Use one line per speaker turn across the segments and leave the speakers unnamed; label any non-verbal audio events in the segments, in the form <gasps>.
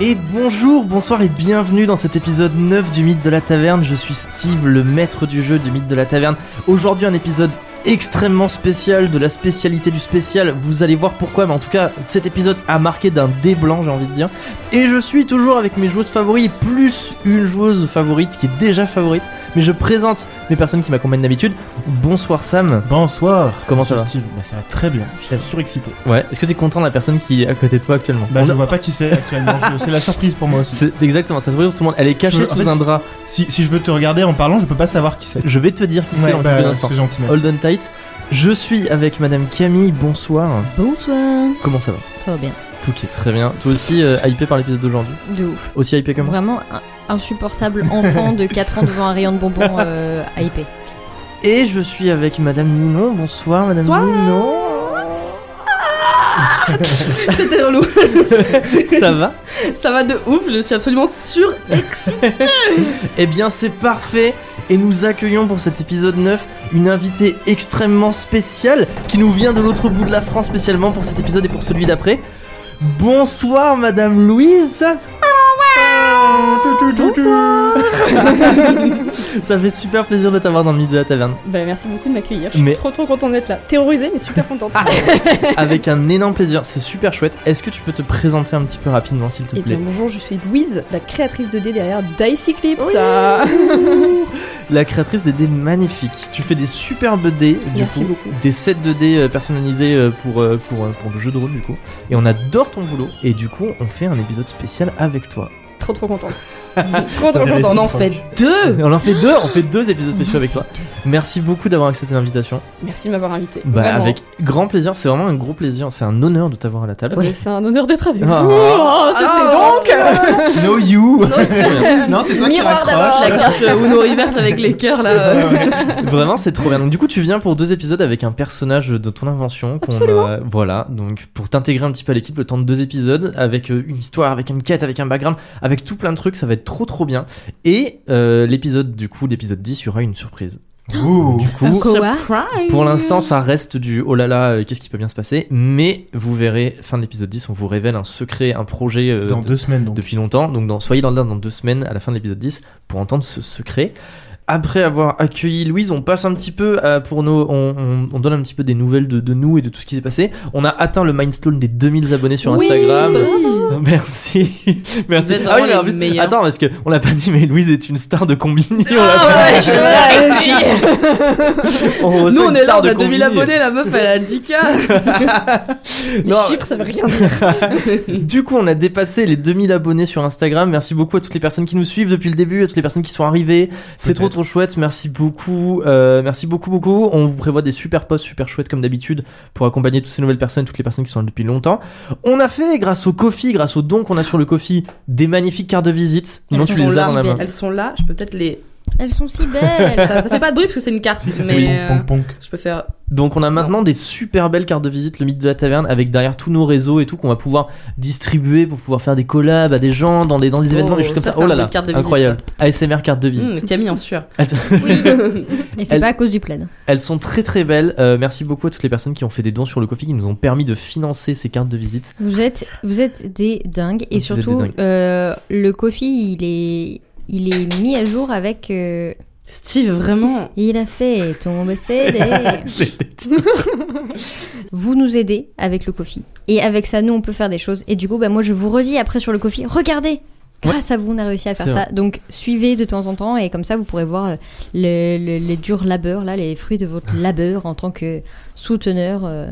Et bonjour, bonsoir et bienvenue dans cet épisode 9 du Mythe de la Taverne. Je suis Steve, le maître du jeu du Mythe de la Taverne. Aujourd'hui, un épisode extrêmement spécial, de la spécialité du spécial. Vous allez voir pourquoi, mais en tout cas, cet épisode a marqué d'un dé blanc, j'ai envie de dire. Et je suis toujours avec mes joueuses favoris, plus une joueuse favorite qui est déjà favorite. Mais je présente mes personnes qui m'accompagnent d'habitude. Bonsoir Sam.
Bonsoir.
Comment ça
Bonsoir,
va
Steve. Bah, ça va très bien. Je suis surexcité.
Ouais. Est-ce que t'es content de la personne qui est à côté de toi actuellement
Bah,
On
je
a-
vois pas qui c'est actuellement. Je- C'est la surprise pour moi aussi.
C'est exactement, ça se voit sur tout le monde. Elle est cachée
veux- en
sous
fait,
un drap.
Si, si je veux te regarder en parlant, je peux pas savoir qui c'est.
Je vais te dire qui c'est
Ouais,
dans
bah,
quelques instants.
c'est gentil, <laughs> mec.
Hold on tight. Je suis avec Madame Camille. Bonsoir.
Bonsoir.
Comment ça va
Ça va bien.
Tout qui est très bien. Toi aussi euh, hypé par l'épisode d'aujourd'hui.
De ouf.
Aussi hypé que moi.
Vraiment un insupportable enfant de 4 ans devant un rayon de bonbons euh, hypé.
Et je suis avec Madame Ninon. Bonsoir, Madame
Bonsoir.
Ninon.
C'était relou.
<laughs> ça va
Ça va de ouf, je suis absolument surexcitée.
Eh bien, c'est parfait. Et nous accueillons pour cet épisode 9 une invitée extrêmement spéciale qui nous vient de l'autre bout de la France spécialement pour cet épisode et pour celui d'après. Bonsoir, Madame Louise.
Bonsoir.
<laughs> Ça fait super plaisir de t'avoir dans le milieu de la taverne.
Bah, merci beaucoup de m'accueillir. Je suis
Mais- Ah,
trop trop contente d'être là. Terrorisée, mais super contente.
Avec un énorme plaisir, c'est super chouette. Est-ce que tu peux te présenter un petit peu rapidement, s'il te
Et Eh bien
plaît
bonjour, je suis Louise, la créatrice de dés derrière Dicey Clips.
Oui.
Ah.
La créatrice des dés magnifiques. Tu fais des superbes dés, du
Merci
coup,
beaucoup.
des sets de dés euh, personnalisés euh, pour, euh, pour, euh, pour le jeu de rôle, du coup. Et on adore ton boulot, et du coup, on fait un épisode spécial avec toi.
<laughs> Trop trop contente. <laughs> trop
Ça
trop
fait
contente.
réciproque.
On en fait deux.
Et on en fait deux, on fait deux épisodes spéciaux avec toi. Merci beaucoup d'avoir accepté l'invitation.
Merci de m'avoir invitée.
Bah,
Vraiment.
avec grand plaisir, c'est vraiment un gros plaisir, c'est un honneur de t'avoir à la table.
Mais Euh, c'est un honneur d'être avec
Ah.
vous. Oh, ça c'est donc.
No you.
Très bien.
non, c'est toi
Miroir
qui
d'abord,
raccroche.
la carte euh, Uno Reverse avec les cœurs là.
Vraiment, c'est trop bien. Donc, du coup, tu viens pour deux épisodes avec un personnage de ton invention. qu'on,
Absolument.
euh, voilà, donc pour t'intégrer un petit peu à l'équipe, le temps de deux épisodes, avec euh, une histoire, avec une quête, avec un background, avec tout plein de trucs, ça va être trop trop bien. Et euh, l'épisode, du coup, l'épisode 10, il y aura une surprise.
Ouh.
Du coup,
Ah.
Quoi
pour l'instant, ça reste du oh là là, euh, qu'est-ce qui peut bien se passer. Mais vous verrez, fin de l'épisode 10, on vous révèle un secret, un projet euh,
Dans
de-
deux semaines, donc.
depuis longtemps. Donc dans, soyez dans le lien dans deux semaines à la fin de l'épisode 10 pour entendre ce secret. Après avoir accueilli Louise, on passe un petit peu à- pour nos, on, on- on donne un petit peu des nouvelles de, de nous et de tout ce qui s'est passé. On a atteint le milestone des 2000 abonnés sur
Bah
<laughs> Instagram. Merci, <laughs> merci. Ah
êtes vraiment
en
les meilleurs.
attends parce que on l'a pas dit, mais Louise est une star de Combini. <laughs> on l'a pas
Ah ouais,
dit.
je- allez-y.
On reçoit
Nous on
une
est
star
là, on
de
a 2000
Combini.
abonnés, la meuf elle a
<laughs>
10k. Les
Non,
chiffres ça veut rien dire.
Du coup, on a dépassé les 2000 abonnés sur Instagram. Merci beaucoup à toutes les personnes qui nous suivent depuis le début, à toutes les personnes qui sont arrivées. C'est trop
Peut-être.
trop chouette. Merci beaucoup. euh, merci beaucoup, beaucoup. On vous prévoit des super posts super chouettes comme d'habitude pour accompagner toutes ces nouvelles personnes, toutes les personnes qui sont là depuis longtemps. On a fait, grâce au Kofi, grâce aux dons qu'on a sur le Kofi, des magnifiques cartes de visite. Non,
Elles
tu
sont
les as
là,
dans la main.
belles.
Elles sont là, je peux peut-être les.
Elles sont si belles.
Ça, ça fait pas de bruit parce que c'est une carte,
Si, ça fait
mais euh,
ponk, ponk, ponk.
je peux faire.
Donc on a maintenant des super belles cartes de visite, le mythe de la taverne, avec derrière tous nos réseaux et tout qu'on va pouvoir distribuer pour pouvoir faire des collabs à des gens dans des, dans des
Oh,
événements, des choses comme ça.
ça, c'est
Oh là
un peu
là,
de carte de visite,
incroyable. ASMR carte de visite.
Mmh, Camille en sueur. <laughs>
Attends.
Et c'est
Elles-
pas à cause du plaid.
<laughs> Elles sont très très belles. Euh, merci beaucoup à toutes les personnes qui ont fait des dons sur le Kofi, qui nous ont permis de financer ces cartes de visite.
Vous êtes, vous êtes des dingues.
Vous êtes
Et
des
surtout,
dingues.
euh, le Kofi, il est, il est mis à jour avec. euh,
Steve, vraiment.
il a fait
<laughs>
tomber ses dés. <laughs> vous nous aidez avec le Kofi. Et avec ça, nous, on peut faire des choses. Et du coup, bah, moi, je vous redis après sur le Kofi, regardez Grâce à vous, on a réussi à faire
C'est
ça.
vrai.
Donc, suivez de temps en temps et comme ça, vous pourrez voir euh, le- le- les durs labeurs, là, les fruits de
Ah.
votre labeur en tant que souteneur euh,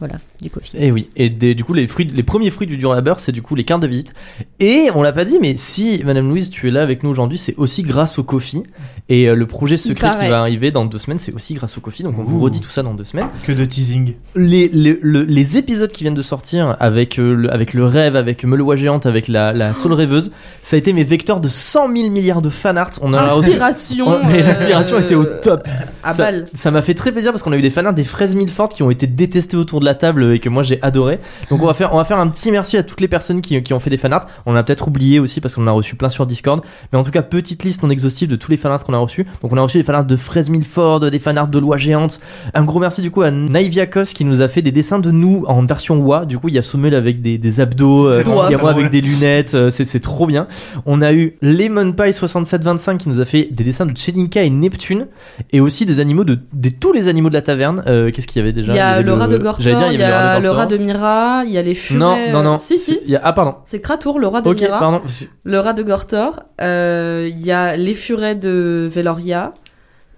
voilà, du Kofi.
Et Eh oui. Et des- du coup, les, fruits, les premiers fruits du dur labeur, c'est du coup les cartes de visite. Et on l'a pas dit, mais si Madame Louise, tu es là avec nous aujourd'hui, c'est aussi grâce au Kofi. Et euh, le projet secret qui
paraît.
va arriver dans deux semaines, c'est aussi grâce au Kofi. Donc on vous
Ouh.
redit tout ça dans deux semaines.
Que de teasing.
les, les, le- les épisodes qui viennent de sortir avec, euh, le, avec le rêve, avec Meloa géante, avec la, la soul rêveuse, ça a été mes vecteurs de 100 000 milliards de fanarts. On en a reçu-
Ah, Inspiration.
on- mais
euh,
l'inspiration était au top.
À
ça
balle.
ça m'a fait très plaisir parce qu'on a eu des fanarts des fraises mille fortes qui ont été détestées autour de la la table et que moi j'ai adoré. Donc on va faire, on va faire un petit merci à toutes les personnes qui, qui ont fait des fanarts. On a peut-être oublié aussi parce qu'on en a reçu plein sur Discord. Mais en tout cas, petite liste non exhaustive de tous les fanarts qu'on a reçus. Donc on a reçu des fanarts de Fraise Milford, des fanarts de Loi Géante. Un gros merci du coup à Naiviakos qui nous a fait des dessins de nous en version Wa. Du coup, il y a Sommel avec des, des abdos, euh,
C'est
il y a
drôle.
moi avec des lunettes. euh, C'est c'est trop bien. On a eu Lemon Pie 6725 qui nous a fait des dessins de Chelinka et Neptune et aussi des animaux de, des- tous les animaux de la taverne. Euh, Qu'est-ce qu'il y avait déjà
Il y a
avait
le rat de Gortor,
j'allais dire,
il y
avait
a le
Gortor.
rat de Mira, il y a les furets.
Non, non, non.
Si, si.
Il y a- Ah, pardon.
C'est Kratour, le rat de
Ok,
Mira,
pardon.
le rat de Gortor. euh, Il y a les furets de Veloria.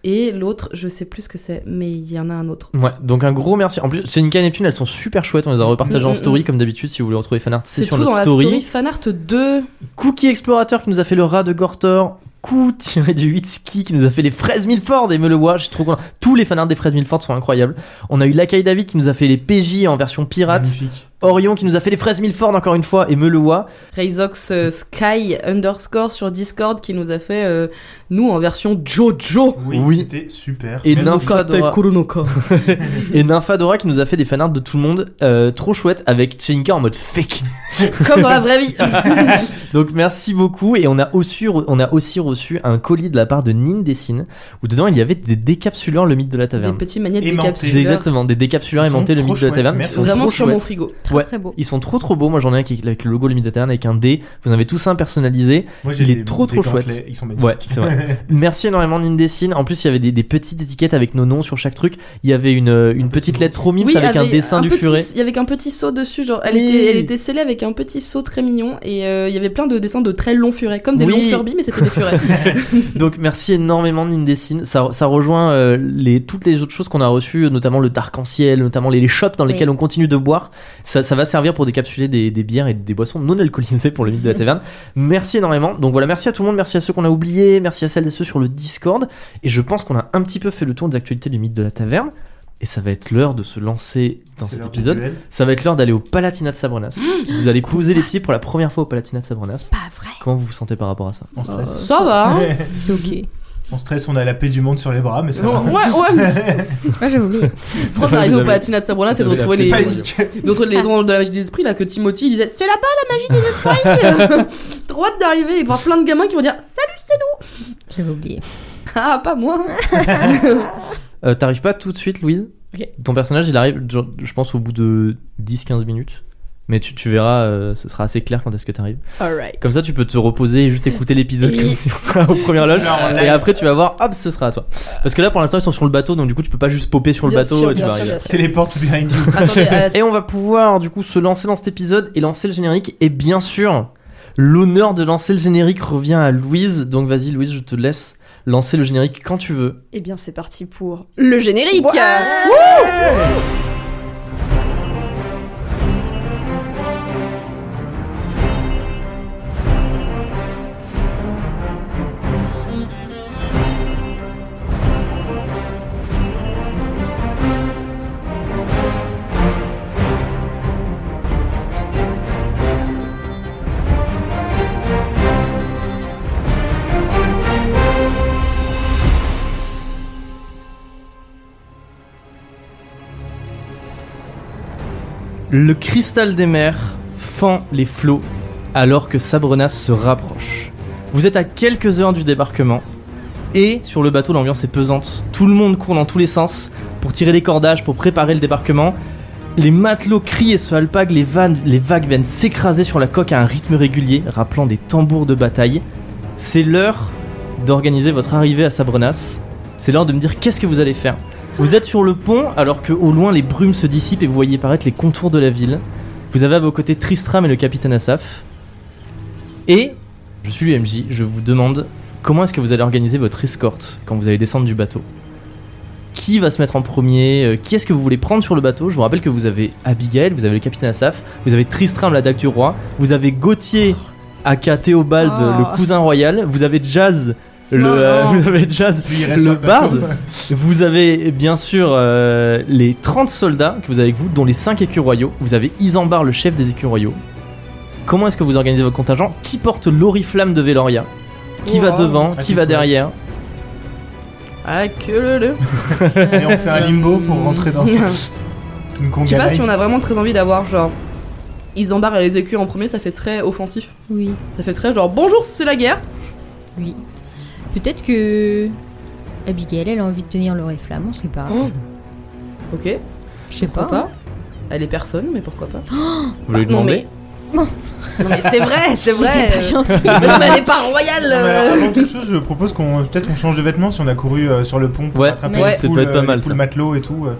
Et l'autre, je sais plus ce que c'est, mais il y en a un autre.
Ouais, donc un gros merci. En plus, Chelinka et Neptune, elles sont super chouettes. On les a repartagées
Mm,
en
mm,
story,
mm.
comme d'habitude. Si vous voulez retrouver Fanart, c'est
C'est
sur
tout
notre
dans
story.
la story Fanart 2.
Cookie Explorateur qui nous a fait le rat de Gortor. Coup tiré du 8 ski qui nous a fait les fraises Milford et me le vois, je suis trop content. Tous les fanarts des fraises Milford sont incroyables. On a eu Lakai David qui nous a fait les PJ en version pirate.
Magnifique.
Orion qui nous a fait les fraises Milford encore une fois et me le vois.
Rayzox euh, Sky underscore sur Discord qui nous a fait, euh, nous, en version Jojo.
Oui,
Oui.
c'était super.
Et
Merci.
Nympha Dora.
Kuronoka.
<laughs> Et Nymphadora qui nous a fait des fanarts de tout le monde, euh, trop chouette avec Chelinka en mode fake.
Comme dans la
<laughs>
vraie vie.
Donc merci beaucoup et on a aussi on a aussi reçu un colis de la part de Nin Dessine où dedans il y avait des décapsuleurs le mythe de la
Des
taverne.
petits magnets
Aimantés.
C'est
décapsulés.
exactement des décapsuleurs
Ils sont
aimantés le
trop
mythe de la
chouettes,
taverne.
merci.
Ils sont
Vraiment
trop
sur mon
chouettes.
frigo.
Très
Ouais.
très beau.
Ils sont trop trop beaux. Moi j'en ai un qui- avec le logo le mythe de la taverne avec un dé. Vous en avez tous un personnalisé.
Moi, j'ai
Il est
des-
trop,
des
trop chouette.
gantelets, Ils sont magnifiques.
Ouais, c'est vrai. Merci énormément Nindessine. En plus, il y avait des, des petites étiquettes avec nos noms sur chaque truc. Il y avait une, euh, une
Un petit
petite
mot.
lettre romime
Oui,
avec un
avait
dessin du
petit-
furet.
Il y avait un petit seau dessus, genre elle,
Oui.
était, elle était scellée avec un petit seau très mignon et euh, il y avait plein de dessins de très longs furets, comme des
Oui.
longs furby, mais c'était des
<laughs>
furets.
Donc merci énormément Nindessine. Ça, ça rejoint euh, les, toutes les autres choses qu'on a reçues, notamment le Dark-en-Ciel, notamment les, les shops dans
Oui.
lesquels on continue de boire. Ça, ça va servir pour décapsuler des, des bières et des boissons non alcoolisées pour le mythe de la taverne. merci énormément. Donc voilà, merci à tout le monde, merci à ceux qu'on a oubliés, merci à celles et ceux sur le Discord. Et je pense qu'on a un petit peu fait le tour des actualités du mythe de la taverne. Et ça va être l'heure de se lancer dans
C'est
cet
leur
épisode.
duel.
Ça va être l'heure d'aller au Palatinat de Sabrenas. vous allez poser les pieds pour la première fois au Palatinat de Sabrenas.
C'est pas vrai.
Comment vous vous sentez par rapport à ça
Ah.
On stresse.
Ça va.
<laughs>
hein.
C'est ok.
On stresse, on a la paix du monde sur les bras, mais ça
Non, <laughs>
va.
ouais, ouais.
Moi j'ai oublié.
Quand
va,
t'arrives
vous
au
avez-
Palatinat de Sabrina, c'est de
vous avez la
retrouver les,
paix.
Panique.
les autres les ondes de la magie des esprits là que Timothy il disait c'est là-bas la magie des esprits. Droite d'arriver et de voir plein de gamins qui vont dire salut.
J'avais oublié.
Ah pas moi.
Euh, T'arrives pas tout de suite, Louise.
Ok.
Ton personnage, il arrive, genre, je pense, au bout de 10-15 minutes. Mais tu, tu verras, euh, ce sera assez clair quand est-ce que t'arrives.
Alright.
Comme ça, tu peux te reposer et juste écouter
<laughs>
l'épisode
Oui.
comme si on était aux premières loges.
Genre en
Et
live.
après, tu vas voir, hop, ce sera à toi. Parce que là, pour l'instant, ils sont sur le bateau, donc du coup, tu peux pas juste popper sur le
Bien
bateau
sûr,
et tu
bien
vas
sûr,
arriver.
bien
Téléporte behind you.
<laughs>
Attendez, euh,
Et on va pouvoir du coup se lancer dans cet épisode et lancer le générique. Et bien sûr, l'honneur de lancer le générique revient à Louise. Donc vas-y Louise, je te laisse lancer le générique quand tu veux.
Eh bien, c'est parti pour le générique
Le cristal des mers fend les flots alors que Sabrenas se rapproche. Vous êtes à quelques heures du débarquement et sur le bateau l'ambiance est pesante. Tout le monde court dans tous les sens pour tirer des cordages, pour préparer le débarquement. Les matelots crient et se alpaguent, les, vannes- les vagues viennent s'écraser sur la coque à un rythme régulier, rappelant des tambours de bataille. C'est l'heure d'organiser votre arrivée à Sabrenas. C'est l'heure de me dire qu'est-ce que vous allez faire. Vous êtes sur le pont alors que au loin les brumes se dissipent et vous voyez paraître les contours de la ville. Vous avez à vos côtés Tristram et le capitaine Asaf. Et je suis l'UMJ, je vous demande comment est-ce que vous allez organiser votre escorte quand vous allez descendre du bateau. Qui va se mettre en premier euh, Qui est-ce que vous voulez prendre sur le bateau Je vous rappelle que vous avez Abigail, vous avez le capitaine Asaf, vous avez Tristram, la dague du roi, vous avez Gauthier, aka Théobald,
Oh.
le cousin royal, vous avez Jazz, le, euh,
Non.
<laughs> vous avez Jazz,
Lui, il reste
Le
sur bateau. <laughs>
barde. vous avez bien sûr euh, les 30 soldats que vous avez avec vous, dont les 5 écus royaux. Vous avez Isambard, le chef des écus royaux. Comment est-ce que vous organisez votre contingent Qui porte l'oriflamme de Veloria Qui va
Wow.
devant
Ah,
Qui
qui
va
se met
derrière
ah que le le. <laughs>
Et on fait un limbo pour rentrer dans. Une
Je sais pas si on
conga
a vraiment très envie d'avoir genre. Ils embarrent les écus en premier, ça fait très offensif.
Oui,
Ça fait très genre bonjour, c'est la guerre.
oui. Peut-être que Abigail, elle a envie de tenir l'oreille flamme, on sait pas.
Oh. Ok,
Je sais pas.
pourquoi pas Elle est personne, mais pourquoi pas
Vous lui
Ah, Non
demandez
mais. Non mais c'est vrai, c'est
Mais
vrai.
<laughs> C'est pas gentil.
Mais non, mais elle est pas royale.
Non, mais alors,
euh.
avant toute chose, je propose qu'on peut-être on change de vêtements si on a couru euh, sur le pont pour
Ouais,
attraper
ouais.
les
ça
poules,
peut être pas
euh, les
mal,
poules
ça.
matelots et tout. euh.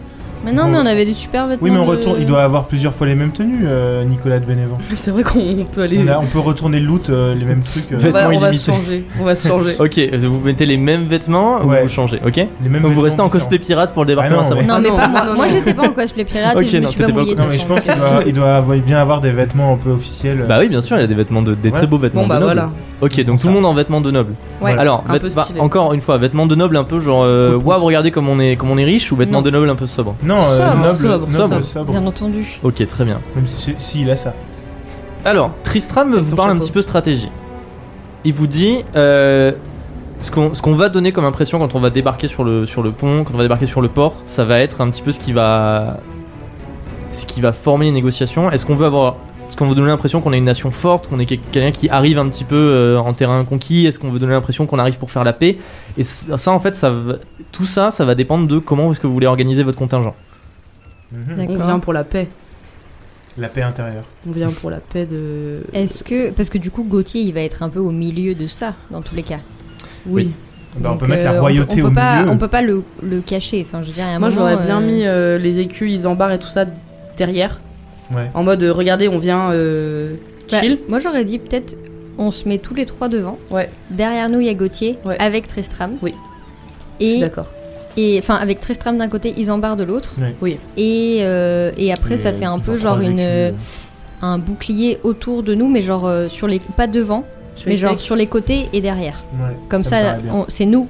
Mais non,
Bon.
mais on avait des super vêtements.
Oui, mais on
de-
retourne. Il doit avoir plusieurs fois les mêmes tenues, euh, Nicolas de
<laughs>
Bénévent.
<laughs> C'est vrai qu'on peut aller.
On, a- on peut retourner le loot, euh, les mêmes trucs, euh,
On va,
Vêtements
on va se
illimités.
changer. On va se changer.
Ok, vous mettez les mêmes vêtements ou
Ouais.
vous changez, ok
les mêmes.
Vous
vêtements
restez en
différents.
cosplay pirate pour le débarquement
Ah non,
à savoir.
Non,
Ah
mais
non,
pas moi.
non, non,
moi,
non.
j'étais pas en cosplay pirate
Ok,
et je
non,
me suis pas
t'étais pas
mouillée. de
Non, mais
toute
je
façon.
pense qu'il doit, il doit avoir- bien avoir des vêtements un peu officiels. euh,
Bah oui, bien sûr, il a des vêtements de, des
Ouais.
très beaux vêtements.
Bon bah
de nobles.
voilà.
Ok, donc tout le monde en vêtements de noble.
Ouais.
Alors,
un
vêt-
peu
bah,
stylé.
encore une fois, vêtements de noble un peu genre euh,
Pout-pout.
waouh, regardez comme on est comme on est riche ou vêtements
Non.
de noble un peu sobre.
Non, euh,
Sobre,
noble,
sobre,
noble,
sobre.
sobre.
Bien entendu.
Ok, très bien.
Même si, si, il a ça.
Alors, Tristram
Avec
vous
ton
parle un
chapeau.
petit peu stratégie. Il vous dit euh, ce qu'on ce qu'on va donner comme impression quand on va débarquer sur le, sur le pont, quand on va débarquer sur le port, ça va être un petit peu ce qui va ce qui va former les négociations. Est-ce qu'on veut avoir est-ce qu'on veut donner l'impression qu'on est une nation forte, qu'on est quel- quelqu'un qui arrive un petit peu euh, en terrain conquis Est-ce qu'on veut donner l'impression qu'on arrive pour faire la paix Et c- ça, en fait, ça, va- tout ça, ça va dépendre de comment est-ce que vous voulez organiser votre contingent.
Mhm.
On
D'accord.
vient pour la paix.
La paix intérieure.
On vient pour la paix de.
Est-ce que. Parce que du coup, Gauthier, il va être un peu au milieu de ça, dans tous les cas.
Oui.
Bah, on
Donc,
peut mettre
euh,
la
on
royauté
on peut
au
pas,
milieu.
On peut pas le, le cacher. Enfin, je veux dire, à un
Moi
moment,
j'aurais bien
euh,
mis euh, les écus, ils embarrent et tout ça derrière.
Ouais.
En mode euh, regardez, on vient euh,
bah,
chill.
moi, j'aurais dit peut-être on se met tous les trois devant.
Ouais.
Derrière nous, il y a Gauthier
Ouais.
avec Tristram.
Oui. Je suis
Et
d'accord.
et- enfin avec Tristram d'un côté, Isambard de l'autre.
Ouais.
Oui.
Et euh, et après,
Et,
ça fait un
euh,
peu genre
trois
une
écus,
un bouclier autour de nous, mais genre euh, sur les pas devant,
Sur
mais
les
genre
textes.
sur les côtés et derrière.
euh, ouais,
Comme
me
ça,
paraît bien.
on- c'est nous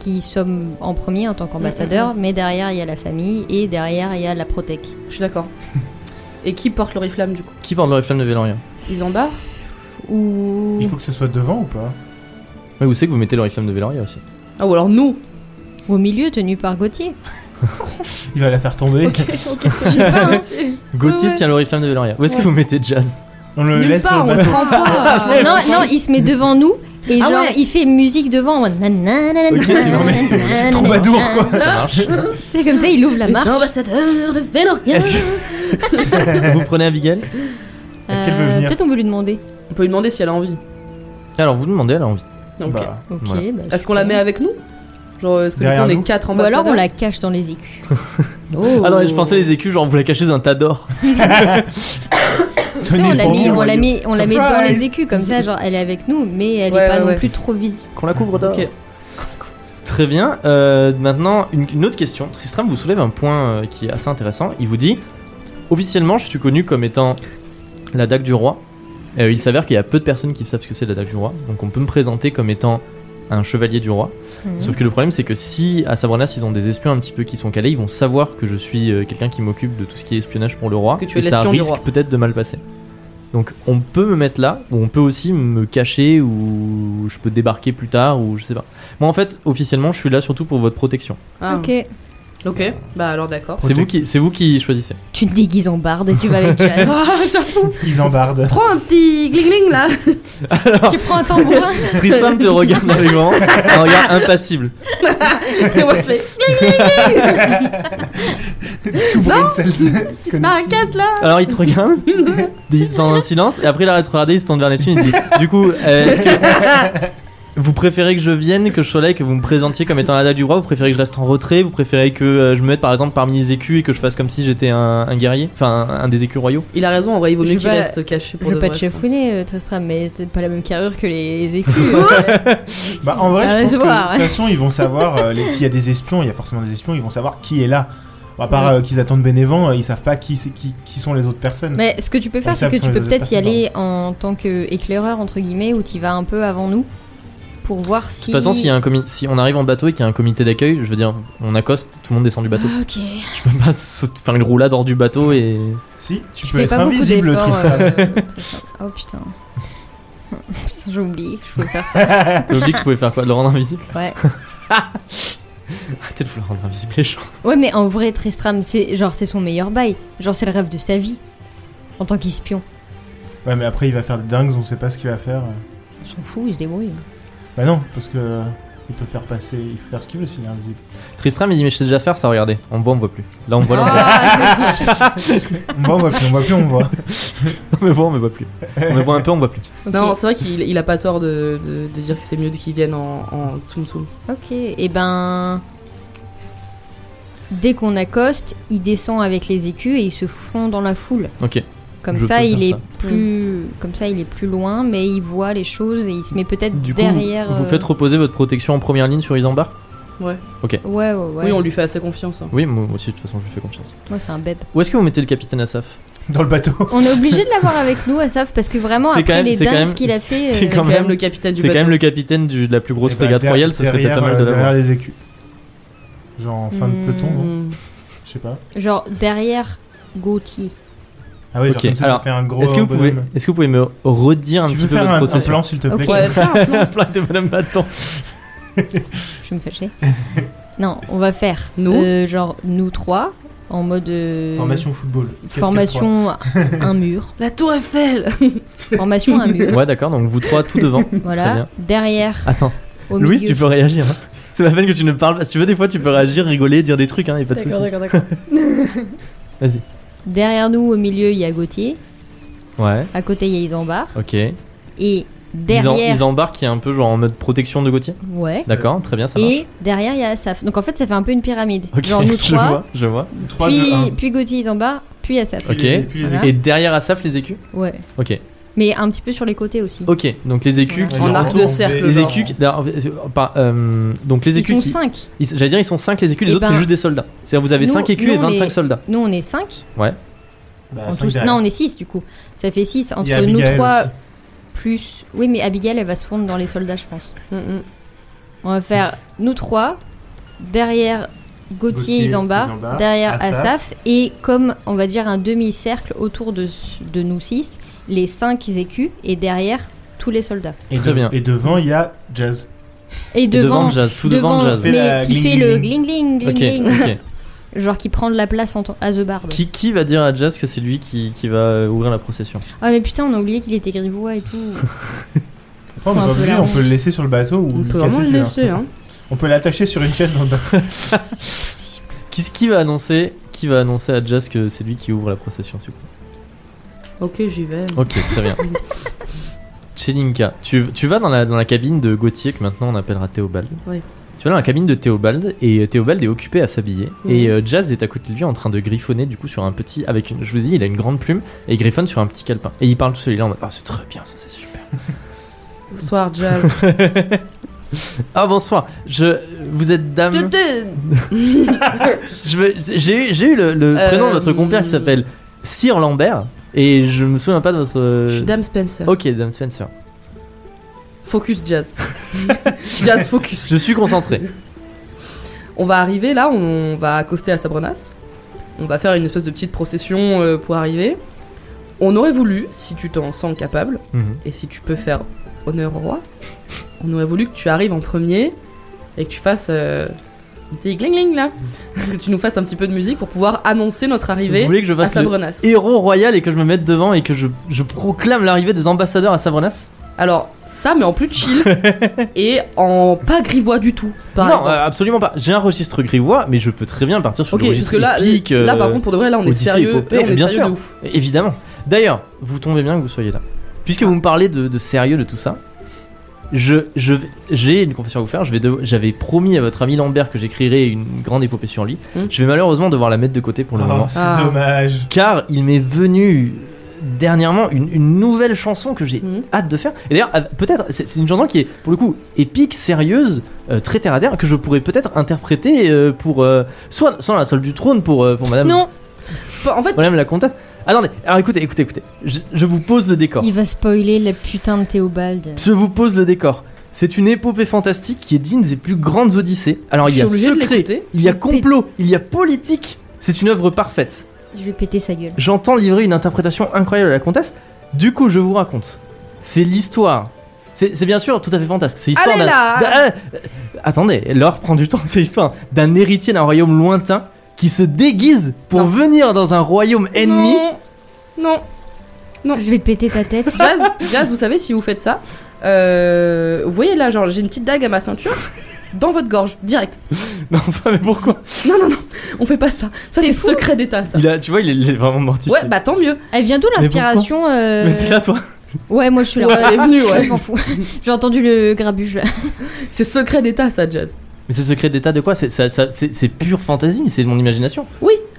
qui sommes en premier en tant qu'ambassadeurs,
Mm,
mais derrière il y a la famille et derrière il y a la protec.
Je suis d'accord. <laughs> et qui porte l'oriflamme du coup
Qui porte le flamme de Vélorien
Ils embarrent
Ou
Il faut que ce soit devant ou pas
Mais vous savez que vous mettez le flamme de Vélorien aussi.
Ah, ou alors nous
au milieu tenu par Gauthier.
Il va la faire tomber.
Je sais pas, hein.
Gauthier
Ouais, ouais.
tient l'oriflamme de Veloria. Où est-ce que vous mettez
<laughs>
Jazz
<laughs> On le
Nulle
laisse sur
part,
le
on le
bateau.
prend pas
Ah, non, non, il se met devant nous et
Ah
genre
ouais.
il fait musique devant. en mode nanana,
Ok, c'est bon, mais
nanana,
c'est
<laughs> nanana.
Troubadour quoi
Ça marche.
<laughs> C'est comme ça, il ouvre la marche.
bah, Ambassadeur de Vélorien
Est-ce que... <laughs> vous prenez Abigail
Est-ce qu'elle veut
Euh,
venir
Peut-être on peut lui demander.
On peut lui demander si elle a envie.
Alors vous demandez, elle a envie.
Ok.
Bah,
Ok.
Voilà.
bah,
Est-ce qu'on la
super.
met avec nous Genre, est-ce que du coup,
Derrière
on
nous
est quatre
Ou
ambassadeurs
alors on la cache dans les écus.
Oh.
Ah non, mais je pensais les écus, genre vous la cachez dans un tas d'or.
Tu sais,
tenez
on
le
l'a mis,
bambou,
on l'a
voyons.
mis, on la met dans
Surprise
les écus comme ça, genre elle est avec nous, mais elle
Ouais,
est pas
ouais,
non
ouais.
plus trop visible.
Qu'on la couvre d'or.
Ok.
Très bien. Euh, maintenant, une, une autre question. Tristram vous soulève un point euh, qui est assez intéressant. Il vous dit Officiellement, je suis connu comme étant la dague du roi. Euh, il s'avère qu'il y a peu de personnes qui savent ce que c'est la dague du roi. Donc on peut me présenter comme étant un chevalier du roi.
Mhm.
Sauf que le problème, c'est que si à Sabranas ils ont des espions un petit peu qui sont calés, ils vont savoir que je suis euh, quelqu'un qui m'occupe de tout ce qui est espionnage pour le roi.
Que tu es
et ça
l'espion du
risque
roi.
peut-être de mal passer. Donc on peut me mettre là, ou on peut aussi me cacher, ou je peux débarquer plus tard, ou je sais pas. Moi en fait, officiellement, je suis là surtout pour votre protection.
Ah, ok.
Ok.
Bah alors d'accord.
C'est vous qui, c'est vous qui choisissez.
Tu te déguises en barde et tu vas avec
<laughs>
Jazz.
Ah, j'avoue.
Ils
<laughs>
embardent.
Prends un petit glingling là.
tu prends un
<laughs>
tambourin.
Tristram te regarde allégant, un regard impassible.
Et moi je fais
Sous une
<laughs>
salsa.
Bah,
Maracas là.
Alors il te <laughs> regarde, il sent un silence, et après il arrête de regarder, il se tourne vers Neptune, il dit Du coup, euh, est-ce que vous préférez que je vienne, que je sois là et que vous me présentiez comme étant la dalle du roi Vous préférez que je reste en retrait Vous préférez que euh, je me mette par exemple parmi les écus et que je fasse comme si j'étais un, un guerrier Enfin, un, un des écus royaux
Il a raison, en vrai, il vaut
Je
mieux
vais
qu'il
pas-
reste caché
Je
pour
veux
de
pas te
vrai, je pense.
chiffonner, euh, Tristram, mais t'as pas la même carrure que les
<laughs>
écus. euh.
Bah, en vrai,
Ça va
je pense
se
que
voir,
de toute façon, ils vont savoir. euh, les- S'il y a des espions, il y a forcément des espions, ils vont savoir qui est là. Bon, à part euh, qu'ils attendent Bénévent, euh, ils savent pas qui, c'est- qui, qui sont les autres personnes.
mais ce que tu peux faire,
Comme ça,
c'est que
ce
tu
sont
peux
les
peut-être y
personnes,
aller en tant qu'éclaireur, entre guillemets, où tu vas un peu avant nous pour voir
De
si.
toute façon, s'il y a un comi- si on arrive en bateau et qu'il y a un comité d'accueil, je veux dire, on accoste, tout le monde descend du <laughs> bateau.
Ok.
Je peux pas sauter- faire une roulade hors du bateau <laughs> et.
Si, tu
Tu
peux
fais
être
pas beaucoup
invisible,
d'efforts.
Tristan.
euh, <laughs> Tristram. oh putain. Putain, j'ai oublié que je pouvais faire
<laughs>
ça.
T'as oublié que tu pouvais faire quoi De Le rendre invisible
Ouais.
Arrêtez de vouloir rendre invisible les gens.
Ouais, mais en vrai, Tristram, c'est genre c'est son meilleur bail. Genre c'est le rêve de sa vie en tant qu'espion.
<laughs> Ouais, mais après, il va faire des dingues, on sait pas ce qu'il va faire.
On s'en fout, il se débrouille.
Bah non, parce que euh, il peut faire passer, il peut faire ce qu'il veut s'il est invisible.
Tristram, il dit Mais je sais déjà faire ça, regardez. On voit, on voit plus. Là, on voit, là, on voit.
Ah, c'est-
On voit, on voit plus, on voit plus, on voit.
<laughs>
<laughs>
On me voit, on me voit plus. On me voit un peu, on me voit plus.
Non, c'est vrai qu'il il a pas tort de, de- de dire que c'est mieux qu'il vienne en, en Tsum Tsum.
<laughs> Ok, et ben. Dès qu'on accoste, il descend avec les écus et il se fond dans la foule.
Ok.
Comme
Je
ça,
peux
il est
faire
plus, comme ça, il est plus loin, mais il voit les choses et il se met peut-être
Du coup,
derrière.
vous
euh,
faites reposer votre protection en première ligne sur Isambard
Ouais, ouais, ouais.
Oui, on lui fait assez confiance. hein.
Oui, moi aussi, de toute façon, je lui fais confiance.
Moi, c'est un beb.
Où est-ce que vous mettez le capitaine Asaf
Dans le bateau.
On est obligé de l'avoir avec nous, Asaf, parce que vraiment,
C'est
après
quand même-
les
c'est quand
dingues
même-
qu'il a fait.
c'est
euh,
C'est quand même le capitaine du
C'est quand
bateau.
même le capitaine du- de la plus grosse
Et bah,
frégate
der-
royale, ce serait peut-être
derrière,
pas mal
euh,
de
Derrière
l'avoir.
les écus. Genre en fin de peloton, non
Hmm.
Mm.
Je sais pas.
Genre derrière Gauthier.
Ah oui,
Ok,
genre comme ça,
alors,
ça fait un gros.
Est-ce que, vous pouvez,
bonhomme.
est-ce que vous pouvez me redire un
Tu
petit
peux
peu
faire
votre
un, un
procession
plan, s'il te plaît
Ok.
Ouais, fais un plan.
<laughs> Plein de bonhommes battants.
Je vais
<laughs>
me fâcher. non, on va faire.
Nous
euh, Genre nous trois, en mode. euh,
Formation football. 4-4-3.
Formation un mur.
<laughs> La tour Eiffel
Formation
<laughs>
un mur.
Ouais, d'accord, donc vous trois tout
<laughs>
devant. Très bien.
Voilà. Derrière,
Attends,
au
Louise,
milieu.
tu peux réagir. hein. C'est pas la peine que tu ne parles pas. Si tu veux, des fois, tu peux réagir, rigoler, dire des trucs, hein, y a pas de soucis.
D'accord, d'accord, d'accord.
Vas-y.
Derrière nous, au milieu, il y a Gauthier.
Ouais,
À côté, il y a Isambard.
ok.
Et
Ils, en,
derrière.
ils embarquent, qui est un peu genre en mode protection de Gauthier.
Ouais.
D'accord, très bien, ça marche.
Et derrière, il y a Asaf. Donc en fait, ça fait un peu une pyramide.
Ok,
Genre nous
<laughs> je
trois,
vois, je vois.
3,
puis,
2, 1.
puis Gauthier, Isambard, puis Asaf.
Ok.
Et puis les
Voilà.
écus.
Et derrière Asaf, les écus
Ouais.
Ok.
Mais un petit peu sur les côtés aussi.
Ok, donc les écus qui.
En arc de cercle.
Les
genre.
écus. qui- d'ailleurs, euh, pas, euh, donc les
Ils
écus
sont
qui.
5.
ils- J'allais dire, ils sont 5 les écus, les
Eh
autres
ben,
c'est juste des soldats. C'est-à-dire vous avez
nous-
5 écus
nous,
et
on
25
est-
soldats.
Nous, on est 5.
Bah,
en
cinq
tout.
derrière.
Non, on est 6 du coup. Ça fait 6
Il y a
entre nous
Abigail
trois
aussi.
plus. Oui, mais Abigail, elle va se fondre dans les soldats, je pense.
Mm, mm.
On va faire nous trois, derrière Gauthier,
Gauthier,
Isambard,
Isambard,
derrière Asaf.
Asaf.
et comme on va dire un demi-cercle autour de, de nous six, les cinq écus, et derrière tous les soldats.
Et
Très
de-
bien.
Et devant, il y a Jazz.
Et devant,
devant Jazz, tout devant Jazz.
Fait la
mais qui
gling,
fait
gling,
le
gling.
gling gling gling
Ok,
gling.
ok.
genre qui prend de la place en tant- à The Barb.
Qui, qui va dire à Jazz que c'est lui qui, qui va euh, ouvrir la procession
Ah mais putain, on a oublié qu'il était grivois et tout.
Après, on
Faut
n'est
un
pas
peu
obligé,
la
on peut
honte.
le laisser sur le bateau ou
On
le
peut
casser
vraiment le
sur un-
laisser. Hein.
On peut l'attacher sur une chaise dans le bateau.
qui, qui va annoncer Qui va annoncer à Jazz que c'est lui qui ouvre la procession s'il vous plaît
Ok, j'y vais.
Ok, très
<laughs>
bien. Chelinka, tu, tu vas dans la, dans la cabine de Gauthier que maintenant on appellera Théobald.
Oui.
Tu vas dans la cabine de Théobald et euh, Théobald est occupé à s'habiller
Mhm.
et euh, Jazz est à côté de lui en train de griffonner du coup sur un petit avec une je vous dis il a une grande plume et il griffonne sur un petit calepin et il parle tout celui-là en mode ah c'est très bien ça c'est super
<laughs> Bonsoir,
<laughs>
Jazz.
Ah bonsoir, je vous êtes
hein.
dame. Je veux- J'ai eu- j'ai eu le, le
Euh,
prénom de votre compère qui s'appelle Sir Lambert et je me souviens pas de votre. euh,
Je suis Dame Spencer.
Ok, Dame Spencer.
Focus,
<laughs>
Jazz. <laughs> jazz, focus.
Je suis
<laughs>
concentré.
On va arriver là, on va accoster à Sabrenas. On va faire une espèce de petite procession euh, pour arriver. On aurait voulu, si tu t'en sens capable,
Mhm.
et si tu peux faire honneur au roi, on aurait voulu que tu arrives en premier et que tu fasses euh, un petit gling là. <laughs> que tu nous fasses un petit peu de musique pour pouvoir annoncer notre
Mm. Vous
arrivée
voulez que je
à
fasse le
Sabrenas.
héros royal et que je me mette devant et que je, je proclame l'arrivée des ambassadeurs à Savrenas
Alors, ça, mais en plus
<laughs>
chill et en pas grivois du tout, par
Non,
exemple.
euh, absolument pas. J'ai un registre grivois, mais je peux très bien partir sur
Ok,
le
parce
registre
que là,
épique,
là
euh,
par contre, pour de vrai, là on est
Odyssée,
sérieux,
épopée,
là, on est
bien
sérieux
sûr.
de ouf.
Évidemment. D'ailleurs, vous tombez bien que vous soyez là. Puisque vous me parlez de, de sérieux de tout ça, je, je vais- j'ai une confession à vous faire. Je vais de- J'avais promis à votre ami Lambert que j'écrirais une grande épopée sur lui.
Hmm.
Je vais malheureusement devoir la mettre de côté pour le
Oh,
moment.
c'est
Ah.
dommage.
Car il m'est venu dernièrement une, une nouvelle chanson que j'ai
Mhm.
hâte de faire. Et d'ailleurs, euh, peut-être, c'est c'est une chanson qui est pour le coup épique, sérieuse, euh, très terre à terre, que je pourrais peut-être interpréter euh, pour. euh, soit, soit dans la salle du trône pour, euh, pour madame.
non,
Je peux- En fait,
Madame la comtesse. Attendez, alors écoutez, écoutez, écoutez. Je, je vous pose le décor.
il va spoiler la putain de Théobald.
Je vous pose le décor. C'est une épopée fantastique qui est digne des plus grandes odyssées. Alors
je
il y
suis
a
obligé de
secret,
l'écouter.
il y a complot, il y a politique. C'est une œuvre parfaite.
Je vais péter sa gueule.
J'entends livrer une interprétation incroyable à la comtesse. Du coup, je vous raconte. C'est l'histoire C'est c'est bien sûr tout à fait fantasque. C'est l'histoire
Allez
d'un-
là
d'un- euh, Attendez, l'or prend du temps, <laughs> c'est l'histoire d'un héritier d'un royaume lointain qui se déguise pour
Non.
venir dans un royaume ennemi.
Non, non.
Je vais te péter ta tête.
Jazz, Jazz, vous savez, si vous faites ça, euh, vous voyez là, genre, j'ai une petite dague à ma ceinture, dans votre gorge, direct.
<laughs> Non, enfin, mais pourquoi
Non, non, non, on fait pas ça. Ça,
C'est
c'est
fou.
secret d'État, ça.
il a, Tu vois, il est, il est vraiment mortifié.
Ouais, bah tant mieux.
Elle vient d'où l'inspiration euh,
Mais t'es là, toi
Ouais, moi je suis là.
Ouais, elle est venue, ouais.
Je m'en fous. <laughs> J'ai entendu le grabuge là.
C'est secret d'État, ça, Jazz.
Mais c'est secret d'état de quoi C'est- ça- ça- C'est c'est pure fantaisie, c'est de mon imagination.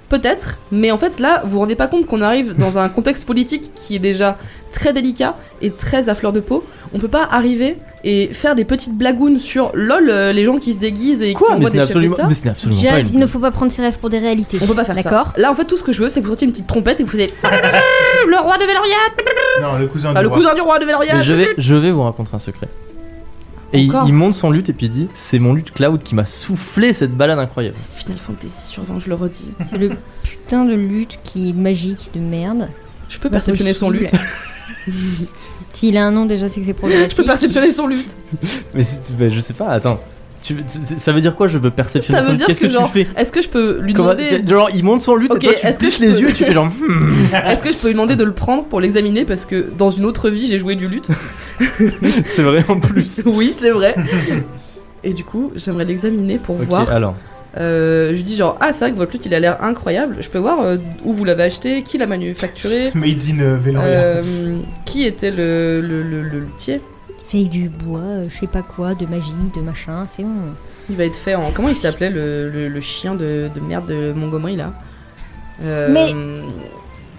Peut-être, mais en fait, là, vous vous rendez pas compte qu'on arrive dans un contexte politique qui est déjà très délicat et très à fleur de peau. On peut pas arriver et faire des petites blagounes sur lol, euh, les gens qui se déguisent et qui
Mais
envoient
ce
des
n'est
chefs
absolument,
d'État.
mais ce n'est absolument pas
Jazz,
une-
il ne faut pas prendre ses rêves pour des réalités.
On peut pas faire ça.
D'accord
Là, en fait, tout ce que je veux, c'est que vous sortiez une petite trompette et que vous faisiez Ah, le roi de Véloria
Non, le cousin
Ah,
du
le
roi.
cousin du roi de Véloria
Mais je vais, je vais vous raconter un secret. Et il,
Encore
il monte son lutte et puis il dit C'est mon lutte Cloud qui m'a soufflé cette balade incroyable.
Final Fantasy sur 20, je le redis.
C'est le putain de lutte qui est magique de merde.
Je peux
Pas
perceptionner son
possible.
lutte.
S'il a un nom déjà, c'est que c'est
Je
problématique.
peux perceptionner son lutte.
Mais, c'est- mais je sais pas, attends. Tu- c'est- ça veut dire quoi Je peux perceptionner
Ça veut
son-
dire
Qu'est-ce
que
que,
genre-
tu fais
Est-ce que je peux lui
Comment- <laughs>
demander
tu- Genre, il monte son lutte
Ok,
et toi,
est-ce
tu
que
plisses
je
les
peux-
yeux et tu fais genre. Hmm. <laughs>
Est-ce que je peux lui demander de le prendre pour l'examiner parce que dans une autre vie j'ai joué du lutte
c'est vrai en plus.
<laughs> Oui,
<laughs>
c'est vrai. Et du coup, j'aimerais l'examiner pour
Ok, ah.
voir.
alors.
Euh, je dis genre ah c'est vrai que votre lutte il a l'air incroyable. Je peux voir euh, où vous l'avez acheté, qui
<laughs>
l'a manufacturé,
Made in euh, Veloria.
euh, qui était le le, le, le luthier.
Fait avec du bois, euh, je sais pas quoi, de magie, de machin, c'est bon.
Il va être fait en comment il s'appelait le, le, le chien de, de merde de Montgomery là. Euh,
Mais-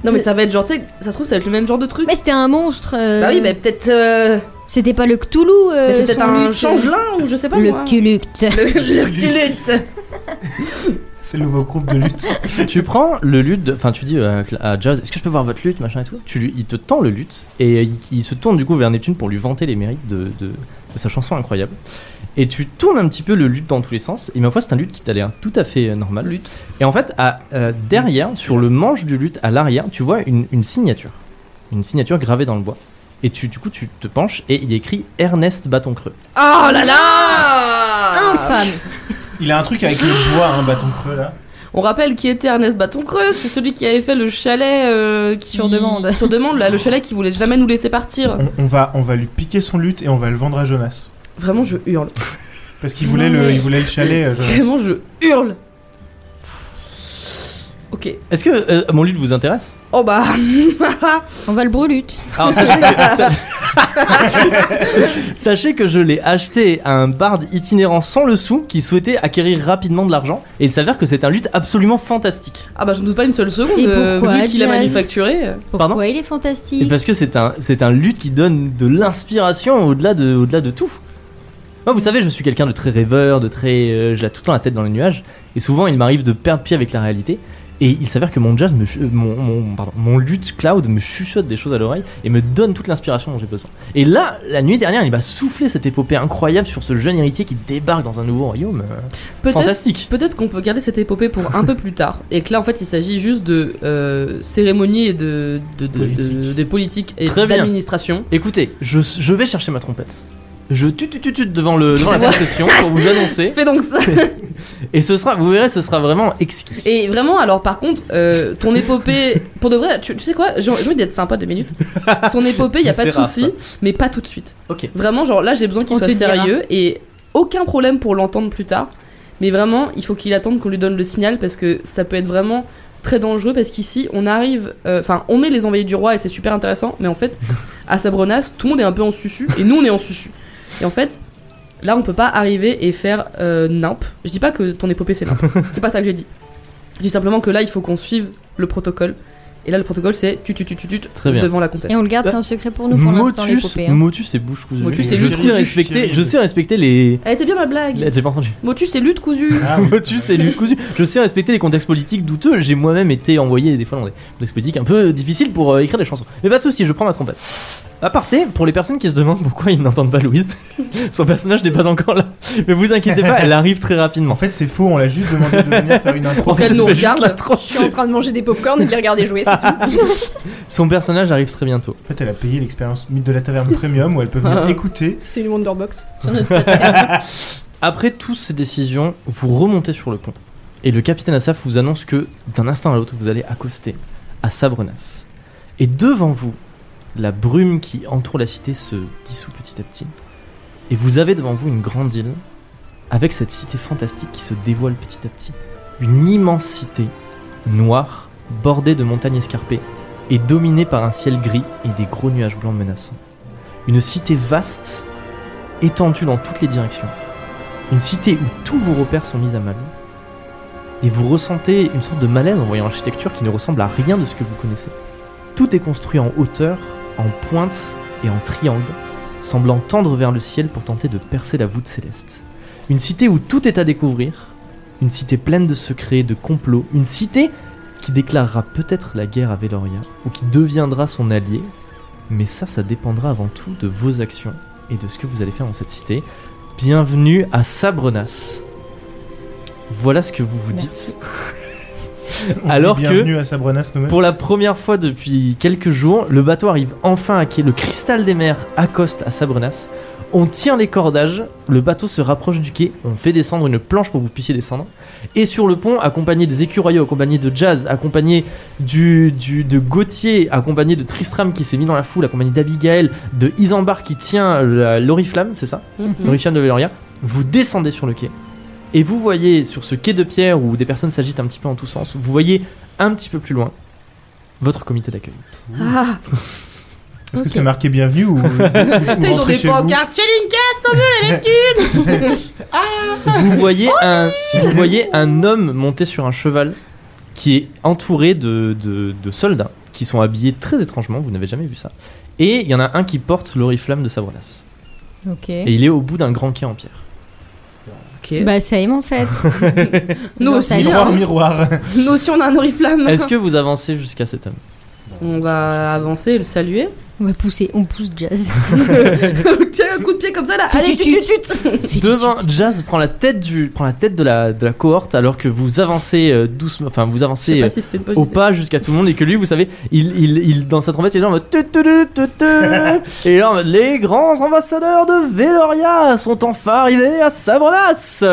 non mais ça va être genre tu sais, ça se trouve ça va être le même genre de truc.
Mais c'était un monstre euh,
Bah oui, mais peut-être. euh,
C'était pas le Cthulhu euh,
mais c'est peut-être
son
un
lutte.
changelin ou je sais pas moi.
Le Cthulhu.
Le, le petit lutte.
C'est le nouveau groupe de lutte.
<laughs> tu prends le lutte, de- enfin tu dis euh, à, Jazz, est-ce que je peux voir votre lutte, machin et tout tu lui, Il te tend le lutte et euh, il, il se tourne du coup vers Neptune pour lui vanter les mérites de, de- de sa chanson incroyable. Et tu tournes un petit peu le lutte dans tous les sens, et ma foi c'est un lutte qui t'a l'air tout à fait euh, normal.
Lutte.
Et en fait, à, euh, derrière, sur le manche du lutte, à l'arrière, tu vois une, une signature. Une signature gravée dans le bois. Et tu, du coup, tu te penches et il y a écrit Ernest Bâton Creux.
Oh là là
Infâme.
Il a un truc avec le bois, un bâton creux là.
On rappelle qui était Ernest Bâton Creux, c'est celui qui avait fait le chalet euh, qui...
Sur demande.
<laughs> Sur demande, là, le chalet qui voulait jamais nous laisser partir.
On, on va, on va lui piquer son lutte et on va le vendre à Jonas.
Vraiment, je hurle.
Parce qu'il voulait, le, il voulait le chalet. euh, Jonas.
Vraiment, je hurle. Ok.
Est-ce que euh, mon lutte vous intéresse
Oh bah.
On va le brûlute.
Alors, sachez, que, <laughs> sachez que je l'ai acheté à un barde itinérant sans le sou qui souhaitait acquérir rapidement de l'argent. Et il s'avère que c'est un lutte absolument fantastique.
ah bah, j'en doute pas une seule seconde.
Et
euh,
pourquoi,
vu qu'il a
Jazz
manufacturé. euh,
Pourquoi
Pardon
il est
Et
fantastique
parce que c'est un, c'est un lutte qui donne de l'inspiration au-delà de, au-delà de tout. Moi, vous savez, je suis quelqu'un de très rêveur, de très. euh, je l'ai tout le temps la tête dans les nuages. Et souvent, il m'arrive de perdre pied avec la réalité. Et il s'avère que mon jazz, me, chu- euh, mon, mon, pardon, mon lutte cloud me chuchote des choses à l'oreille et me donne toute l'inspiration dont j'ai besoin. Et là, la nuit dernière, il m'a soufflé cette épopée incroyable sur ce jeune héritier qui débarque dans un nouveau royaume. euh,
Peut-être
fantastique.
Peut-être qu'on peut garder cette épopée pour un peu plus tard. Et que là, en fait, il s'agit juste de euh, cérémonie et de, de, de,
Politique.
de- de politique et
Très bien.
d'administration.
Écoutez, je, je vais chercher ma trompette. Je tut tut tut tut devant, le, devant la concession pour vous annoncer.
Fais donc ça
Et ce sera, vous verrez, ce sera vraiment exquis.
Et vraiment, alors, par contre, euh, ton épopée... Pour de vrai, tu, tu sais quoi J'ai j'ai envie d'être sympa deux minutes. Son épopée, y a
Mais
pas de
c'est rare,
souci, mais pas tout de suite.
Ok.
Vraiment, genre, là, j'ai besoin qu'il
On
soit
te dira.
sérieux et aucun problème pour l'entendre plus tard. Mais vraiment, il faut qu'il attende qu'on lui donne le signal parce que ça peut être vraiment très dangereux parce qu'ici, on arrive... euh, Enfin, on est les envoyés du roi et c'est super intéressant, mais en fait, à Sabronas, tout le monde est un peu en susu et nous, on est en susu. Et en fait... Là, on peut pas arriver et faire euh, nimp. Je dis pas que ton épopée
<laughs>
c'est nimp. c'est pas ça que j'ai dit. Je dis simplement que là, il faut qu'on suive le protocole. Et là, le protocole, c'est tu tu tu tu tu tu
Très bien.
devant la comtesse.
Et on le
bah,
garde, c'est un secret pour nous pour l'instant,
Motus,
l'épopée. Hein.
Motus et bouche cousue.
Motus
et
je
lutte
sais
cousue.
respecter, je sais respecter les.
Elle était bien ma blague.
les- J'ai pas entendu.
Motus c'est
<laughs>
lutte cousue.
Ah, oui.
Motus et lutte cousue. Je sais respecter les contextes politiques douteux. J'ai moi-même été envoyé des fois dans des contextes politiques un peu difficiles pour euh, écrire des chansons. Mais pas de soucis, je prends ma trompette. Aparté, pour les personnes qui se demandent pourquoi ils n'entendent pas Louise, <laughs> son personnage n'est pas encore là. Mais vous inquiétez pas, elle arrive très
En
rapidement.
fait, c'est faux, on l'a juste demandé de venir faire une intro.
En fait,
qu'elle nous
je fais juste
regarde.
la tranche.
Je suis en train de manger des popcorn et de les regarder jouer, c'est tout.
Son personnage arrive très bientôt.
En fait, elle a payé l'expérience mythe de la taverne premium où elle peut venir écouter.
<laughs> C'était une Wonderbox.
Après toutes ces décisions, vous remontez sur le pont. Et le capitaine Assaf vous annonce que, d'un instant à l'autre, vous allez accoster à Sabrenas. Et devant vous, la brume qui entoure la cité se dissout petit à petit. Et vous avez devant vous une grande île, avec cette cité fantastique qui se dévoile petit à petit. Une immense cité, noire, bordée de montagnes escarpées, et dominée par un ciel gris et des gros nuages blancs menaçants. Une cité vaste, étendue dans toutes les directions. Une cité où tous vos repères sont mis à mal. Et vous ressentez une sorte de malaise en voyant l'architecture qui ne ressemble à rien de ce que vous connaissez. Tout est construit en hauteur, en pointe et en triangle, semblant tendre vers le ciel pour tenter de percer la voûte céleste. Une cité où tout est à découvrir, une cité pleine de secrets, de complots, une cité qui déclarera peut-être la guerre à Veloria, ou qui deviendra son allié, mais ça, ça dépendra avant tout de vos actions et de ce que vous allez faire dans cette cité. Bienvenue à Sabrenas. Voilà ce que vous vous dites.
On se
Alors
dit
que-
bienvenue à Sabrenas nous-mêmes.
Pour la première fois depuis quelques jours, le bateau arrive enfin à quai. Le cristal des mers accoste à Sabrenas. On tient les cordages, le bateau se rapproche du quai, on fait descendre une planche pour que vous puissiez descendre. Et sur le pont, accompagné des écureuils, accompagné de Jazz, accompagné du, du- de Gauthier, accompagné de Tristram qui s'est mis dans la foule, accompagné d'Abigail, de Isambard qui tient la- l'oriflamme, c'est ça L'oriflamme de Veloria. Vous descendez sur le quai. Et vous voyez sur ce quai de pierre où des personnes s'agitent un petit peu en tous sens, vous voyez un petit peu plus loin votre comité d'accueil.
Ah,
Est-ce que
Ok.
c'est marqué bienvenue ou, ou rentrez chez vous
Vous voyez
Oh,
un, vous voyez un homme monté sur un cheval qui est entouré de, de- de soldats qui sont habillés très étrangement, vous n'avez jamais vu ça. Et il y en a un qui porte l'oriflamme de Sabrenas.
Ok.
Et il est au bout d'un grand quai en
<laughs>
pierre.
Ok.
Bah ça aime en fait.
<laughs> Nous
Genre,
aussi,
ça
Miroir,
hein.
miroir.
Nous aussi, on a un oriflamme.
Est-ce que vous avancez jusqu'à cet homme
<laughs> On va avancer et
<laughs>
le saluer. <laughs>
On va pousser, on pousse jazz.
Tiens, un coup de pied comme ça là. <laughs> Allez,
Tut,
tu,
tut,
tu, tu.
Fais du
Devant,
tut.
Jazz prend la tête, du, prend la tête de, la, de la cohorte alors que vous avancez euh, doucement, enfin vous
Je sais
avancez euh,
pas si c'était une bonne
au
idée.
pas jusqu'à tout le monde et que lui, vous savez, il, il, il dans sa trompette, il est là en mode tu, tu, tu, tu, tu. et là en mode les grands ambassadeurs de Veloria sont enfin arrivés à Sabrenas.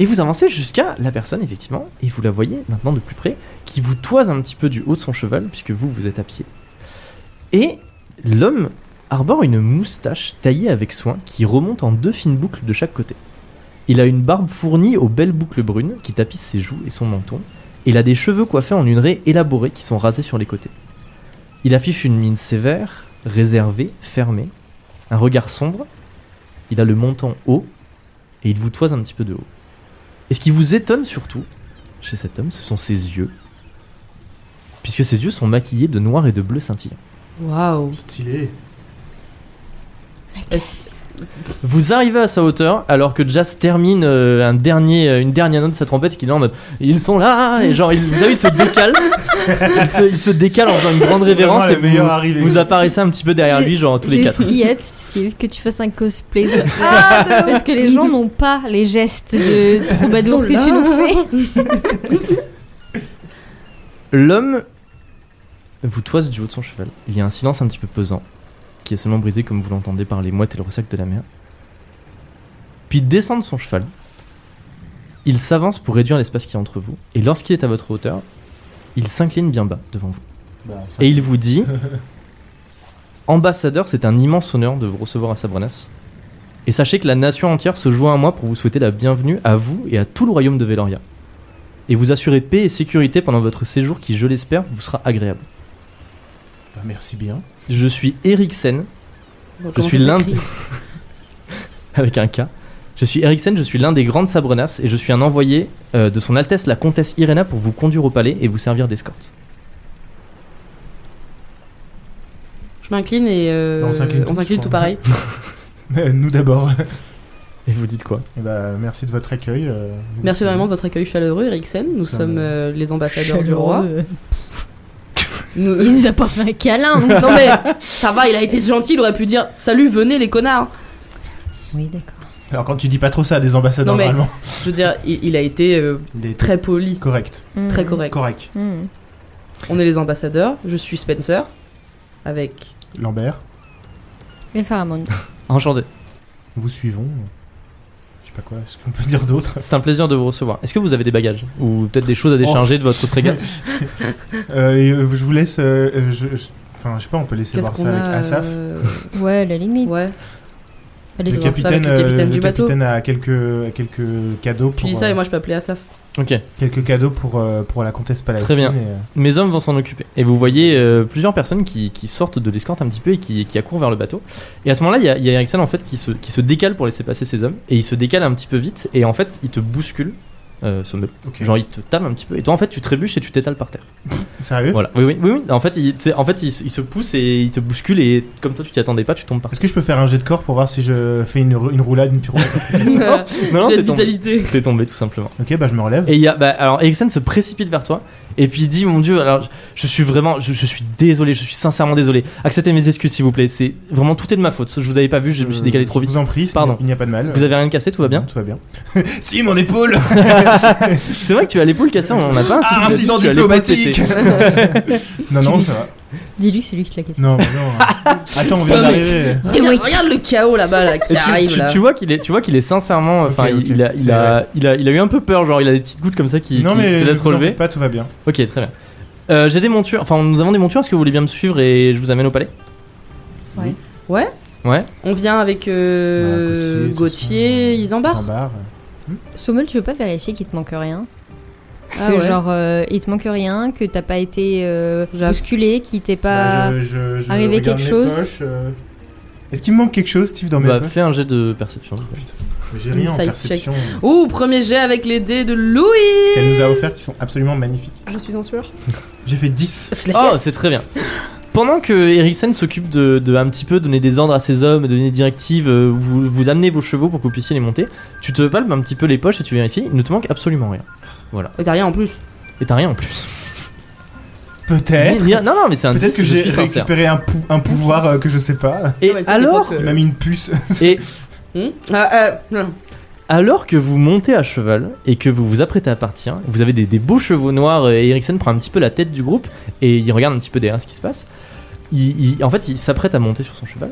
Et vous avancez jusqu'à la personne effectivement et vous la voyez maintenant de plus près qui vous toise un petit peu du haut de son cheval puisque vous vous êtes à pied. Et l'homme arbore une moustache taillée avec soin qui remonte en deux fines boucles de chaque côté. Il a une barbe fournie aux belles boucles brunes qui tapissent ses joues et son menton. Il a des cheveux coiffés en une raie élaborée qui sont rasés sur les côtés. Il affiche une mine sévère, réservée, fermée, un regard sombre. Il a le menton haut et il vous toise un petit peu de haut. Et ce qui vous étonne surtout chez cet homme, ce sont ses yeux. Puisque ses yeux sont maquillés de noir et de bleu scintillant.
<laughs>
Waouh.
Stylé.
Est-ce-
Vous arrivez à sa hauteur alors que Jazz termine euh, un dernier, euh, une dernière note de sa trompette et qu'il est en mode Ils sont là Et genre, il, vous savez, il se décale. il, se, il se décale en faisant une grande révérence
Vraiment la
et
meilleure
vous,
arrivée.
vous apparaissez un petit peu derrière
J'ai-
lui, genre tous les
J'ai
quatre.
si hâte, Steve, que tu fasses un cosplay.
<laughs>
de- Parce que les gens n'ont pas les gestes de troubadour
Ah, <laughs> Ils
que
sont là.
tu nous
<laughs>
fais.
L'homme vous toise du haut de son cheval. Il y a un silence un petit peu pesant, qui est seulement brisé comme vous l'entendez par les mouettes et le ressac de la mer. Puis il descend de son cheval. Il s'avance pour réduire l'espace qui est entre vous. Et lorsqu'il est à votre hauteur, il s'incline bien bas devant vous.
Bah, ça-
Et il vous dit Ambassadeur, c'est un immense honneur de vous recevoir à Sabrenas. Et sachez que la nation entière se joint à moi pour vous souhaiter la bienvenue à vous et à tout le royaume de Veloria. Et vous assurer paix et sécurité pendant votre séjour qui, je l'espère, vous sera agréable.
Bah, merci bien.
Je suis Eriksen, je
Comment
suis
ça
l'un
s'écrit
avec un K. Je suis Eriksen, je suis l'un des grandes Sabrenas et je suis un envoyé euh, de son Altesse la Comtesse Irena pour vous conduire au palais et vous servir d'escorte.
Je m'incline et euh,
Non, Bah, on s'incline tous,
on
je
s'incline tout
crois.
pareil.
Euh, Nous d'abord.
Et vous dites quoi
Eh bah, merci de votre accueil. euh, nous
Merci
vous-
euh, vraiment de votre accueil chaleureux, Eriksen. Nous
Ça
sommes
me-
euh, les ambassadeurs du roi. Nous-
Il nous a pas fait un câlin. donc-
<laughs> non mais ça va, il a été gentil, il aurait pu dire salut, venez les connards. hein.
Oui, d'accord.
Alors quand tu dis pas trop ça à des ambassadeurs
Non, mais-
normalement,
Je veux dire, il, il a été euh,
il est
très poli,
correct.
très
Mm.
correct.
Correct.
Mm.
On est les ambassadeurs. Je suis Spencer avec
Lambert,
Et Pharamond.
Enchanté.
vous suivons. Je sais pas quoi, est-ce qu'on peut dire d'autre <laughs>
C'est un plaisir de vous recevoir. Est-ce que vous avez des bagages Ou peut-être des choses à décharger de votre frégate
Euh, et, euh, Je vous laisse. euh, euh, je- je- Enfin, je sais pas, on peut laisser
qu'est-ce
voir
qu'on
ça avec
a
Asaf.
euh,
Ouais, à la
<laughs>
limite.
Ouais.
Allez,
Le
laisser
c'est bon.
cap- voir ça
capitaine,
avec le
euh,
capitaine du
le
bateau.
capitaine a quelques, a quelques cadeaux
Tu
pour,
dis ça et
euh,
moi je peux appeler Asaf.
Ok.
quelques cadeaux pour, euh, pour la comtesse palatine.
Très bien.
et, euh,
Mes hommes vont s'en occuper. Et vous voyez euh, plusieurs personnes qui, qui sortent de l'escorte un petit peu et qui, qui accourent vers le bateau. Et à ce moment-là, il y a, il y a Eriksen en fait qui se, qui se décale pour laisser passer ses hommes. Et il se décale un petit peu vite. Et en fait, il te bouscule. Euh, sommeil.
Ok.
Genre, il te tape un petit peu. Et toi, en fait, tu trébuches et tu t'étales par terre.
Sérieux
Voilà. Oui, oui, oui. oui. En fait, il, c'est- en fait il, se- il se pousse et il te bouscule. Et comme toi, tu t'y attendais pas, tu tombes par
Est-ce que je peux faire un jet de corps pour voir si je fais une, une roulade, une pirouette
<laughs> terre. <laughs> non, non,
J'ai de
t'es tombé.
vitalité.
T'es tombé tout simplement.
Ok, bah je me relève.
Et il y a, bah, alors Eriksen se précipite vers toi et puis il dit mon Dieu, alors je suis vraiment, je, je suis désolé, je suis sincèrement désolé. Acceptez mes excuses s'il vous plaît. C'est vraiment tout est de ma faute. Je vous avais pas vu, je me suis décalé trop vite.
Euh, Je vous en prie, c'est-
Pardon.
il n'y a pas de mal.
Vous avez rien cassé, tout va bien.
Tout va bien. <laughs> si,
<laughs>
mon épaule
C'est vrai que tu as l'épaule cassée, on en a pas. insisté
Ah,
là-dessus,
incident
tu as l'épaule
diplomatique
pétée.
<laughs> Non, non, ça va.
Dis-lui que c'est lui qui l'a cassé.
Non, mais non. hein.
<laughs>
Attends, on vient
Summit.
d'arriver.
Regarde, regarde le chaos là-bas là, qui
Et tu-
arrive
tu,
là.
tu vois qu'il est, tu vois qu'il est sincèrement, enfin,
Ok, ok,
il, a, il,
c'est
a, il a, il a eu un peu peur, genre il a des petites gouttes comme ça qui,
Non,
qui
mais
te laissent
vous en faites
relever.
pas, tout va bien.
Ok, très bien. Euh, J'ai des montures, enfin, nous avons des montures. Est-ce que vous voulez bien me suivre et je vous amène au palais
On vient avec euh,
Voilà,
Gauthier,
Bah, de toute façon,
ils embarquent.
Isambard.
Sommel, tu veux pas vérifier qu'il te manque rien
Ah
Que
ouais.
Genre, euh, il te manque rien, que t'as pas été euh,
J'avoue.
bousculé, qu'il t'est pas.
Bah, je- je- je
arrivé
regarde
quelque
mes
chose
poches, euh. Est-ce qu'il me manque quelque chose, Steve, dans mes
Bah,
poches
fais un jet de perception.
J'ai rien en
Inside
perception.
Ouh, premier jet avec les dés de Louis
Qu'elle nous a offert qui sont absolument magnifiques.
Je suis en sueur.
J'ai fait 10.
Oh, c'est très bien. Pendant que Eriksen s'occupe de, de un petit peu donner des ordres à ses hommes, donner des directives, euh, vous, vous amenez vos chevaux pour que vous puissiez les monter, tu te palpes un petit peu les poches et tu vérifies, il ne te manque absolument rien.
Oh, T'as rien en plus.
Et t'as rien en plus.
Peut-être.
Ni- ni- non, non, mais c'est un
Peut-être
indice,
que
je
j'ai
suis sincère.
récupéré un, pou- un pouvoir euh, que je sais pas.
Et
Non, mais ça, des
alors,
fois que-
Il m'a mis une puce.
et
Hmm Ah, euh, non.
alors que vous montez à cheval et que vous vous apprêtez à partir, vous avez des, des beaux chevaux noirs et Eriksen prend un petit peu la tête du groupe et il regarde un petit peu derrière ce qui se passe. Il- il- en fait, il s'apprête à monter sur son cheval.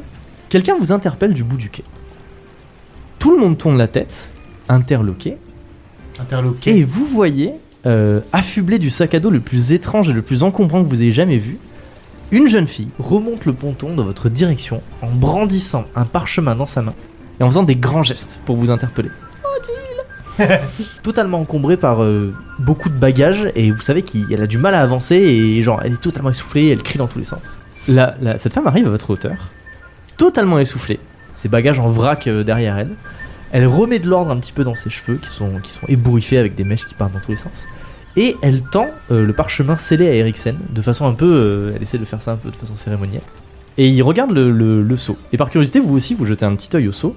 Quelqu'un vous interpelle du bout du quai. Tout le monde tourne la tête, interloqué,
Interloqué.
Et vous voyez, euh, affublé du sac à dos le plus étrange et le plus encombrant que vous ayez jamais vu, une jeune fille remonte le ponton dans votre direction en brandissant un parchemin dans sa main et en faisant des grands gestes pour vous interpeller. <laughs> totalement encombrée par euh, beaucoup de bagages et vous savez qu'elle a du mal à avancer et genre elle est totalement essoufflée, elle crie dans tous les sens. La- la- cette femme arrive à votre hauteur, totalement essoufflée, ses bagages en vrac euh, derrière elle. Elle remet de l'ordre un petit peu dans ses cheveux qui sont, qui sont ébouriffés avec des mèches qui partent dans tous les sens. Et elle tend euh, le parchemin scellé à Eriksen de façon un peu. euh, elle essaie de faire ça un peu de façon cérémonielle. Et il regarde le, le- le seau. Et par curiosité, vous aussi, vous jetez un petit œil au seau.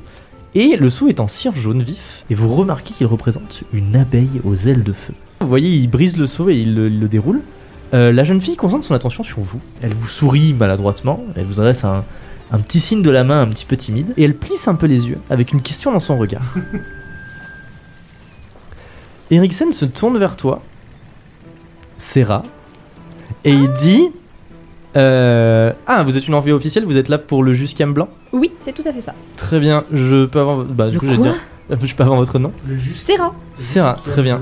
Et le seau est en cire jaune vif. Et vous remarquez qu'il représente une abeille aux ailes de feu. Vous voyez, il brise le seau et il le, il le déroule. Euh, la jeune fille concentre son attention sur vous. Elle vous sourit maladroitement. Elle vous adresse un, un petit signe de la main un petit peu timide, et elle plisse un peu les yeux, avec une question dans son regard. Eriksen se tourne vers toi, Serra, et il
Ah.
dit euh, Ah, vous êtes une envoyée officielle, vous êtes là pour le Jusquiam Blanc
Oui, c'est tout à fait ça.
Très bien, je peux avoir. vo- Bah, du
Le
coup, je vais
quoi
dire. <laughs> Je peux avoir votre nom
Le juste.
Serra.
Serra, très bien.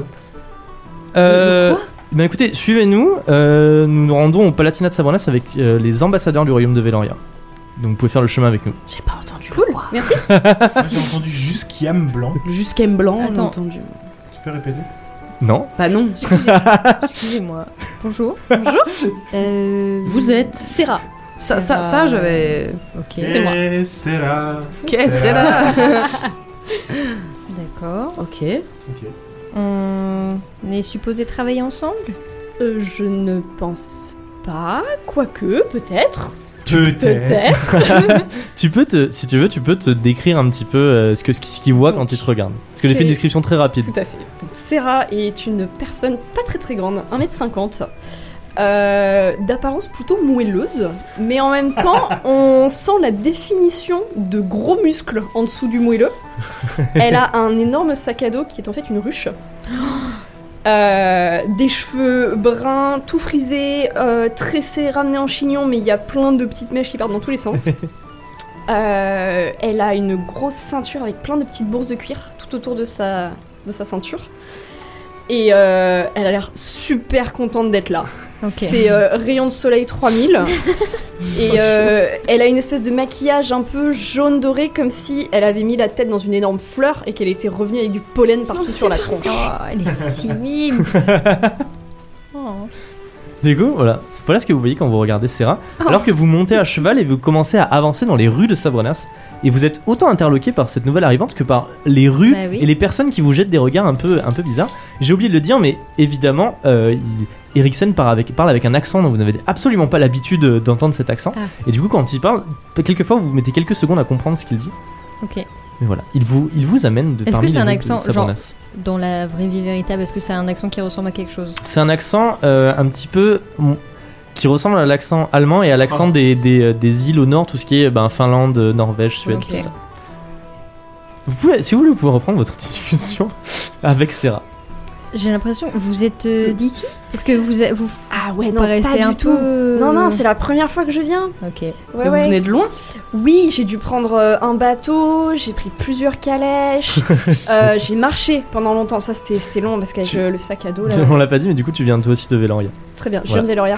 Euh, bah écoutez, suivez-nous, euh, nous nous rendons au Palatinat de Sabranas avec euh, les ambassadeurs du royaume de Veloria. Donc vous pouvez faire le chemin avec nous.
J'ai pas entendu.
Cool. Merci.
Moi, J'ai entendu juste Kiam blanc.
Jusqu'à me blanc, j'ai
Attends.
entendu.
Tu peux répéter
Non
Bah non.
Excusez-moi. Bonjour. Euh, Bonjour.
Vous êtes.
Serra.
Ça, ça, ça, j'avais.
Ok,
C'est moi.
Eh, Serra.
Qu'est-ce que
<laughs>
c'est là
d'accord.
Ok.
Ok.
On est supposé travailler ensemble
Euh, je ne pense pas. Quoique, peut-être.
Peut-être.
Peut-être.
Tu peux te, si tu veux, tu peux te décrire un petit peu euh, ce que ce qu'il ce qu'il voit
Donc,
quand il te regarde. Parce que j'ai
c'est-
fait une description très rapide.
Tout à fait. Donc, Sarah est une personne pas très très grande, 1m50, euh, d'apparence plutôt moelleuse, mais en même temps, on sent la définition de gros muscles en dessous du moelleux. Elle a un énorme sac à dos qui est en fait une ruche. <gasps> Euh, des cheveux bruns, tout frisés, euh, tressés, ramenés en chignon, mais il y a plein de petites mèches qui partent dans tous les sens. Euh, elle a une grosse ceinture avec plein de petites bourses de cuir tout autour de sa, de sa ceinture. Et euh, elle a l'air super contente d'être là.
Ok.
C'est euh, rayon de soleil <laughs> 3000. et euh, elle a une espèce de maquillage un peu jaune doré, comme si elle avait mis la tête dans une énorme fleur et qu'elle était revenue avec du pollen partout sur la tronche.
Oh, elle est si mimes. Oh.
Du coup, voilà, c'est voilà ce que vous voyez quand vous regardez Serra.
Oh.
Alors que vous montez à cheval et vous commencez à avancer dans les rues de Sabrenas, et vous êtes autant interloqué par cette nouvelle arrivante que par les rues
Bah oui.
et les personnes qui vous jettent des regards un peu, un peu bizarres. J'ai oublié de le dire, mais évidemment, euh, il- Eriksen parle avec, parle avec un accent dont vous n'avez absolument pas l'habitude euh, d'entendre cet accent.
Ah.
Et du coup, quand il parle, quelquefois vous vous mettez quelques secondes à comprendre ce qu'il dit.
Ok.
Mais voilà, il vous, il vous amène de
Est-ce que
parmi
c'est
les
un
rues de
accent, genre-
Sabrenas.
Dans la vraie vie véritable, est-ce que c'est un accent qui ressemble à quelque chose
C'est un accent euh, un petit peu mm, qui ressemble à l'accent allemand et à l'accent des, des- des îles au nord, tout ce qui est ben, Finlande, Norvège, Suède,
Ok.
tout ça. Vous pouvez, si vous voulez, vous pouvez reprendre votre <laughs> discussion avec Sarah.
J'ai l'impression vous êtes euh, d'ici Parce que vous, êtes- vous
Ah ouais, non,
paraissez
pas
un
du tout.
peu.
Non, non, c'est la première fois que je viens.
Ok.
Ouais,
Et Vous
ouais.
venez de loin
Oui, j'ai dû prendre euh, un bateau, j'ai pris plusieurs calèches, euh, j'ai marché pendant longtemps. Ça, c'était c'est long parce qu'avec
Tu-
euh, le sac à dos, là.
On l'a pas dit, mais du coup, <laughs> tu viens toi aussi de Véloria.
Très bien, je viens de Veloria.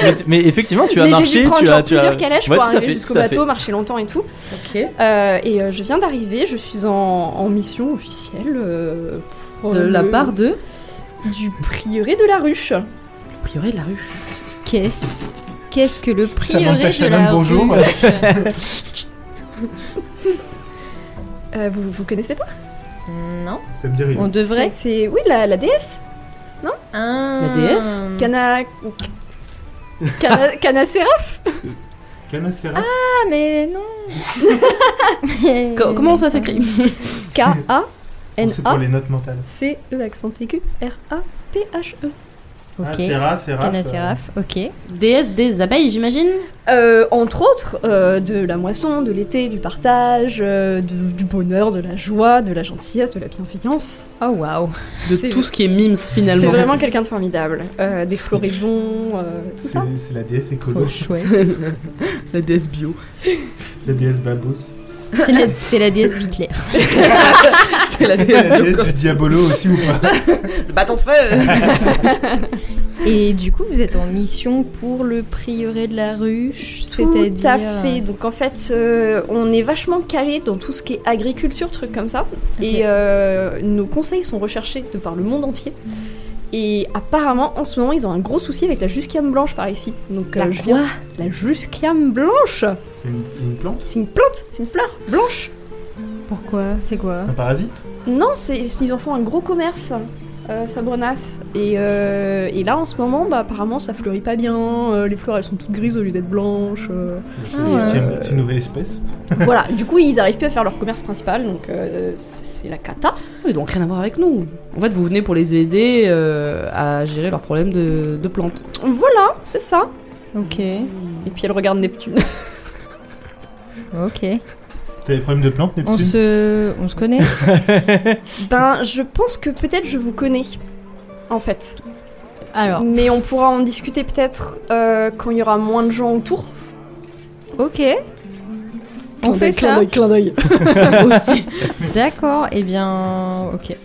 mais, t- mais effectivement, tu as
Mais j'ai
marché,
dû prendre
tu
genre
as, tu as-
plusieurs calèches
Ouais,
pour
tout à
arriver
fait,
jusqu'au
tout à fait.
bateau, marcher longtemps et tout.
Ok.
Euh, et euh, je viens d'arriver, je suis en, en mission officielle euh, pour
De la
le-
part de.
du prieuré de la ruche.
Le prieuré de la ruche.
Qu'est-ce Qu'est-ce que le
Samantha
prieuré de
Shannon,
la
bonjour.
rue
Euh, vous, vous connaissez pas
Hmm, Non,
Ça me dit rien.
on devrait.
C'est c'est- oui la, la déesse
La
déesse
Cana Cana Canacera
Canacera
Ah mais <laughs> non.
Co- comment ça s'écrit
K A N
C'est
A
pour les notes mentales.
C E accent aigu R A P H E.
Ah, euh,
Ok.
Serra, Serra.
Cana Seraph, ok.
Déesse des abeilles, j'imagine
Euh, entre autres, euh, de la moisson, de l'été, du partage, euh, de- du bonheur, de la joie, de la gentillesse, de la bienveillance.
Oh waouh.
De
C'est-
tout ce qui est mimes
C'est
finalement.
vraiment quelqu'un de formidable. Euh, des floraisons, euh, tout ça.
C'est c'est la déesse
Trop
écolo,
<laughs> chouette.
La déesse bio.
la déesse
<laughs>
babos.
C'est la, c'est la déesse Vicler.
C'est <laughs> la
C'est la
déesse
déesse du diabolo aussi ou
<laughs>
pas
Le bâton de feu
Et du coup, vous êtes en mission pour le prieuré de la ruche,
Tout
c'est-à-dire.
à fait. Donc en fait, euh, on est vachement calé dans tout ce qui est agriculture, trucs comme ça.
Ok.
Et euh, nos conseils sont recherchés de par le monde entier. Et apparemment, en ce moment, ils ont un gros souci avec la jusquiame blanche par ici. Donc euh, je viens. La jusquiame blanche
C'est une, c'est une plante
C'est une plante, c'est une fleur blanche
Pourquoi C'est quoi
Un parasite
Non, c'est- c'est- ils en font un gros commerce, euh, Sabrenas. Et, euh, et là, en ce moment, bah, apparemment, ça fleurit pas bien. euh, les fleurs, elles sont toutes grises au lieu d'être blanches. <laughs> euh.
Bah, C'est
Ah ouais.
c'est une- c'est une nouvelle espèce.
voilà, du coup, ils arrivent plus à faire leur commerce principal, donc euh, c'est la cata.
<laughs> Oui, donc rien à voir avec nous. En fait, vous venez pour les aider euh, à gérer leurs problèmes de, de plantes.
Voilà, c'est ça.
Ok.
Et puis elle regarde Neptune.
Ok.
T'as des problèmes de plantes,
On
Neptune
se, on se connaît
<laughs> ben, je pense que peut-être je vous connais, en fait.
Alors,
Mais on pourra en discuter peut-être euh, quand il y aura moins de gens autour.
ok. On fait ça.
Clin d'œil, clin
<laughs>
d'œil.
Hostile.
D'accord, et bien, ok.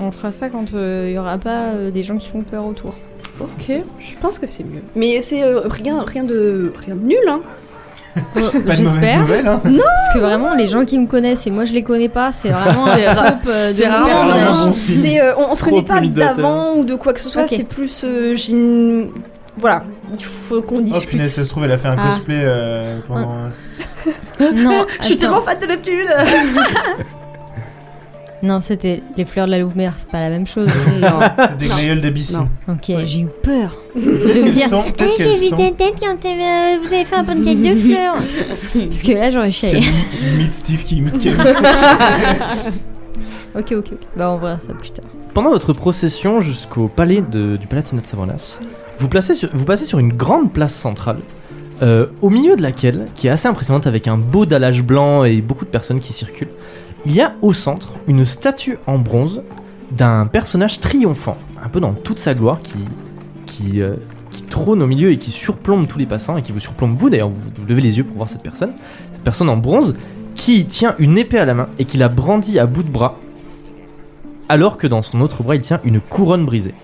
On fera ça quand il y aura pas euh, des gens qui font peur autour.
ok.
Je pense que c'est mieux. Mais c'est euh, rien, rien de rien de nul, hein.
Pas de mauvaise
J'espère,
nouvelle, hein
parce que vraiment, les gens qui me connaissent et moi je les connais pas, c'est vraiment
<laughs>
un groupe euh, de
C'est rarement
personnages.
vraiment bon signe.
C'est, euh, on, on se
Trop
connaît pas
plus data.
d'avant ou de quoi que ce soit.
Ok.
C'est plus, euh, j'ai une- voilà, il faut qu'on
Oh
discute.
punaise, ça se trouve, elle a fait un
Ah.
cosplay euh, pendant.
Non,
<laughs> Je suis
attends.
tellement fan de Neptune
Non, c'était les fleurs de la Louve-Mère, c'est pas la même chose.
Non.
Ah.
des glaïeuls d'Abyssinie.
Non.
Ok,
Ouais.
j'ai eu peur de
Qu'est-ce
me
qu'elles
dire.
sont
Eh,
Qu'est-ce
j'ai
qu'elles
vu
sont
des têtes quand euh, vous avez fait un pancake de fleurs. Parce que là, j'aurais
Quel
chialé.
mythe- Mythe Steve qui imite Camille.
Ok, ok, ok. Bah, on verra ça plus tard.
Pendant votre procession jusqu'au palais de- du Palatinat de Savonas, vous, placez sur- vous passez sur une grande place centrale, euh, au milieu de laquelle, qui est assez impressionnante avec un beau dallage blanc et beaucoup de personnes qui circulent, il y a au centre une statue en bronze d'un personnage triomphant, un peu dans toute sa gloire, qui, qui, euh, qui trône au milieu et qui surplombe tous les passants et qui vous surplombe vous d'ailleurs, vous, vous levez les yeux pour voir cette personne, cette personne en bronze qui tient une épée à la main et qui la brandit à bout de bras alors que dans son autre bras il tient une couronne brisée.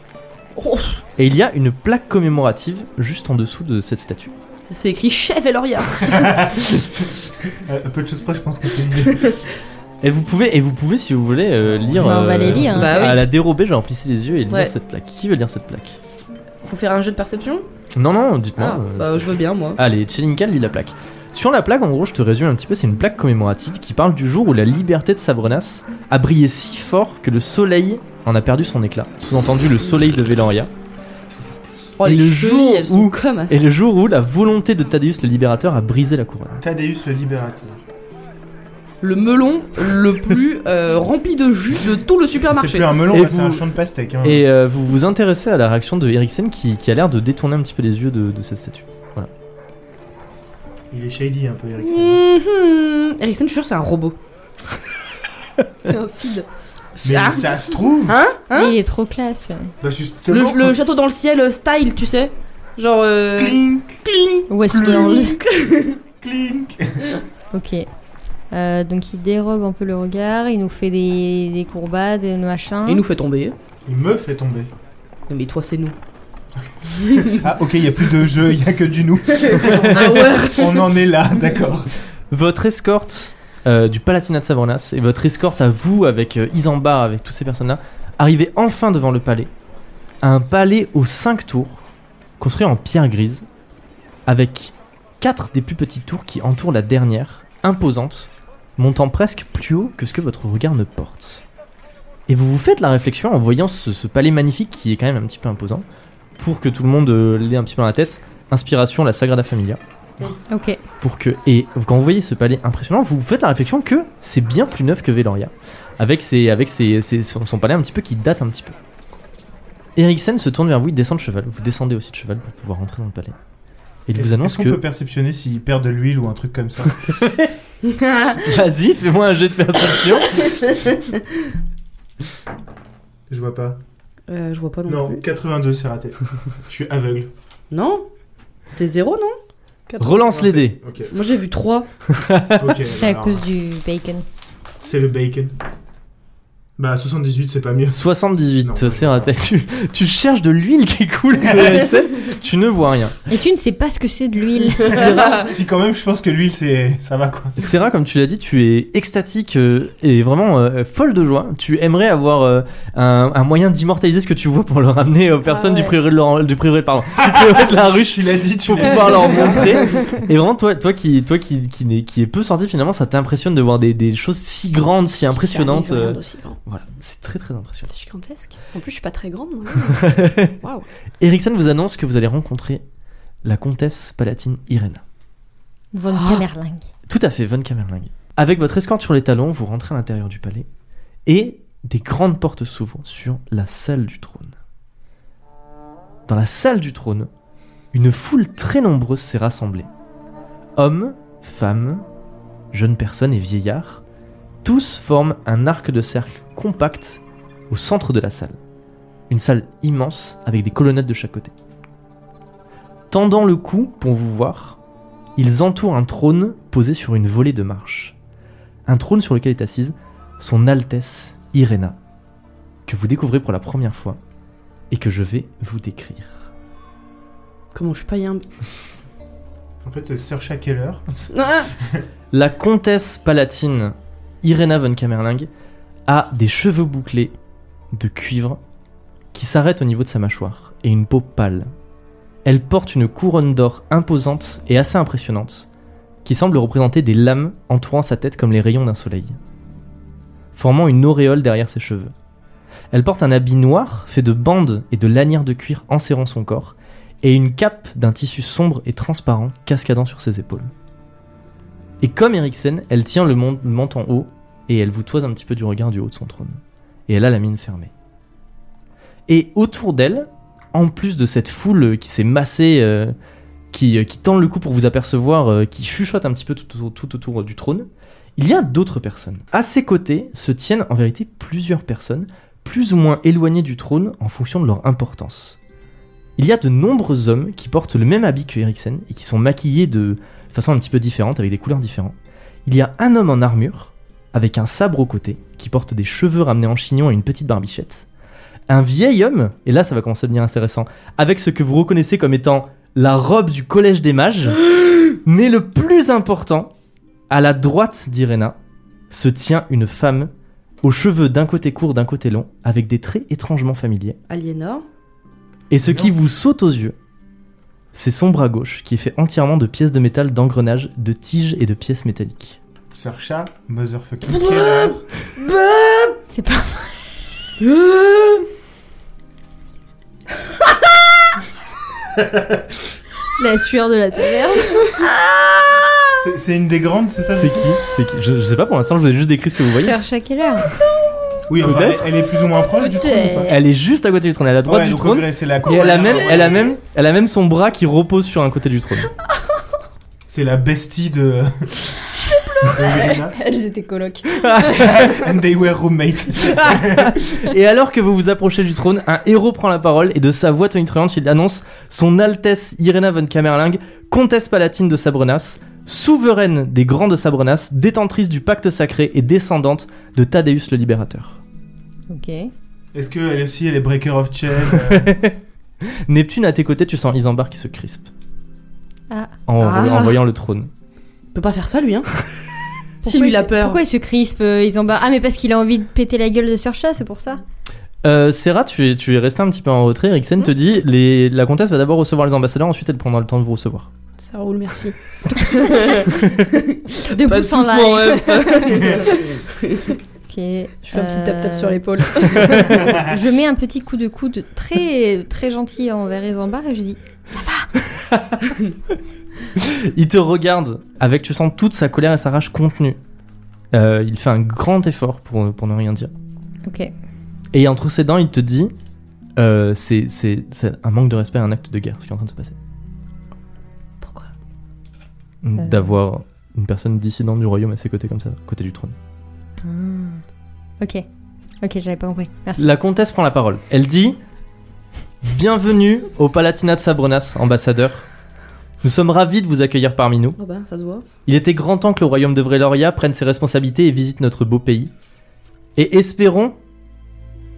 Oh.
Et il y a une plaque commémorative juste en dessous de cette statue.
C'est écrit Chef Eloria.
Euh, peu de choses près, je pense que c'est l'idée.
Et vous pouvez, et vous pouvez si vous voulez, euh, lire.
Bah, on va les lire, hein.
Bah oui.
À la dérobée, genre plissez les yeux et lire
Ouais.
cette plaque. Qui veut lire cette plaque
Faut faire un jeu de perception
Non, non, dites-moi.
Ah,
euh,
bah je veux bien moi.
Allez, Chelinka lit la plaque. Sur la plaque, en gros, je te résume un petit peu, c'est une plaque commémorative qui parle du jour où la liberté de Sabrenas a brillé si fort que le soleil en a perdu son éclat. Sous-entendu, le soleil de Véloria.
Oh,
Et
les
le
chevilles,
jour
elles sont
où-
comme à
Et le jour où la volonté de Thaddeus le libérateur a brisé la couronne.
Thaddeus le libérateur.
le melon le plus euh, rempli de jus de tout le
C'est
supermarché.
plus un melon,
Et
là, c'est
vous-
un champ de pastèque. hein.
Et euh, vous vous intéressez à la réaction de Eriksen qui, qui a l'air de détourner un petit peu les yeux de, de cette statue.
Il est shady un peu, Ericsson.
Mhm. Ericsson, je suis sûr, c'est
<laughs>
un robot.
C'est un cid.
Mais
Ah.
ça se trouve
Hein Hein
Il est trop classe.
bah, juste
le,
hein.
<laughs>
le château dans le ciel euh, style, tu sais Genre. euh,
Clink
cling.
Westworld.
Clink
Ok. Euh, donc il dérobe un peu le regard, il nous fait des, des courbades, des machins.
Il nous fait tomber.
Il me fait tomber.
Mais toi, c'est nous.
Ah, ok, il y a plus de jeu, il y a que
<laughs>
du nous.
Ah
<laughs> On en est là, d'accord.
Votre escorte euh, du Palatinat de Savornas et votre escorte à vous avec euh, Isambard, avec toutes ces personnes-là, arrivez enfin devant le palais. Un palais aux cinq tours, construit en pierre grise, avec quatre des plus petites tours qui entourent la dernière, imposante, montant presque plus haut que ce que votre regard ne porte. Et vous vous faites la réflexion en voyant ce, ce palais magnifique qui est quand même un petit peu imposant, pour que tout le monde euh, l'ait un petit peu dans la tête. Inspiration, la Sagrada Familia
Ok.
pour que et quand vous voyez ce palais impressionnant, vous vous faites la réflexion que c'est bien plus neuf que Veloria, avec ses avec ses, ses- son, son palais un petit peu qui date un petit peu. Eriksen se tourne vers vous, il descend de cheval. Vous descendez aussi de cheval pour pouvoir rentrer dans le palais. Et il vous annonce
Est-ce qu'on peut
que
perceptionner s'il perd de l'huile ou un
<laughs>
truc comme ça
vas-y, fais-moi un jet de
<laughs>
perception.
Je vois pas.
Euh, je vois pas non,
Non,
plus.
82, c'est raté. Je suis
<laughs>
aveugle.
Non C'était zéro, non
Relance les dés.
Ok,
Moi, j'ai vu 3.
ok.
C'est à
alors,
cause du bacon.
C'est le bacon. Bah, 78, c'est
<laughs>
pas mieux.
78,
Non,
c'est
non.
raté. Tu, tu cherches de l'huile qui coule
<laughs>
de Eriksen, tu ne vois rien.
Et tu ne sais pas ce que c'est de l'huile.
<laughs> Si, quand même, je pense que l'huile, c'est... ça va quoi.
Sarah, comme tu l'as dit, tu es extatique euh, et vraiment euh, folle de joie. Tu aimerais avoir euh, un, un moyen d'immortaliser ce que tu vois pour le ramener aux personnes
ouais.
du prieuré de, leur- du prieuré, pardon, du prieuré de la ruche
Tu l'as dit, tu
pour
l'as
pouvoir leur montrer. Et vraiment, toi, toi qui, toi qui, qui, n'es- qui est peu sorti finalement, ça t'impressionne de voir des, des choses si grandes, si impressionnantes.
J'arrive à rien
euh,
d'aussi grand.
voilà, c'est très très impressionnant.
C'est gigantesque. En plus, je suis pas très grande. Moi.
<laughs>
Waouh.
Eriksen vous annonce que vous allez rencontrer la comtesse palatine Irena.
Von
Ah.
Kamerling.
Tout à fait, Von Kamerling. Avec votre escorte sur les talons, vous rentrez à l'intérieur du palais et des grandes portes s'ouvrent sur la salle du trône. Dans la salle du trône, une foule très nombreuse s'est rassemblée. Hommes, femmes, jeunes personnes et vieillards, tous forment un arc de cercle compact au centre de la salle. Une salle immense avec des colonnades de chaque côté. Tendant le cou pour vous voir, ils entourent un trône posé sur une volée de marche. Un trône sur lequel est assise son Altesse Irena, que vous découvrez pour la première fois et que je vais vous décrire.
Comment je suis pas yimbe
En fait, c'est Sir Shakeller.
Ah
La comtesse palatine Irena von Kamerling a des cheveux bouclés de cuivre qui s'arrêtent au niveau de sa mâchoire et une peau pâle. Elle porte une couronne d'or imposante et assez impressionnante qui semble représenter des lames entourant sa tête comme les rayons d'un soleil, formant une auréole derrière ses cheveux. Elle porte un habit noir fait de bandes et de lanières de cuir enserrant son corps et une cape d'un tissu sombre et transparent cascadant sur ses épaules. Et comme Eriksen, elle tient le mon- menton haut et elle vous toise un petit peu du regard du haut de son trône. Et elle a la mine fermée. Et autour d'elle, en plus de cette foule qui s'est massée, euh, qui, euh, qui tend le cou pour vous apercevoir, euh, qui chuchote un petit peu tout, autour- tout autour du trône, il y a d'autres personnes. À ses côtés se tiennent en vérité plusieurs personnes, plus ou moins éloignées du trône en fonction de leur importance. Il y a de nombreux hommes qui portent le même habit que Eriksen et qui sont maquillés de façon un petit peu différente, avec des couleurs différentes. Il y a un homme en armure, avec un sabre au côté, qui porte des cheveux ramenés en chignon et une petite barbichette. Un vieil homme, et là ça va commencer à devenir intéressant, avec ce que vous reconnaissez comme étant la robe du collège des mages, mais le plus important, à la droite d'Irena, se tient une femme aux cheveux d'un côté court, d'un côté long, avec des traits étrangement familiers.
Aliénor
Et ce qui vous saute aux yeux, c'est son bras gauche, qui est fait entièrement de pièces de métal, d'engrenages, de tiges et de pièces métalliques.
Sir Chat, motherfucking killer.
C'est pas.
Euh,
La sueur de la taverne.
C'est- C'est une des grandes, c'est ça
C'est qui C'est qui je, je sais pas pour l'instant, je vous ai juste décrit ce que vous voyez.
Sir Shackler.
Oui, enfin,
Peut-être.
elle, elle est plus ou moins proche du trône ou pas
Elle est juste à côté du trône, elle est à droite
Ouais,
du
donc
trône.
regret, c'est la
Et elle a,
cour-
même, elle, a même, elle a même son bras qui repose sur un côté du trône.
C'est la bestie de. de Irina.
<laughs> Elles étaient colocs.
<laughs> And they were roommates.
Et alors que vous vous approchez du trône, un héros prend la parole et de sa voix tonitruante, il annonce Son Altesse Irena von Kamerling, comtesse palatine de Sabrenas, souveraine des Grands de Sabrenas, détentrice du pacte sacré et descendante de Thaddeus le Libérateur.
Ok.
Est-ce que elle aussi, elle est breaker of chain euh,
Neptune à tes côtés, tu sens Isambard qui se crispe.
Ah.
En,
Ah.
en voyant le trône.
peut pas faire ça <laughs> lui hein. si
Pourquoi
lui
il
il a
se-
peur.
Pourquoi il se crispe euh, Ils ont bas. Ah, mais parce qu'il a envie de péter la gueule de Sir Chat, c'est pour ça
Euh, Serra, tu es, tu es resté un petit peu en retrait. Eriksen te dit les, La comtesse va d'abord recevoir les ambassadeurs, ensuite elle prendra le temps de vous recevoir.
Ça
<laughs>
roule merci.
De pouce en live.
<laughs>
Ok. euh,
Je fais un petit tap-tap sur l'épaule.
<laughs> Je mets un petit coup de coude très, très gentil envers Isambard et je dis
Il te regarde avec, tu sens, toute sa colère et sa rage contenue. Euh, il fait un grand effort pour, pour ne rien dire.
Ok.
Et entre ses dents, il te dit euh, C'est c'est- c'est un manque de respect, un acte de guerre, ce qui est en train de se passer.
Pourquoi
D'avoir une personne dissidente du royaume à ses côtés, comme ça, à côté du trône.
Ok. Ok, j'avais pas compris. Merci.
La comtesse prend la parole. Elle dit Bienvenue au Palatinat de Sabrenas, ambassadeur. Nous sommes ravis de vous accueillir parmi nous.
Oh bah ça se voit.
Il était grand temps que le royaume de Vreloria prenne ses responsabilités et visite notre beau pays. Et espérons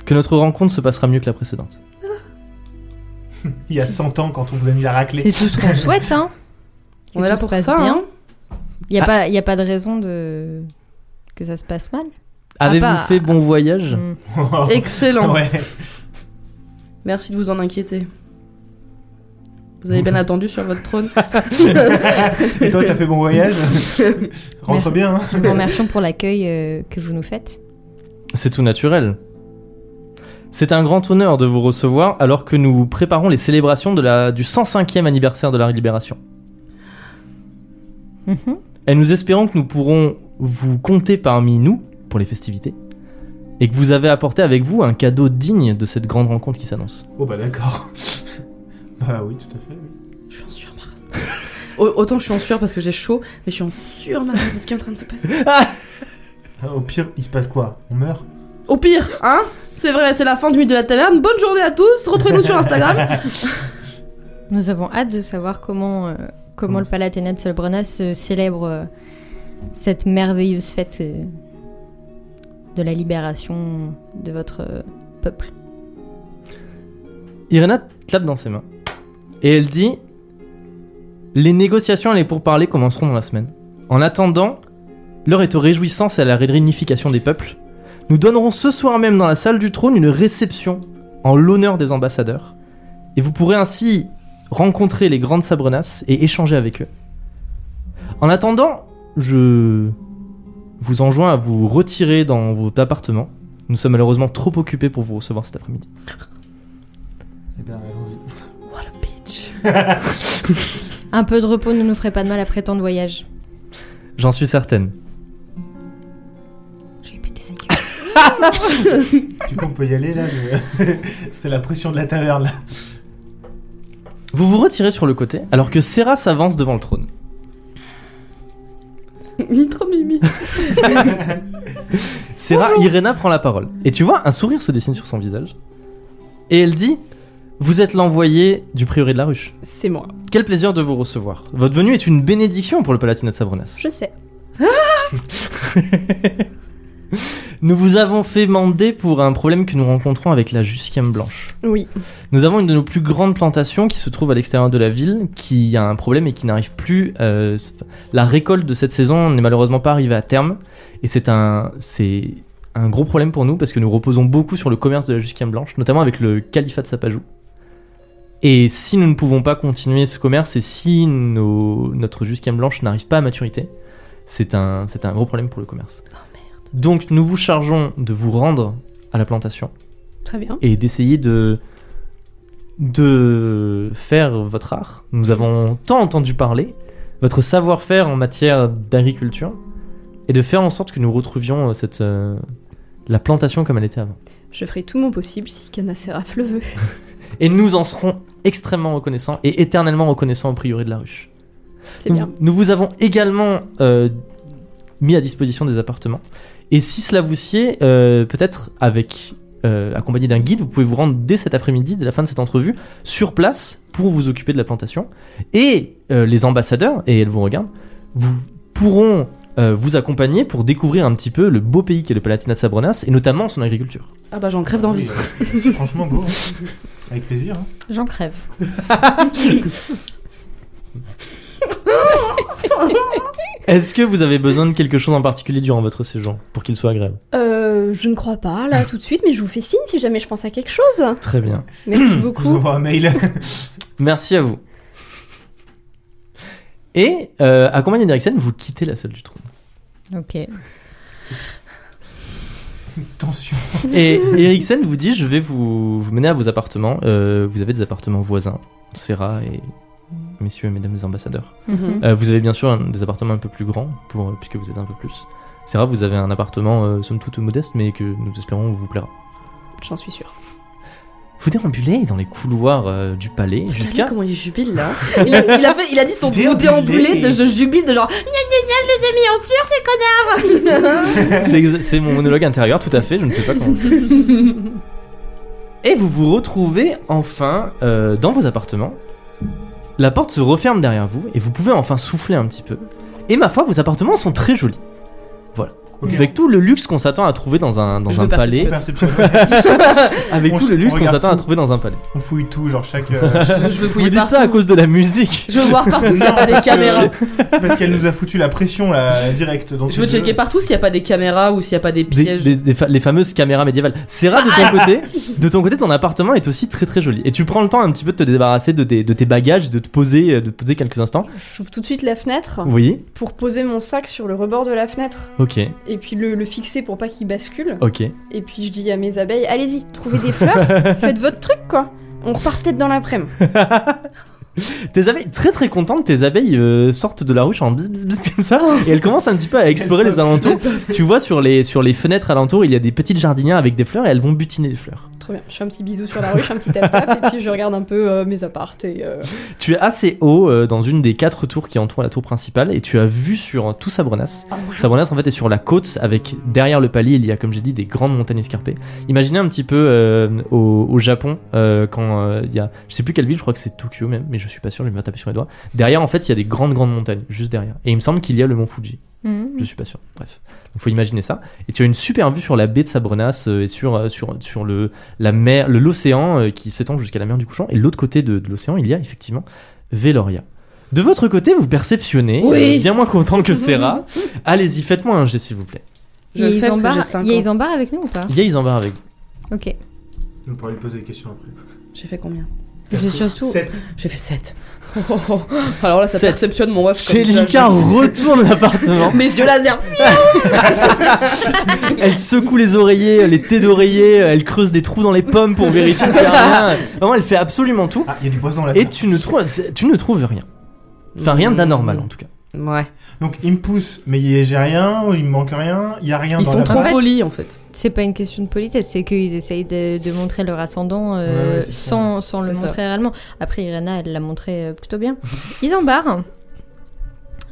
que notre rencontre se passera mieux que la précédente.
Il y a 100 ans quand on vous a mis la raclée. <laughs>
C'est tout ce qu'on souhaite, hein Que
On est là
tout se
pour
passe
ça
bien.
hein.
Il n'y a,
Ah.
pas- y a pas de raison de... que ça se passe mal. Ah
Avez-vous
bah,
fait bon voyage
<laughs>
Hmm.
Excellent.
Oh. Ah ouais.
Merci de vous en inquiéter. Vous avez bien attendu sur votre trône.
Et toi, t'as fait bon voyage Rentre
Merci.
bien. hein.
Nous vous remercions pour l'accueil euh, que vous nous faites.
C'est tout naturel. C'est un grand honneur de vous recevoir alors que nous préparons les célébrations de la, du 105e anniversaire de la libération.
Mhm.
Et nous espérons que nous pourrons vous compter parmi nous pour les festivités et que vous avez apporté avec vous un cadeau digne de cette grande rencontre qui s'annonce.
Oh bah d'accord. Bah oui, tout à fait. oui.
Je suis en sueur, Maras. Au- Autant je suis en sueur parce que j'ai chaud, mais je suis en sueur, Maras, de ce qui est en train de se passer.
Ah, Au pire, il se passe quoi On meurt
Au pire, hein C'est vrai, c'est la fin du mythe de la taverne. Bonne journée à tous. Retrouvez-nous sur Instagram.
Nous avons hâte de savoir comment, euh, comment le Palatinat de Solbrenas euh, célèbre euh, cette merveilleuse fête euh, de la libération de votre euh, peuple.
Irena clape dans ses mains et elle dit Les négociations et les pourparlers commenceront dans la semaine. En attendant, l'heure est aux réjouissances et à la réunification des peuples. Nous donnerons ce soir même dans la salle du trône une réception en l'honneur des ambassadeurs et vous pourrez ainsi rencontrer les grandes sabrenas et échanger avec eux. En attendant, je vous enjoins à vous retirer dans vos appartements. Nous sommes malheureusement trop occupés pour vous recevoir cet après-midi.
Eh bien, allons-y.
What a bitch. <laughs>
Un peu de repos ne nous ferait pas de mal après tant de voyages.
J'en suis certaine.
Je vais péter sa gueule.
Du coup, on peut y aller là. je- <laughs> C'est la pression de la taverne là.
Vous vous retirez sur le côté, alors que Serra s'avance devant le trône.
Trop mimi.
Serra, Irena prend la parole. Et tu vois, un sourire se dessine sur son visage. Et elle dit Vous êtes l'envoyé du prieuré de la ruche.
C'est moi.
Quel plaisir de vous recevoir. Votre venue est une bénédiction pour le Palatinat de Sabronas.
Je sais.
Nous vous avons fait mander pour un problème que nous rencontrons avec la Jusquième Blanche.
Oui.
Nous avons une de nos plus grandes plantations qui se trouve à l'extérieur de la ville, qui a un problème et qui n'arrive plus. euh, s- la récolte de cette saison n'est malheureusement pas arrivée à terme, et c'est un, c'est un gros problème pour nous parce que nous reposons beaucoup sur le commerce de la Jusquième Blanche, notamment avec le califat de Sapajou. Et si nous ne pouvons pas continuer ce commerce et si nos- notre Jusquième Blanche n'arrive pas à maturité, c'est un, c'est un gros problème pour le commerce. Donc nous vous chargeons de vous rendre à la plantation
Très bien.
et d'essayer de de faire votre art. Nous avons tant entendu parler votre savoir-faire en matière d'agriculture et de faire en sorte que nous retrouvions euh, cette euh, la plantation comme elle était avant.
Je ferai tout mon possible si Canaseraf le veut.
<laughs> Et nous en serons extrêmement reconnaissants et éternellement reconnaissants au prieuré de la ruche.
C'est bien.
Nous, nous vous avons également euh, mis à disposition des appartements. Et si cela vous sied, euh, peut-être avec euh, accompagné d'un guide, vous pouvez vous rendre dès cet après-midi, dès la fin de cette entrevue, sur place pour vous occuper de la plantation. Et euh, les ambassadeurs, et elles vous regardent, vous pourront euh, vous accompagner pour découvrir un petit peu le beau pays qu'est le Palatinat de Sabronas, et notamment son agriculture.
Ah bah j'en crève d'envie.
Oui, euh, Franchement, go. hein. Avec plaisir. hein.
J'en crève.
Est-ce que vous avez besoin de quelque chose en particulier durant votre séjour pour qu'il soit agréable
Euh, je ne crois pas, là, tout de suite, mais je vous fais signe si jamais je pense à quelque chose.
Très bien.
<clears throat>
Merci
Je vous
beaucoup.
envoie un mail. <laughs>
Merci à vous. Et euh, accompagné d'Eriksen, vous quittez la salle du trône.
Ok.
Tension.
Et Eriksen vous dit, je vais vous, vous mener à vos appartements. Euh, vous avez des appartements voisins, Serra et messieurs et mesdames les ambassadeurs.
Mm-hmm.
Mhm.
Euh, vous avez bien sûr un- des appartements un peu plus grands, pour, euh, puisque vous êtes un peu plus. Serra, vous avez un appartement, euh, somme toute modeste, mais que nous espérons vous plaira.
J'en suis sûre.
Vous déambulez dans les couloirs euh, du palais
T'as vu
jusqu'à...
comment il jubile là il a, il a fait- il a dit son gros déambulé de je jubile de genre gna gna gna je les ai mis en sueur ces
C'est exa- C'est mon monologue intérieur, tout à fait, je ne sais pas comment. Et vous vous retrouvez enfin euh, dans vos appartements. La porte se referme derrière vous et vous pouvez enfin souffler un petit peu. Et ma foi, vos appartements sont très jolis. Voilà.
Ok.
Avec tout le luxe qu'on s'attend à trouver dans un, dans
Je
un
veux pas faire de
palais.
Perception.
Avec
On
tout
s-
le luxe
on
qu'on
regarde
s'attend à
tout.
trouver dans un palais.
On fouille tout, genre chaque. euh,
<laughs>
chaque-
connards Je veux
Vous
fouiller
dites
partout.
ça à cause de la musique.
Je veux voir partout s'il n'y a pas des
parce que-
caméras.
Parce qu'elle nous a foutu la pression là, direct. dans
Je
ce
veux
jeu.
checker partout s'il n'y a pas des caméras ou s'il n'y a pas des
Des-
pièges.
des- des fa- les fameuses caméras médiévales. Serra, de
Ah
ton côté, de ton côté, ton appartement est aussi très très joli. Et tu prends le temps un petit peu de te débarrasser de tes, de tes bagages, de te poser, euh, de te poser quelques instants.
J'ouvre tout de suite la fenêtre
Oui.
pour poser mon sac sur le rebord de la fenêtre
Ok.
et puis le, le fixer pour pas qu'il bascule.
Ok.
Et puis je dis à mes abeilles, allez-y, trouvez
<laughs>
des fleurs, faites votre truc quoi. On repart peut-être dans l'après-midi.
Tes abeilles, très très contentes, tes abeilles euh, sortent de la ruche en bzz, bzz, bzz, comme ça, et elles commencent un petit peu à explorer les
peuvent.
alentours. tu vois sur les, sur les fenêtres alentours, il y a des petites jardinières avec des fleurs et elles vont butiner les fleurs.
Trop bien. Je fais un petit bisou sur la ruche, un petit tap-tap, et puis je regarde un peu euh, mes appartes. Et, euh,
Tu es assez haut euh, dans une des quatre tours qui entourent la tour principale et tu as vu sur euh, tout Sabronas. Sabronas en fait est sur la côte avec derrière le palier il y a comme j'ai dit des grandes montagnes escarpées. Imaginez un petit peu euh, au, au Japon euh, quand euh, il y a je sais plus quelle ville je crois que c'est Tokyo même mais je suis pas sûr je vais me taper sur les doigts. Derrière en fait il y a des grandes grandes montagnes juste derrière et il me semble qu'il y a le mont Fuji.
Mhm.
Mm.
Je suis pas sûr. Bref, il faut imaginer ça. Et tu as une super vue sur la baie de Sabronas euh, et sur, euh, sur, sur le, la mer, le- l'océan euh, qui s'étend jusqu'à la mer du couchant. Et de l'autre côté de, de l'océan, il y a effectivement Veloria. De votre côté, vous perceptionnez,
Oui.
euh, bien moins content que
<laughs>
Serra. Allez-y, faites-moi un jet s'il vous plaît.
Je
Et
le fais
ils
parce
en
que
barrent-
j'ai cinq
il y a
ans.
ils en barrent avec nous ou pas
Yaïs en barre avec vous.
Ok.
On pourra lui poser des questions après.
J'ai fait combien
J'ai surtout.
7.
J'ai fait 7. <laughs> Alors là ça
Sept.
perceptionne mon ref comme ça,
Chélica <laughs>
je-
retourne l'appartement.
<laughs> Mes yeux laser
Elle secoue les oreillers, les têtes d'oreiller. Elle creuse des trous dans les pommes pour vérifier s'il y a
<laughs>
rien. Vraiment, elle fait absolument tout.
Ah, il y a du poison là.
Mm. Et tu ne trouves, tu ne trouves rien. Enfin, rien d'anormal en tout cas.
Ouais.
Donc il me pousse, mais y- j'ai rien, il me manque rien, il y a rien
Ils
dans
sont
la
trop
boîte.
polis en fait.
C'est pas une question de politesse, c'est qu'ils essayent de, de montrer leur ascendant euh,
Ouais, ouais, c'est
sans, sans le
C'est ça.
montrer réellement. Après, Irena, elle l'a montré euh, plutôt bien. <laughs> Ils en barrent.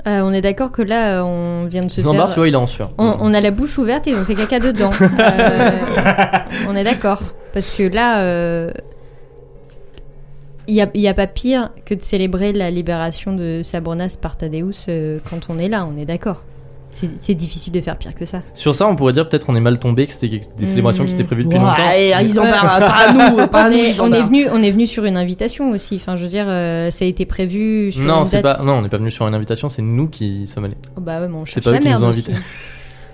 Euh, on est d'accord que là, euh, on vient de se faire...
Zambar, tu vois, il est en sueur.
on, on a la bouche ouverte et ils ont fait caca dedans. Euh, on est d'accord. Parce que là, euh, il n'y a, il y a pas pire que de célébrer la libération de Sabornas par Tadeus euh, quand on est là, on est d'accord. C'est c'est difficile de faire pire que ça.
Sur ça, on pourrait dire peut-être on est mal tombé, que c'était
Hmm.
des célébrations qui étaient prévues depuis
Ouais,
longtemps.
eh,
et, ah, ils en
Ouais. Euh.
parlent,
<laughs>
pas à nous, pas à
Ah, on
nous,
est,
ils en
on est
parlent.
venu, on est venu sur une invitation aussi. Enfin, je veux dire, euh, ça a été prévu sur
Non,
une
c'est
date.
pas. Non, on n'est pas venu sur une invitation, c'est nous qui y sommes allés.
Oh, bah ouais, mais on
C'est
cherche
pas eux
la
qui nous
merde
ont
aussi. <laughs>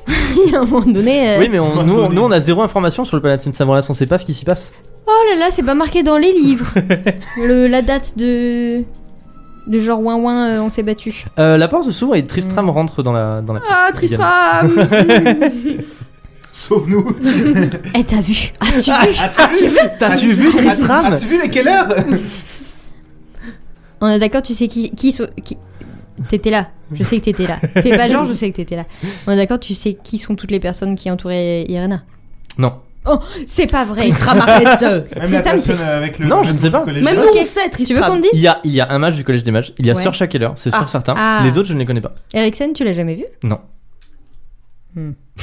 Il y a un moment donné. euh,
Oui, mais on-
on va
nous,
donner.
nous, on a zéro information sur le Palatine de Savoie, on sait pas ce qui s'y passe.
Oh là là, c'est pas marqué dans
<laughs>
les livres. Le- la date de de genre ouin ouin, euh, on s'est battu.
Euh, la porte se s'ouvre et
Hmm.
Tristram rentre dans la, dans la pièce.
Ah, Tristram <laughs>
Sauve-nous
Eh t'as vu Ah tu vu
As-tu vu
T'as-tu vu Tristram
As-tu vu les quelle heure
On est d'accord, tu sais qui qui, sont- qui... T'étais là. Je sais que t'étais là. Fais pas genre, je sais que t'étais là. On est d'accord, tu sais qui sont toutes les personnes qui entouraient Irena.
Non.
C'est pas vrai.
Tristram, arrête
Même la
Tristan,
personne avec le.
Non, je ne sais pas.
collège-
Même nous
Ok.
on sait,
Tu veux
Tristram.
qu'on te dise
Il y, a, il y a un match du Collège des Mages, il y a
Ouais.
Sir Shakeler, c'est sûr
Ah.
certain.
Ah.
Les autres, je ne les connais pas.
Eriksen, tu l'as jamais vu
Non.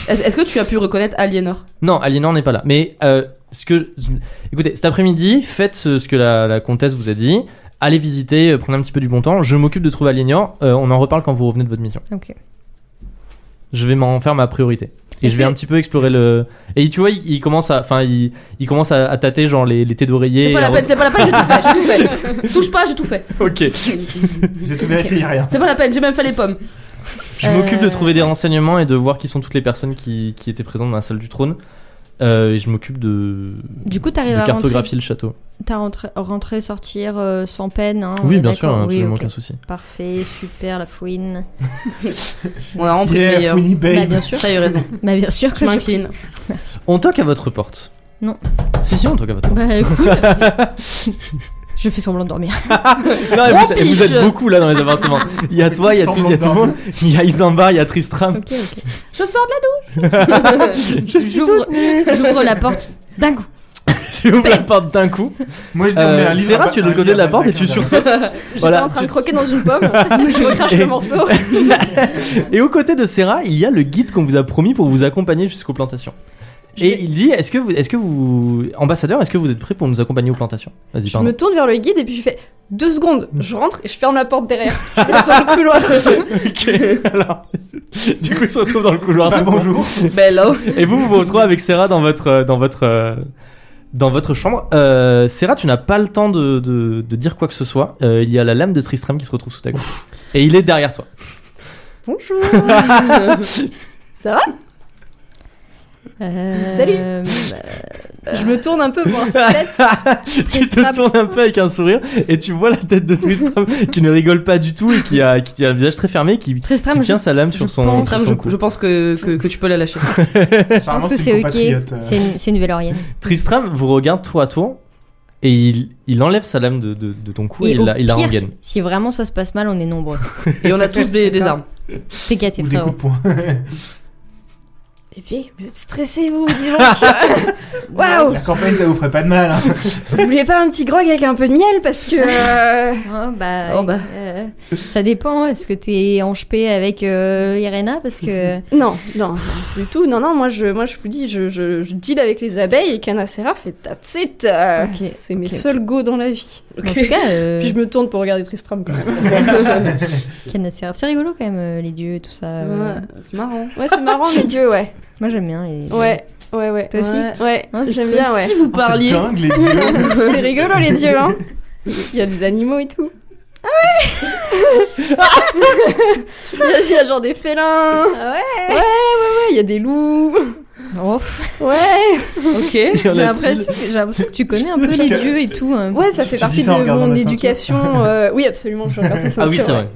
Est-ce est-ce que tu as pu reconnaître Aliénor
Non, Aliénor n'est pas là. Mais euh, ce que. Écoutez, cet après-midi, faites ce, ce que la, la comtesse vous a dit. Allez visiter, euh, prenez un petit peu du bon temps. Je m'occupe de trouver Aliénor. Euh, on en reparle quand vous revenez de votre mission.
Ok.
Je vais m'en faire ma priorité. Et
Est-ce
je vais
que-
un petit peu explorer le. Et tu vois, il, il commence à, enfin, il, il commence à, à tâter genre les, les thés d'oreiller.
C'est pas
et
la
à
peine, c'est pas la peine, j'ai tout fait,
<laughs>
j'ai tout fait. Touche pas, j'ai tout fait.
re- <laughs> Ok.
J'ai tout vérifié, il n'y a rien.
C'est pas la peine, j'ai même fait les pommes.
Je
Euh,
m'occupe de trouver des renseignements et de voir qui sont toutes les personnes qui, qui étaient présentes dans la salle du trône. Euh, et je m'occupe de,
Du coup, t'arrives
de
à rentrer,
cartographier le château.
t'as rentré, rentré, sortir euh, sans peine. hein, on
oui,
est
bien sûr,
d'accord, oui,
absolument
ok.
aucun souci.
Parfait, super, la fouine.
On a rempli le
Yeah,
meilleur.
Funny
Bah,
Babe.
bien sûr.
Ça y a eu raison.
Bah, bien sûr que
Je m'incline.
Merci.
On toque à votre porte.
Non.
Si, si, on toque à votre porte.
<laughs> Bah, écoute.
<laughs>
je fais semblant de dormir.
Non, et vous,
Oh,
vous êtes
piche
beaucoup là dans les appartements. Il y a
fait
toi, il y a
tous
tout, il y a tout le
semblant
monde. Il y a Isambard, il y a Tristram. <laughs>
Ok, ok.
Je sors de la douche
J'ouvre j'ouvre la porte d'un
<laughs>
coup.
Tu ouvres la porte d'un coup.
Moi, je dormais un
Euh,
livre.
Sarah,
à-
tu es
un
de l'autre côté de
livre
la
à
porte et tu
15 heures.
sursautes.
<laughs>
J'étais
Voilà,
en train
tu-
de croquer <laughs> dans une pomme, je recrache
Et-
le morceau.
Et aux côtés de Sarah, il y a le guide qu'on vous a promis pour vous accompagner jusqu'aux plantations. Et il dit Est-ce que vous, est-ce que vous, ambassadeur, est-ce que vous êtes prêt pour nous accompagner aux plantations Vas-y,
Je
pardon.
me tourne vers le guide et puis je fais deux secondes, je rentre et je ferme la porte derrière. <laughs> sur le couloir.
<laughs> Ok, alors. <laughs> Du coup, ils se retrouvent dans le couloir.
Bah,
du coin.
bonjour. <laughs>
Bello.
Et vous, vous vous retrouvez avec Sarah dans votre. euh, Dans votre euh, dans votre chambre, euh, Sarah, tu n'as pas le temps de, de- de dire quoi que ce soit. Euh, il y a la lame de Tristram qui se retrouve sous ta gauche. Et il est derrière
<laughs>
toi.
Bonjour.
Ça va
Euh,
Salut.
euh,
Je me tourne un peu pour voir sa tête.
tu te
Tristram.
tournes un peu avec un sourire et tu vois la tête de
<laughs>
Tristram qui ne rigole pas du tout et qui a, qui a un visage très fermé, qui, qui
Tristram, je
tient sa lame sur
je
son,
pense-
sur
Tristram,
son
je,
cou.
je pense que, que, que tu peux la lâcher.
Apparemment,
pense que c'est
une
ok.
compatriote, euh,
C'est une, c'est une Vélorienne.
Tristram vous regarde tour à tour et il, il enlève sa lame de, de- de ton cou et, il,
au
la, il la
pire,
rengaine.
Si vraiment ça se passe mal, on
<laughs>
est nombreux.
Et on a tous des, des armes.
Fais gaffe,
Ou des
frérot.
coups de poing.
<laughs>
Bébé, Eh vous êtes stressé vous, dis <laughs> donc. Waouh
La campagne, ça vous ferait pas de mal. hein.
Vous voulez pas un petit grog avec un peu de miel parce que... euh,
Oh bah,
Oh bah.
euh, ça dépend. Est-ce que t'es en chepé avec euh, Irena Parce
<laughs>
que.
Non, non, non, du tout. Non, non, moi je, moi, je vous dis, je, je, je deal avec les abeilles et Canacera fait that's it. euh,
Ok,
C'est mes
ok.
seuls go dans la vie.
En tout cas, euh,
Puis je me tourne pour regarder Tristram quand même.
Ken a ses rêves. C'est rigolo quand même, euh, les dieux, tout ça. euh.
c'est marrant.
Ouais, c'est marrant, mais Dieu, ouais.
Moi j'aime bien. les-
Ouais, ouais, ouais.
Toi aussi
Ouais,
Ouais,
j'aime
c'est-
bien, ouais.
Si vous
Oh, C'est
parliez.
dingue, les
<laughs>
dieux.
<laughs> C'est rigolo, les dieux, hein. Il y a des animaux et tout. Ah ouais <laughs> Il y, a genre des félins. Ah ouais Ouais, ouais, ouais, il y a des loups.
Oh, pff,
Ouais
<laughs>
Ok.
Il y en
J'ai
a-t-il
l'impression que, j'ai l'impression que <laughs> tu connais un peu les
Que-
dieux et tout. hein.
Ouais, ça fait
dis
partie
ça en
de
regardant
mon
la ceinture.
éducation. euh, Oui, absolument, je regarde ta
Ah oui,
ceinture,
c'est
ouais.
vrai.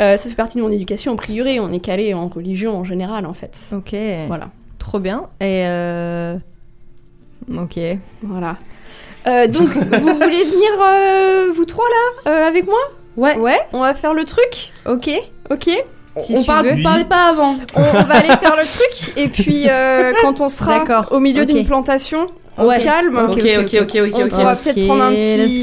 Euh, ça fait partie de mon éducation en priori, on est calé en religion en général en fait.
Ok.
Voilà.
Trop bien. Et. euh, Ok.
Voilà. Euh, donc, vous voulez venir, euh, vous trois là, euh, avec moi
Ouais. Ouais.
On va faire le truc
Ok.
Ok
Si
on
tu
parle,
veux.
Oui.
parlait pas avant.
On, on va aller faire le truc et puis euh, quand on sera
D'accord,
au milieu
ok.
d'une plantation, au
Ouais.
calme,
Ok, ok, ok, ok,
on
ok.
pourra
ok.
peut-être prendre un petit,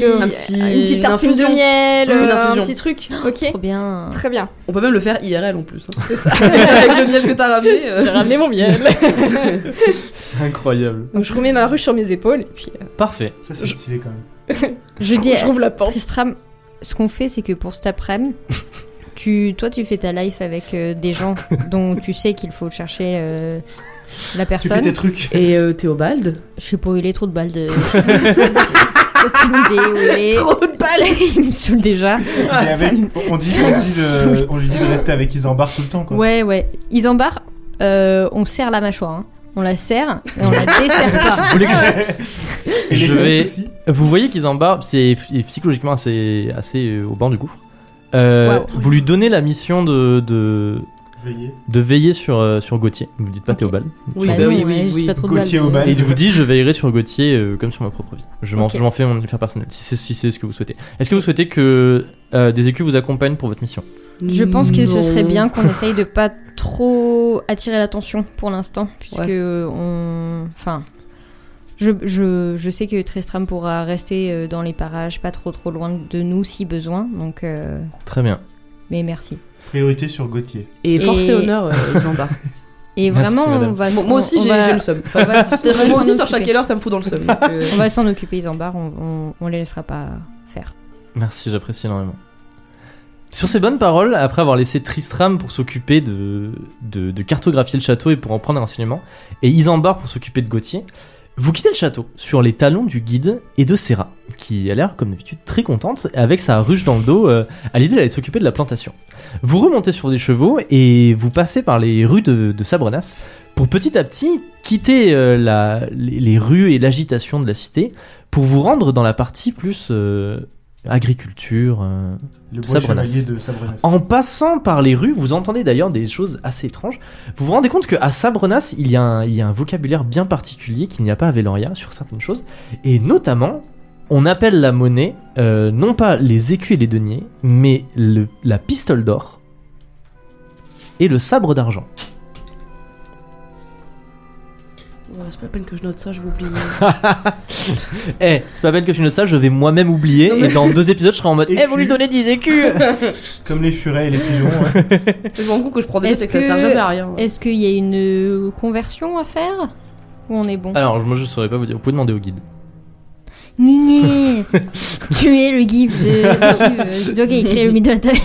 let's go.
Un petit-
une petite
une
tartine
infusion.
de miel,
Une
euh, un
infusion.
petit truc. Ok,
Trop bien.
très bien.
On peut même le faire IRL en plus. hein. <laughs> Avec le miel que t'as ramené. euh.
J'ai ramené mon miel.
C'est incroyable.
Donc je remets ma ruche sur mes épaules et puis euh,
Parfait.
Ça, c'est stylé quand même.
Je dis, euh,
Je rouvre la porte.
Tristram, ce qu'on fait, c'est que pour cet <laughs> après-midi, tu, toi, tu fais ta life avec euh, des gens dont tu sais qu'il faut chercher euh, la
Tu fais
personne.
tes trucs.
Et euh, Théobald
Je sais pas, il est trop de balles <laughs> de. Aucune idée où il est.
Trop de balles
<laughs> Il me saoule déjà.
Et
ça
avec-
me-
on, dit,
ça
on,
me
dit de, on lui dit de rester avec Isambard tout le temps. Quoi.
Ouais, ouais. Ils embarrent, euh, on serre la mâchoire. hein. On la serre et on la desserre pas.
Vous voulez
<laughs>
que- Et les
Je
fesses
vais-
aussi
Vous voyez qu'ils embarbent, c'est f- psychologiquement assez, assez euh, au bord du gouffre. Euh,
Waouh.
Vous lui donnez la mission de, de,
Veillez.
de veiller sur, euh, sur Gauthier. Vous ne dites pas
Ok.
Théobald.
Oui,
Bah
bah
non,
oui,
ouais,
oui,
j'ai
oui.
pas trop de
Gauthier
balles,
au
mais-
bal.
Et il vous dit je veillerai sur Gauthier euh, comme sur ma propre vie. Je m'en
Ok.
je m'en fais mon affaire personnelle, si c'est si c'est ce que vous souhaitez. Est-ce que vous souhaitez que euh, des écus vous accompagnent pour votre mission
Je pense que ce
Mm, Non.
serait bien
<laughs>
qu'on essaye de pas trop attirer l'attention pour l'instant, puisque on. Enfin. Je, je, je sais que Tristram pourra rester euh, dans les parages, pas trop trop loin de nous si besoin, donc. euh,
Très bien.
mais merci.
Priorité sur Gauthier.
Et force et
Et-
honneur, euh, Isambard.
Et
Merci,
vraiment, on
madame.
va.
Bon,
s-
moi
on-
aussi,
on
j'ai
va-
j'ai le seum. Enfin, vas-
va
moi
s'en
aussi, sur
occuper.
chaque heure, ça me fout dans le seum. donc, euh,
On va s'en occuper, ils embarquent, on, on, on les laissera pas faire.
Merci, j'apprécie énormément. Sur ces bonnes paroles, après avoir laissé Tristram pour s'occuper de, de, de cartographier le château et pour en prendre un renseignement, et Isambard pour s'occuper de Gauthier, vous quittez le château sur les talons du guide et de Serra, qui a l'air comme d'habitude très contente avec sa ruche dans le dos euh, à l'idée d'aller s'occuper de la plantation. Vous remontez sur des chevaux et vous passez par les rues de, de Sabrenas pour petit à petit quitter euh, la- les, les rues et l'agitation de la cité pour vous rendre dans la partie plus euh, agriculture. euh.
Le bois
Sabrenas.
chevalier de Sabrenas.
En passant par les rues, vous entendez d'ailleurs des choses assez étranges. Vous vous rendez compte qu'à Sabrenas, il y, a un, il y a un vocabulaire bien particulier qu'il n'y a pas à Veloria sur certaines choses. Et notamment, on appelle la monnaie, euh, non pas les écus et les deniers, mais le- la pistole d'or et le sabre d'argent.
ouais, C'est pas la peine que je note ça, je
<laughs>
vais oublier.
Eh, c'est pas bête que tu notes ça, je vais moi-même oublier.
Non, mais-
Et dans deux épisodes, je serai <laughs> en mode Eh,
Écus.
vous lui donnez 10 <laughs> écus
Comme les furets et les pigeons.
<laughs>
hein.
Je me rends compte que je prends des notes
Est-ce
et que ça
que-
sert jamais à rien.
Est-ce qu'il y a une euh, conversion à faire Ou on est bon
Alors, moi je saurais pas vous dire, vous pouvez demander au guide.
Nini Tu es le gif de Steve. C'est toi qui as écrit le mythe de la taverne.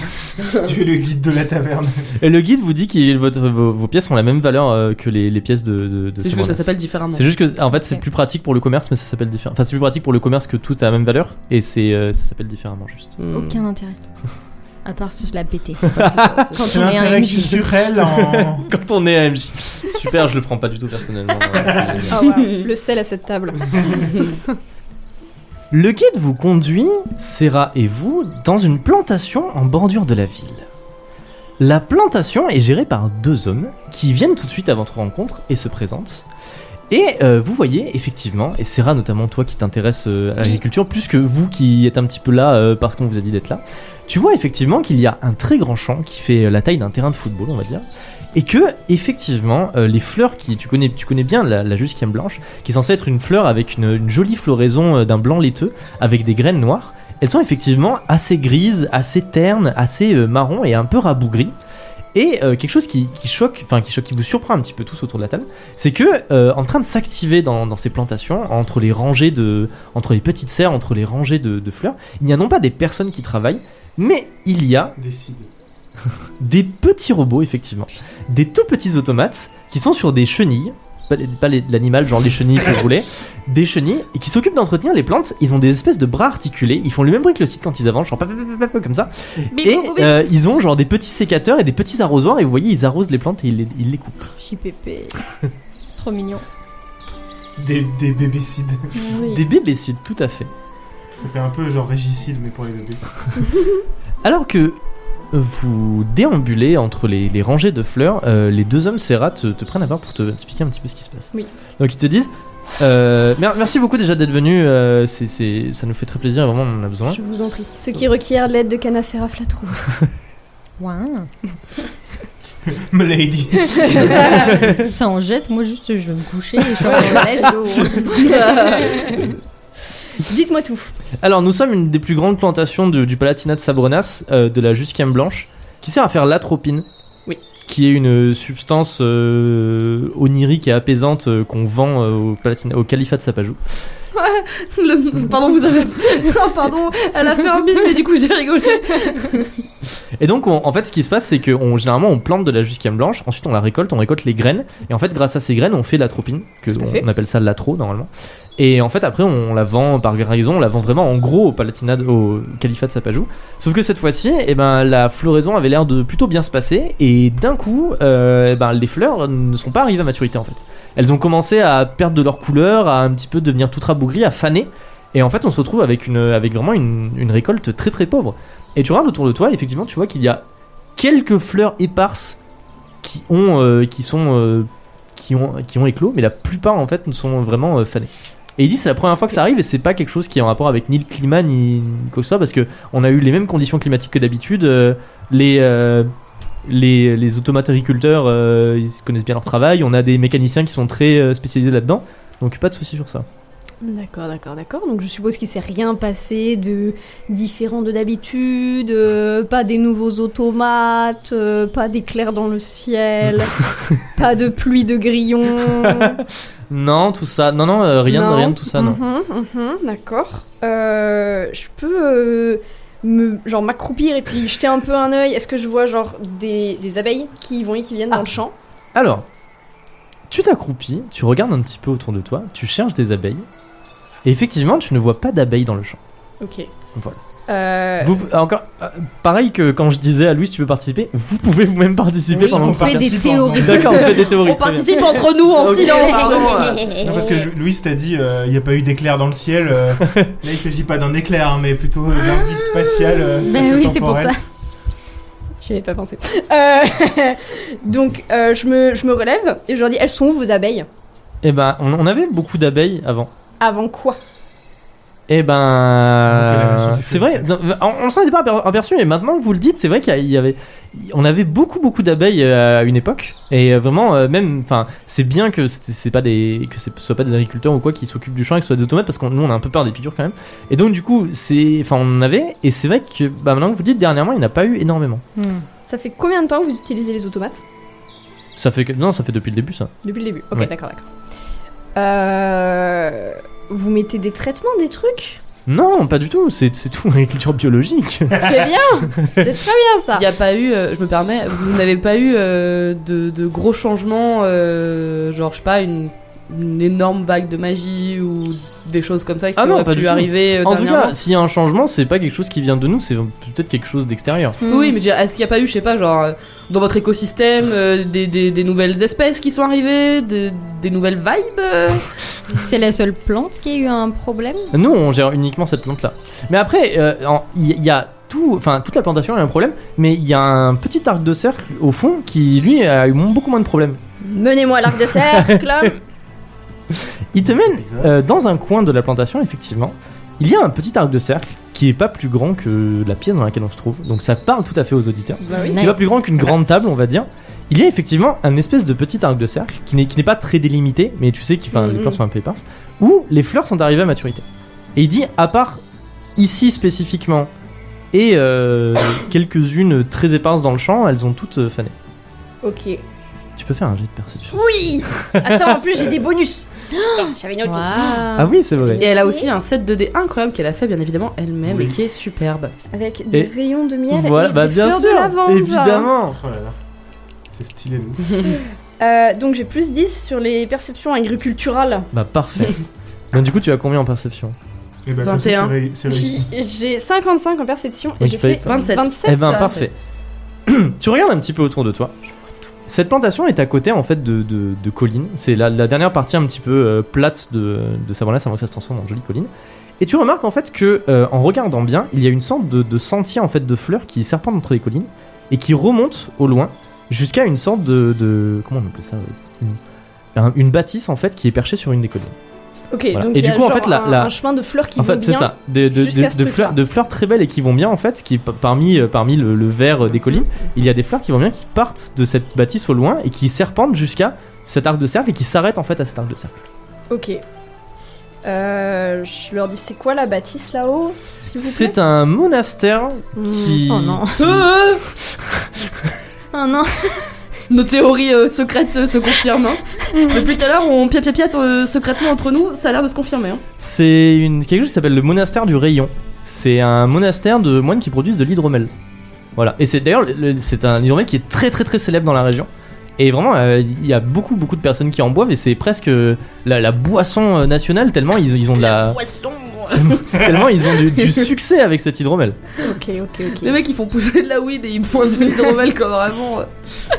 tu es le guide de la taverne.
Et le guide vous dit que votre, vos, vos pièces ont la même valeur euh, que les, les pièces de, de, de
C'est juste
Simonas.
que ça s'appelle différemment.
C'est juste que, en fait, c'est
Ok.
plus pratique pour le commerce, mais ça s'appelle différemment. Enfin, c'est plus pratique pour le commerce que tout a la même valeur, et c'est, euh, ça s'appelle différemment, juste.
Hmm.
Aucun intérêt. À part se la péter.
Enfin, c'est ça, c'est-
Quand
C'est
on est un
l'intérêt
MJ.
culturel en.
Quand on est AMJ. Super, je le prends pas du tout <laughs> personnellement. hein, c'est génial.
<laughs> Ah, voilà. le sel à cette table.
Le guide vous conduit, Serra et vous, dans une plantation en bordure de la ville. La plantation est gérée par deux hommes qui viennent tout de suite à votre rencontre et se présentent. Et euh, vous voyez effectivement, et Serra notamment toi qui t'intéresse euh, à l'agriculture, plus que vous qui êtes un petit peu là euh, parce qu'on vous a dit d'être là, tu vois effectivement qu'il y a un très grand champ qui fait euh, la taille d'un terrain de football on va dire, et que effectivement euh, les fleurs qui, tu connais, tu connais bien la, la jusquième blanche, qui est censée être une fleur avec une, une jolie floraison euh, d'un blanc laiteux avec des graines noires. Elles sont effectivement assez grises, assez ternes, assez euh, marron et un peu rabougries. Et euh, quelque chose qui, qui choque, enfin qui choque, qui vous surprend un petit peu tous autour de la table, c'est que euh, en train de s'activer dans, dans ces plantations, entre les rangées de, entre les petites serres, entre les rangées de, de fleurs, il n'y a non pas des personnes qui travaillent, mais il y a
Décide.
des petits robots, effectivement. Des tout petits automates qui sont sur des chenilles. Pas, les- pas les- l'animal, genre les chenilles que je voulais. Des chenilles et qui s'occupent d'entretenir les plantes. Ils ont des espèces de bras articulés. Ils font le même bruit que le site quand ils avancent, genre pap, pap, pap, pap, comme ça. Et euh, ils ont genre des petits sécateurs et des petits arrosoirs. Et vous voyez, ils arrosent les plantes et ils les, ils les coupent.
JPP. Trop mignon.
Des, des bébécides.
Des bébécides, tout à fait.
Ça fait un peu genre régicide, mais pour les bébés. <laughs>
Alors que vous déambulez entre les, les rangées de fleurs, euh, les deux hommes Serra te, te prennent à part pour te expliquer un petit peu ce qui se passe.
Oui.
Donc ils te disent euh, mer- Merci beaucoup déjà d'être venu, euh, c'est- c'est- ça nous fait très plaisir, vraiment on Hein en a besoin.
Je vous en prie. Ce qui requiert l'aide de Canacera Flatrou.
Ouin.
Milady.
Ça en jette, moi juste je vais me coucher et je suis en mode,
<laughs>
let's go.
Dites-moi tout.
Alors, nous sommes une des plus grandes plantations de- du Palatinat de Sabronas, euh, de la Jusquième Blanche, qui sert à faire l'atropine.
Oui.
Qui est une substance euh, onirique et apaisante euh, qu'on vend euh, au, Palatinat- au califat de Sapajou.
Le- Pardon, vous avez. Oh, pardon, elle a fait un bide, mais du coup j'ai rigolé.
Et donc, on- en fait, ce qui se passe, c'est que on- généralement, on plante de la jusquiame blanche, ensuite on la récolte, on récolte les graines, et en fait, grâce à ces graines, on fait l'atropine, que
Tout à
on,
fait.
on appelle ça l'atro normalement. Et en fait, après, on la vend par raison, on la vend vraiment en gros au Palatinat, au califat de Sapajou. Sauf que cette fois-ci, eh ben, la floraison avait l'air de plutôt bien se passer, et d'un coup, euh, eh ben, les fleurs ne sont pas arrivées à maturité en fait. Elles ont commencé à perdre de leur couleur, à un petit peu devenir tout rabougries, à faner. Et en fait, on se retrouve avec, une, avec vraiment une, une récolte très très pauvre. Et tu regardes autour de toi, effectivement, tu vois qu'il y a quelques fleurs éparses qui ont, euh, qui sont, euh, qui ont, qui ont éclos, mais la plupart en fait ne sont vraiment euh, fanées. Et il dit c'est la première fois que ça arrive et c'est pas quelque chose qui est en rapport avec ni le climat ni quoi que ce soit parce que on a eu les mêmes conditions climatiques que d'habitude. euh, les euh, les, les automatagriculteurs euh, ils connaissent bien leur travail. On a des mécaniciens qui sont très euh, spécialisés là-dedans. Donc pas de souci sur ça.
D'accord, d'accord, d'accord. Donc je suppose qu'il s'est rien passé de différent de d'habitude, euh, pas des nouveaux automates, euh, pas d'éclairs dans le
<laughs>
ciel, pas de pluie de grillons.
Non, tout ça. Non, non, euh, rien,
Non.
rien de tout ça, non.
Mhm, mhm, D'accord. Euh, je peux euh, me, genre m'accroupir et puis jeter un peu un œil. Est-ce que je vois genre des, des abeilles qui vont et qui
Ah.
viennent dans le champ
Alors, tu t'accroupis, tu regardes un petit peu autour de toi, tu cherches des abeilles, et effectivement, tu ne vois pas d'abeilles dans le champ.
Ok.
Euh,
Vous, ah, encore, ah, pareil que quand je disais à Louis, tu peux participer, vous pouvez vous-même participer
Oui,
pendant
on
le
fait des
participe
théories.
ensemble.
D'accord, on fait des théories.
On
très bien.
participe entre nous en
Ok. euh,
silence. hein.
Non, parce que je- Louis t'a dit, euh, il n'y a pas eu d'éclair dans le ciel.
<laughs>
euh, là, il s'agit pas d'un éclair, mais plutôt euh, d'un vide spatial. euh,
Ben oui, c'est pour
spatio-temporel.
ça.
J'y avais pas pensé. Euh, <laughs> donc euh, je, me, je me relève et je leur dis elles sont où vos abeilles
Eh ben, on, on avait beaucoup d'abeilles avant.
Avant quoi
Eh ben,
la version
euh,
du
c'est
feu.
vrai. non, on, on s'en était pas aper- aperçu, mais maintenant que vous le dites, c'est vrai qu'il y a- il y avait, on avait beaucoup beaucoup d'abeilles euh, à une époque, et euh, vraiment euh, même, enfin, c'est bien que c'était- c'est pas des, que ce soit pas des agriculteurs ou quoi qui s'occupent du champ, et que ce soit des automates, parce qu'on nous on a un peu peur des piqûres quand même. Et donc du coup, c'est, enfin, on en avait, et c'est vrai que, bah, maintenant que vous le dites, dernièrement, il n'y en a pas eu énormément.
Hmm.
Ça fait combien de temps que vous utilisez les automates
Ça fait que, non, ça fait depuis le début ça.
Depuis le début. Ok,
Ouais.
d'accord, d'accord. Euh, vous mettez des traitements, des trucs
Non, pas du tout. C'est c'est tout <laughs> agriculture biologique. <laughs>
C'est bien C'est très bien ça
Il n'y a pas eu, euh, je me permets, vous n'avez pas eu euh, de, de gros changements, euh, genre, je sais pas, une, une énorme vague de magie ou des choses comme ça qui
Ah non,
auraient
pas
pu
du tout.
arriver euh,
en tout
dernièrement
cas, s'il y a un changement, c'est pas quelque chose qui vient de nous, c'est peut-être quelque chose d'extérieur.
Oui, mais je veux dire, est-ce qu'il n'y a pas eu, je sais pas, genre, euh, dans votre écosystème, euh, des, des- des nouvelles espèces qui sont arrivées, de- des nouvelles vibes euh
C'est la seule plante qui a eu un problème
Nous, on gère uniquement cette plante-là. Mais après, euh, en- il y, y a tout, enfin toute la plantation a un problème, mais il y a un petit arc de cercle au fond qui, lui, a eu beaucoup moins de problèmes.
Menez-moi à l'arc
<laughs>
de cercle
Il te
C'est
mène
bizarre.
euh, dans un coin de la plantation, effectivement. Il y a un petit arc de cercle qui est pas plus grand que la pièce dans laquelle on se trouve, donc ça parle tout à fait aux auditeurs.
Bah
Nice.
qui va plus grand qu'une grande table, on va dire. Il y a effectivement un espèce de petit arc de cercle qui n'est qui n'est pas très délimité, mais tu sais que enfin, les
Mhm.
fleurs sont un peu éparses, où les fleurs sont arrivées à maturité. Et il dit, à part ici spécifiquement et euh, quelques-unes très éparses dans le champ, elles ont toutes euh, fané.
Ok.
Tu peux faire un jet de perception.
Oui Attends, en plus j'ai des bonus Attends, J'avais noté.
Ah oui, c'est vrai.
Et elle a aussi un set de dés incroyable qu'elle a fait, bien évidemment, elle-même,
Oui.
et qui est superbe.
Avec des
Et-
rayons de miel
Voilà,
et
bah
des
bien
fleurs
sûr,
de lavande.
évidemment.
Oh là là. C'est stylé, nous.
Euh, donc j'ai plus 10 sur les perceptions agriculturales.
Bah parfait.
<laughs>
Donc du coup, tu as combien en perception
Et bah, comme ça,
21.
c'est réu- c'est réussi.
J'ai j'ai 55 en perception et
Donc,
j'ai
il fallait
fait
faire-
27.
27.
Eh ben,
ça.
parfait. <clears throat> Tu regardes un petit peu autour de toi. Cette plantation est à côté en fait de, de- de collines. C'est la, la dernière partie un petit peu euh, plate de, de Savanlas avant que ça se transforme en jolie colline. Et tu remarques en fait que euh, en regardant bien, il y a une sorte de, de sentier en fait de fleurs qui serpente entre les collines et qui remonte au loin jusqu'à une sorte de, de- comment on appelle ça euh, une, un- une bâtisse en fait qui est perchée sur une des collines.
Ok,
Voilà.
donc
Et
il y
du
a
coup, en
genre
fait, la-
un,
la-
un chemin de fleurs qui
En
vont
fait, c'est
bien.
ça. De, de-
jusqu'à
de-
ce
de
truc-là.
fleurs, de fleurs très belles et qui vont bien, en fait, qui, pa- parmi, euh, parmi le, le vert euh, des collines, il y a des fleurs qui vont bien, qui partent de cette bâtisse au loin et qui serpentent jusqu'à cet arc de cercle et qui s'arrêtent, en fait, à cet arc de cercle.
Ok. Euh, je leur dis, c'est quoi la bâtisse là-haut s'il vous plaît Mmh.
C'est un monastère
Hmm.
qui.
Oh non.
qui-
Euh,
Oh
Ah non.
Nos théories euh, secrètes euh, se confirment. <laughs> hein. Depuis tout à l'heure, on piat euh, secrètement entre nous, ça a l'air de se confirmer. hein.
C'est une... quelque chose qui s'appelle le monastère du rayon. C'est un monastère de moines qui produisent de l'hydromel. Voilà. Et c'est d'ailleurs, le- le- c'est un hydromel qui est très très très célèbre dans la région. Et vraiment, euh, il y a beaucoup beaucoup de personnes qui en boivent et c'est presque euh, la, la boisson euh, nationale tellement ils, ils ont de
<laughs>
la. tellement, tellement ils ont du, du succès avec cet hydromel.
Ok, ok, ok.
Les mecs, ils font pousser de la weed et ils boivent de l'hydromel comme vraiment. euh,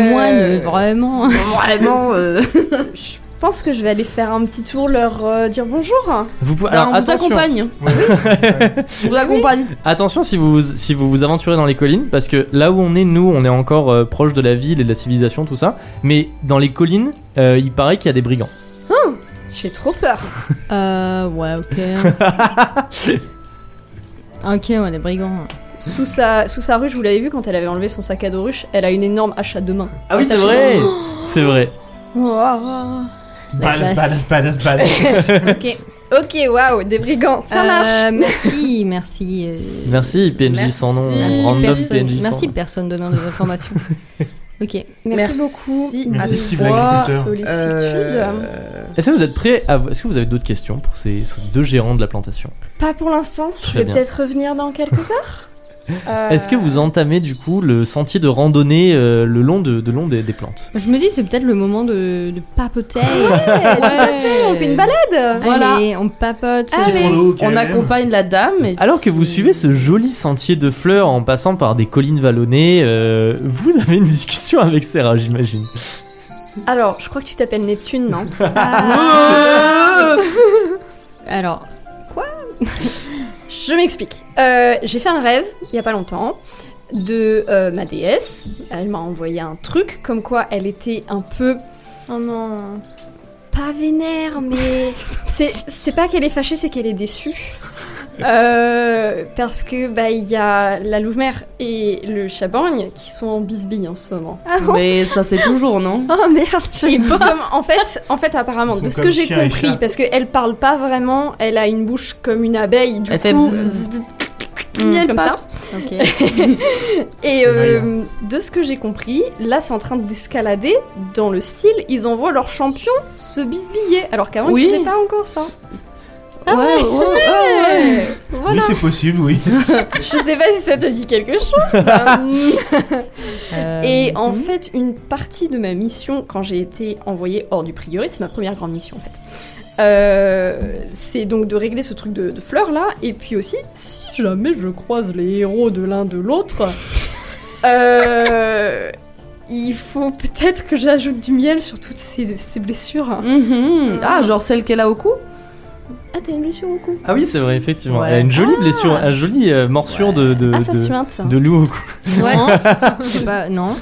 Des
Euh,
moines, vraiment.
<laughs> Vraiment. euh.
Je pense que je vais aller faire un petit tour, leur euh, dire bonjour.
Vous pouvez.
Bah,
Alors
on vous
attention.
accompagne. On vous accompagne.
Attention si vous si vous vous aventurez dans les collines, parce que là où on est, nous, on est encore euh, proche de la ville et de la civilisation, tout ça. Mais dans les collines, euh, il paraît qu'il y a des brigands.
J'ai trop peur.
Euh, ouais, ok. <laughs> ok, ouais, des brigands.
Sous sa, sous sa ruche, vous l'avez vu quand elle avait enlevé son sac à dos ruche, elle a une énorme hache à deux mains.
Ah oui, c'est
Attachez-le.
vrai C'est vrai.
Badass,
classe.
badass, badass, badass.
ok.
Ok, waouh, des brigands, ça marche.
Euh, <laughs> merci, merci. euh,
Merci PNJ sans nom,
Merci,
random
personne,
PNJ sans
merci
nom.
personne donnant des
<laughs>
informations. ok.
Merci,
Merci.
beaucoup.
Merci,
à
Steve Euh,
toi,
l'agriculteur.
sollicitude.
Euh,
Est-ce que vous êtes prêts à... Est-ce que vous avez d'autres questions pour ces, ces deux gérants de la plantation
Pas pour l'instant. Je
Très
vais
bien.
peut-être revenir dans quelques heures. <laughs> Euh,
Est-ce que vous entamez du coup le sentier de randonnée euh, le long, de, de long des, des plantes
Je me dis, c'est peut-être le moment de, de papoter.
Ouais, tout à fait, on fait une balade.
Voilà.
Allez, on papote.
Allez.
Petit trou d'eau, quand
On
même.
accompagne la dame. et
Alors que vous
<laughs>
suivez ce joli sentier de fleurs en passant par des collines vallonnées, euh, vous avez une discussion avec Sarah, j'imagine.
Alors, je crois que tu t'appelles Neptune,
<laughs>
non
<laughs>
Alors,
Je m'explique. Euh, j'ai fait un rêve, il y a pas longtemps, de euh, ma déesse. Elle m'a envoyé un truc comme quoi elle était un peu... Oh non... Pas vénère, <laughs> mais... c'est c'est pas qu'elle est fâchée, c'est qu'elle est déçue. Euh, parce que bah il y a la Louve-Mère et le Chaborgne qui sont en bisbille en ce moment.
Mais ça, c'est toujours, non
Oh merde,
Et comme- en fait, en fait apparemment,
Ils
de
sont
ce que
comme
j'ai
chien et
compris,
chat.
parce qu'elle parle pas vraiment, elle a une bouche comme une abeille, du
Elle fait
coup,
bzz, bzz,
Mm,
elle
comme ça.
parle.
ok.
Et
C'est
euh, de ce que j'ai compris, là c'est en train d'escalader dans le style, ils envoient leur champion se bisbiller, alors qu'avant
Oui.
ils faisaient pas encore ça.
Ouais, Ah ouais, ouais, ouais.
Voilà,
Oui, c'est possible, oui.
je sais pas si ça te dit quelque chose. ça.
<laughs>
Mm.
Euh,
Et
Euh,
en
mhm.
fait, une partie de ma mission, quand j'ai été envoyée hors du prieuré, c'est ma première grande mission en fait. euh, c'est donc de régler ce truc de, de fleurs là, et puis aussi, si jamais je croise les héros de l'un
<laughs>
de l'autre, euh, il faut peut-être que j'ajoute du miel sur toutes ces, ces blessures.
Mm.
Mhm. Ah, genre celle qu'elle a au cou
Ah, t'as une blessure au cou
Ah oui, c'est vrai, effectivement.
Ouais.
Elle a une jolie blessure, une jolie euh, morsure de, de,
Ah, ça
de-
suinte ça.
de loup au cou.
Ouais. Je sais pas, non.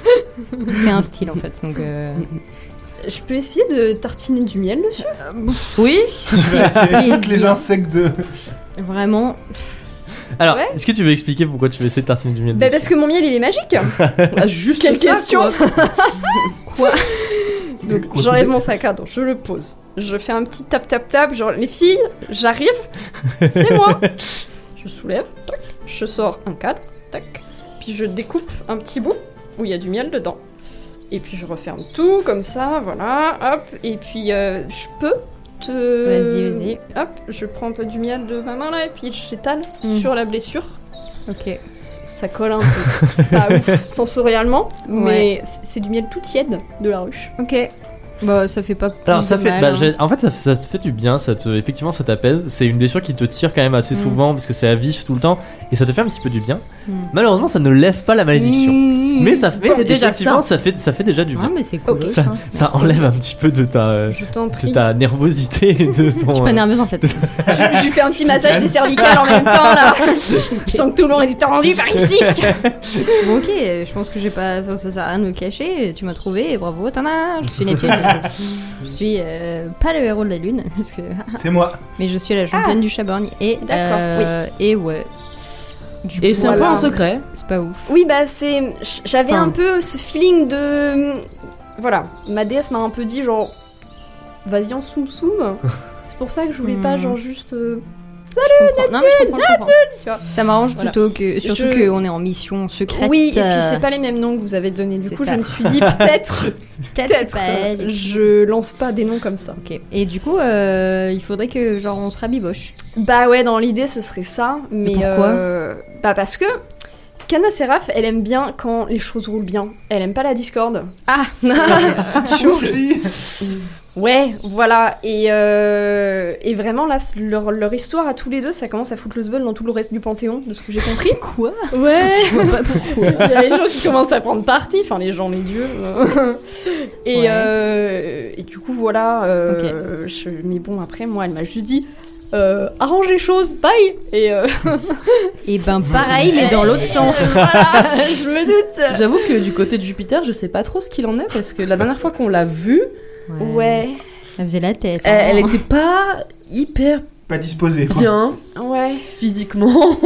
C'est un style en fait. Donc, euh,
Je peux essayer de tartiner du miel dessus
Oui.
tu vas tirer toutes les
plaisir.
insectes de.
vraiment.
Alors,
Ouais.
est-ce que tu veux expliquer pourquoi tu veux essayer de tartiner du miel
Bah,
dessus
parce que mon miel il est magique
Bah, juste
Quelle
ça,
question
quoi.
Donc j'enlève mon sac à dos, je le pose. Je fais un petit tap tap tap, genre les filles, j'arrive, c'est moi. Je soulève, tac, je sors un cadre, tac, puis je découpe un petit bout où il y a du miel dedans. Et puis je referme tout comme ça, voilà, hop, et puis euh, je peux te...
Vas-y, vas-y.
Hop, je prends un peu du miel de ma main là, et puis je l'étale
Mm.
sur la blessure.
Ok.
C- Ça colle un peu, <laughs> c'est pas ouf sensoriellement, mais
Ouais.
c- c'est du miel tout tiède de la ruche.
Ok. Bah, ça fait pas.
Alors
plus
ça
de
fait,
mal,
bah,
hein.
j'ai- en fait ça, ça te fait du bien, ça te, effectivement ça t'apaise. C'est une blessure qui te tire quand même assez
Mm.
souvent parce que c'est à vif tout le temps et ça te fait un petit peu du bien.
Mm.
Malheureusement ça ne lève pas la malédiction, mais ça, mais
c'est déjà
effectivement, ça. fait, ça fait déjà du
Ouais,
bien.
Ah, mais c'est cool.
Ok.
ça,
ça.
ça enlève un petit peu de ta, euh,
Je t'en
de
prie.
ta nervosité et
<laughs>
de
Je suis
ton.
pas
euh,
nerveuse en fait.
Je lui fais un petit massage des cervicales en même temps là. Je sens que tout le monde est tendu par ici.
bon, ok, je pense que j'ai pas. enfin, ça sert à rien de me cacher. Tu m'as trouvé, bravo, t'en as. Je suis une étude. Je suis euh, pas le héros de la lune, <laughs> parce que...
C'est moi.
mais je suis la championne du Chaborgne. Et,
Ah. D'accord,
euh, et ouais. Du
Et
coup,
c'est un peu
Voilà.
un secret.
c'est pas ouf.
Oui, bah c'est. j- J'avais
Enfin.
un peu ce feeling de. Voilà, ma déesse m'a un peu dit genre. Vas-y en soum soum. c'est pour ça que je voulais pas,
Hmm.
genre juste. euh,
Je comprends. Non, mais je comprends, je comprends.
tu vois.
Ça m'arrange
Voilà.
plutôt que... Surtout
Je-
qu'on est en mission secrète.
Oui, et puis
euh,
c'est pas les mêmes noms que vous avez donnés. Du
c'est
coup,
ça.
je me suis dit peut-être.
<laughs> peut-être c'est
peut-être.
pas elle.
euh, Je lance pas des noms comme ça.
Ok. Et du coup, euh, il faudrait que genre on se rabiboche.
Bah ouais, dans l'idée, ce serait ça. Mais
pourquoi
euh, Bah parce que. Kana Seraph, elle aime bien quand les choses roulent bien. Elle aime pas la discorde.
<laughs> Ah
Choursi.
Ouais, voilà. Et, euh, et vraiment, là, c- leur, leur histoire à tous les deux, ça commence à foutre le zbeul dans tout le reste du Panthéon, de ce que j'ai compris.
Quoi
<laughs> Ouais <laughs> Il y a les gens qui commencent à prendre parti, enfin, les gens, les dieux. euh. <laughs> et,
Ouais.
euh, et du coup, voilà. euh, je- mais bon, après, moi, elle m'a juste dit euh, arrange les choses, bye Et euh,
Et ben pareil, mais dans
<laughs>
l'autre sens.
voilà, je me <laughs> doute
J'avoue que du côté de Jupiter, je sais pas trop ce qu'il en est parce que la dernière fois qu'on l'a vue,
Ouais,
Ça faisait la tête.
euh,
<laughs>
elle
hein.
était pas hyper
Pas disposé.
bien
ouais.
physiquement.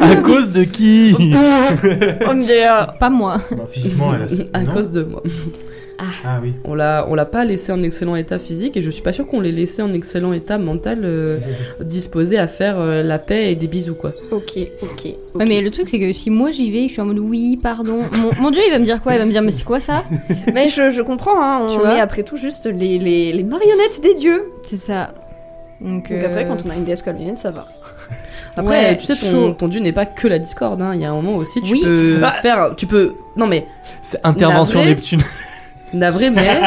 à cause de qui
<laughs>
Oh, mais, euh,
pas moi.
Bon, physiquement, elle a.
à
non
cause de moi.
Ah oui.
On l'a, on l'a pas laissé en excellent état physique et je suis pas sûre qu'on l'ait laissé en excellent état mental, euh, disposé à faire euh, la paix et des bisous quoi.
Ok, ok. ok.
Ouais, mais le truc c'est que si moi j'y vais, je suis en mode oui, pardon. Mon, mon dieu, il va me dire quoi Il va me dire mais c'est quoi ça
Mais je, je comprends, hein,
Tu
on
vois
est après tout juste les, les, les marionnettes des dieux.
C'est ça. Donc,
Donc après,
euh,
quand on a une déesse colombienne, ça <laughs> va.
Après,
Ouais,
tu sais, ton,
chaud.
<laughs>
ton dieu n'est pas que la discorde. hein. Il y a un moment aussi, tu
Oui. Bah.
peux faire, tu peux, non mais
C'est intervention
Navré.
Neptune.
navré, mais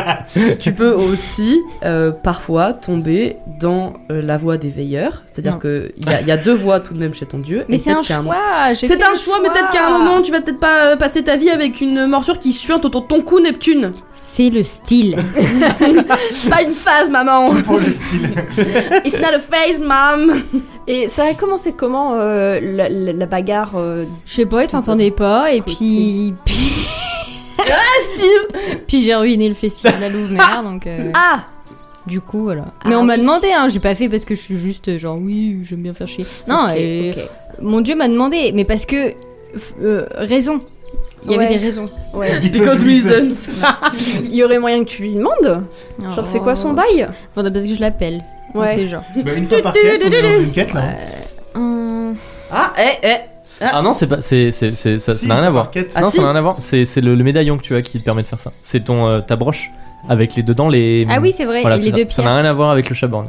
tu peux aussi euh, parfois tomber dans euh, la voie des veilleurs.
Non.
C'est-à-dire que il y, a- il y a deux voies tout de même chez ton dieu.
Mais
et
c'est un
peut-être qu'il y a moment-
choix. j'ai
C'est
fait
un
le
choix, mais peut-être qu'à un moment, tu vas peut-être pas euh, passer ta vie avec une morsure qui suinte autour de ton cou,
<laughs>
Neptune.
C'est le style.
Pas une phase,
<laughs>
maman.
Pour le style.
It's not a phase, mom.
Et ça a commencé comment euh, la, la- la bagarre euh,
Je sais pas, ils t'entendaient pas, et
Côté.
puis. puis... <laughs> Ah, Steve Puis j'ai ruiné le festival de la
<laughs>
Louvre-Mère, donc. euh,
Ah
Du coup, voilà.
Ah
mais on m'a
oui.
demandé, hein, j'ai pas fait parce que je suis juste euh, genre oui, j'aime bien faire chier. Non,
Ok,
et
ok.
mon dieu m'a demandé, mais parce que. f- euh, raison. Il y
Ouais.
avait des raisons.
Ouais.
Because
<laughs>
reasons.
Il y aurait moyen que tu lui demandes Genre, c'est quoi son
bac
bail
Parce que je l'appelle. Ouais.
Ouais.
C'est genre.
Bah, une fois par quête, on est dans une quête là.
hum,
Ah, eh, eh.
Ah non, c'est pas, c'est, c'est, c'est- ça, ça
Si,
n'a
une
rien à
fois
voir.
par quête.
Ah,
non,
si.
ça n'a rien à voir. C'est, c'est le, le médaillon que tu as qui te permet de faire ça. C'est ton euh, ta broche avec les dedans les.
Ah oui, c'est vrai,
Voilà,
et les
c'est ça.
deux
Ça
pierres.
n'a rien à voir avec le chaborn.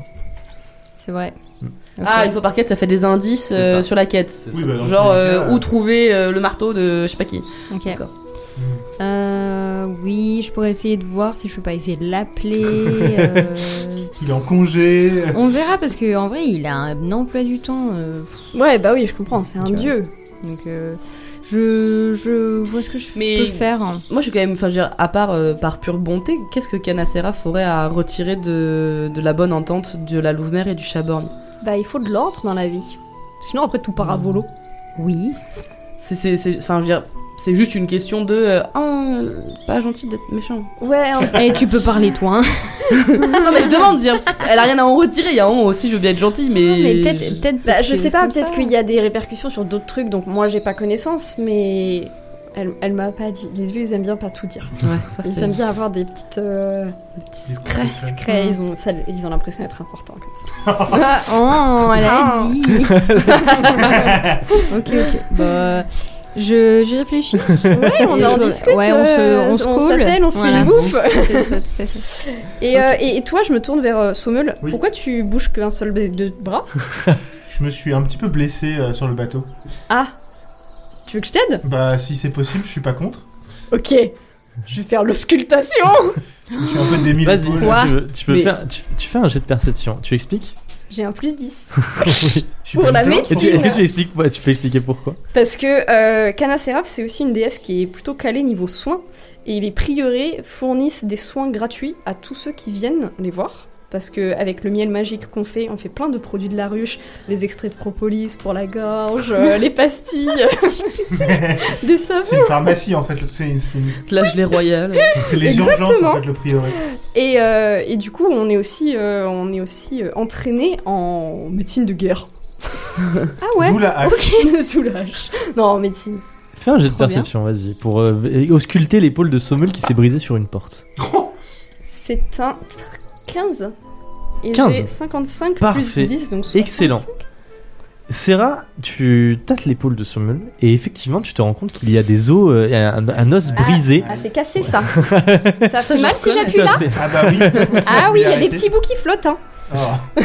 C'est vrai.
Hum.
Ok.
Ah, une fois par quête, ça fait des indices
C'est
euh,
ça.
sur la quête.
Oui, bah, dans
Genre,
tous les
euh,
cas,
où trouver euh, le marteau de je sais pas qui.
Ok.
D'accord.
Hum.
Euh, oui, je pourrais essayer de voir si je peux pas essayer
<laughs>
de l'appeler. euh,
Il est en congé.
On verra parce que en vrai, il a un emploi du temps. euh,
Ouais, bah oui, je comprends, c'est un
Tu vois.
dieu.
Donc euh, je, je vois ce que je
Mais-
peux faire. hein.
Moi, je suis quand même, enfin, je veux dire, à part euh, par pure bonté, qu'est-ce que Canacera aurait à retirer de, de la bonne entente de la Louve-Mère et du Chaborn
Bah, il faut de l'ordre dans la vie. Sinon, après, tout part à volo.
Oui.
C'est, c'est, c'est- enfin, je veux dire, c'est juste une question de, euh, Ah, euh, pas gentil d'être méchant.
Ouais, <laughs> un-
Et tu peux parler toi. hein.
non, mais je demande, je veux dire, elle a rien à en retirer. Il y a un moment aussi, je veux bien être gentil, mais. euh,
Mais peut-être, peut-être.
bah,
parce
je
que
sais pas,
comme
peut-être
ça.
qu'il y a des répercussions sur d'autres trucs, donc moi, j'ai pas connaissance, mais. Elle, elle m'a pas dit. Les dieux, ils aiment bien pas tout dire.
Ouais, ça
Ils
c'est.
aiment bien avoir des petites. euh,
Discret.
discrets. Ils ont, ça- ils ont l'impression d'être importants comme ça.
Oh, elle a
Ah.
dit. Ah. <laughs> ok, ok. Bah, je, j'y réfléchis.
Ouais, on
Et
en
je-
discute.
Ouais, on
euh,
se, on se
on
coule.
s'appelle, on se fait
Voilà.
une bouffe.
<laughs> C'est ça, tout à fait.
Et, euh, et- et toi, je me tourne vers euh, Sommel.
Oui.
Pourquoi tu bouges qu'un seul des deux bras
Je me suis un petit peu blessé euh, sur le bateau.
Ah Tu veux que je t'aide
Bah, si c'est possible, je suis pas contre.
Ok. Je vais faire l'auscultation
Je me suis un peu démis
Vas-y,
l'épaule.
si
Quoi
tu veux, tu peux
Mais-
faire, tu, tu fais un jet de perception. Tu expliques
J'ai un plus 10.
Je suis pas
Pour
une
la
plante.
médecine.
Et tu- Est-ce que tu expliques ouais, Tu peux expliquer pourquoi
Parce que euh, Kana Seraph, c'est aussi une déesse qui est plutôt calée niveau soins. Et les prieurés fournissent des soins gratuits à tous ceux qui viennent les voir.
Parce que avec le miel magique qu'on fait, on fait plein de produits de la ruche, les extraits de propolis pour la gorge, euh, les pastilles, des
C'est
savons.
une pharmacie en fait, le- c'est c'est-
Là, je l'ai royal.
c'est les urgences en
Exactement.
fait le prioré.
Et, euh, et du coup, on est aussi, euh, on est aussi euh, entraîné en médecine de guerre. ah ouais
D'où la
<laughs>
hache.
Ok, <laughs> tout lâche. Non, en médecine.
Fais un jet de
Trop bien.
perception, vas-y, pour euh, v- ausculter l'épaule de Sommel qui s'est brisée sur une porte.
Oh.
C'est un tr- 15. Et
15.
j'ai 55
Parfait.
plus 10, donc
Excellent.
65.
Sarah, tu tâtes l'épaule de Sommel et effectivement, tu te rends compte qu'il y a des os, euh, un, un os
Ah.
brisé.
Ah, c'est cassé ça. ça
Ça,
fait
je
mal si
reconnais.
j'appuie là
Ah bah oui.
Ah oui, il y a
Arrêtez.
des petits bouts qui flottent. Hein.
Oh.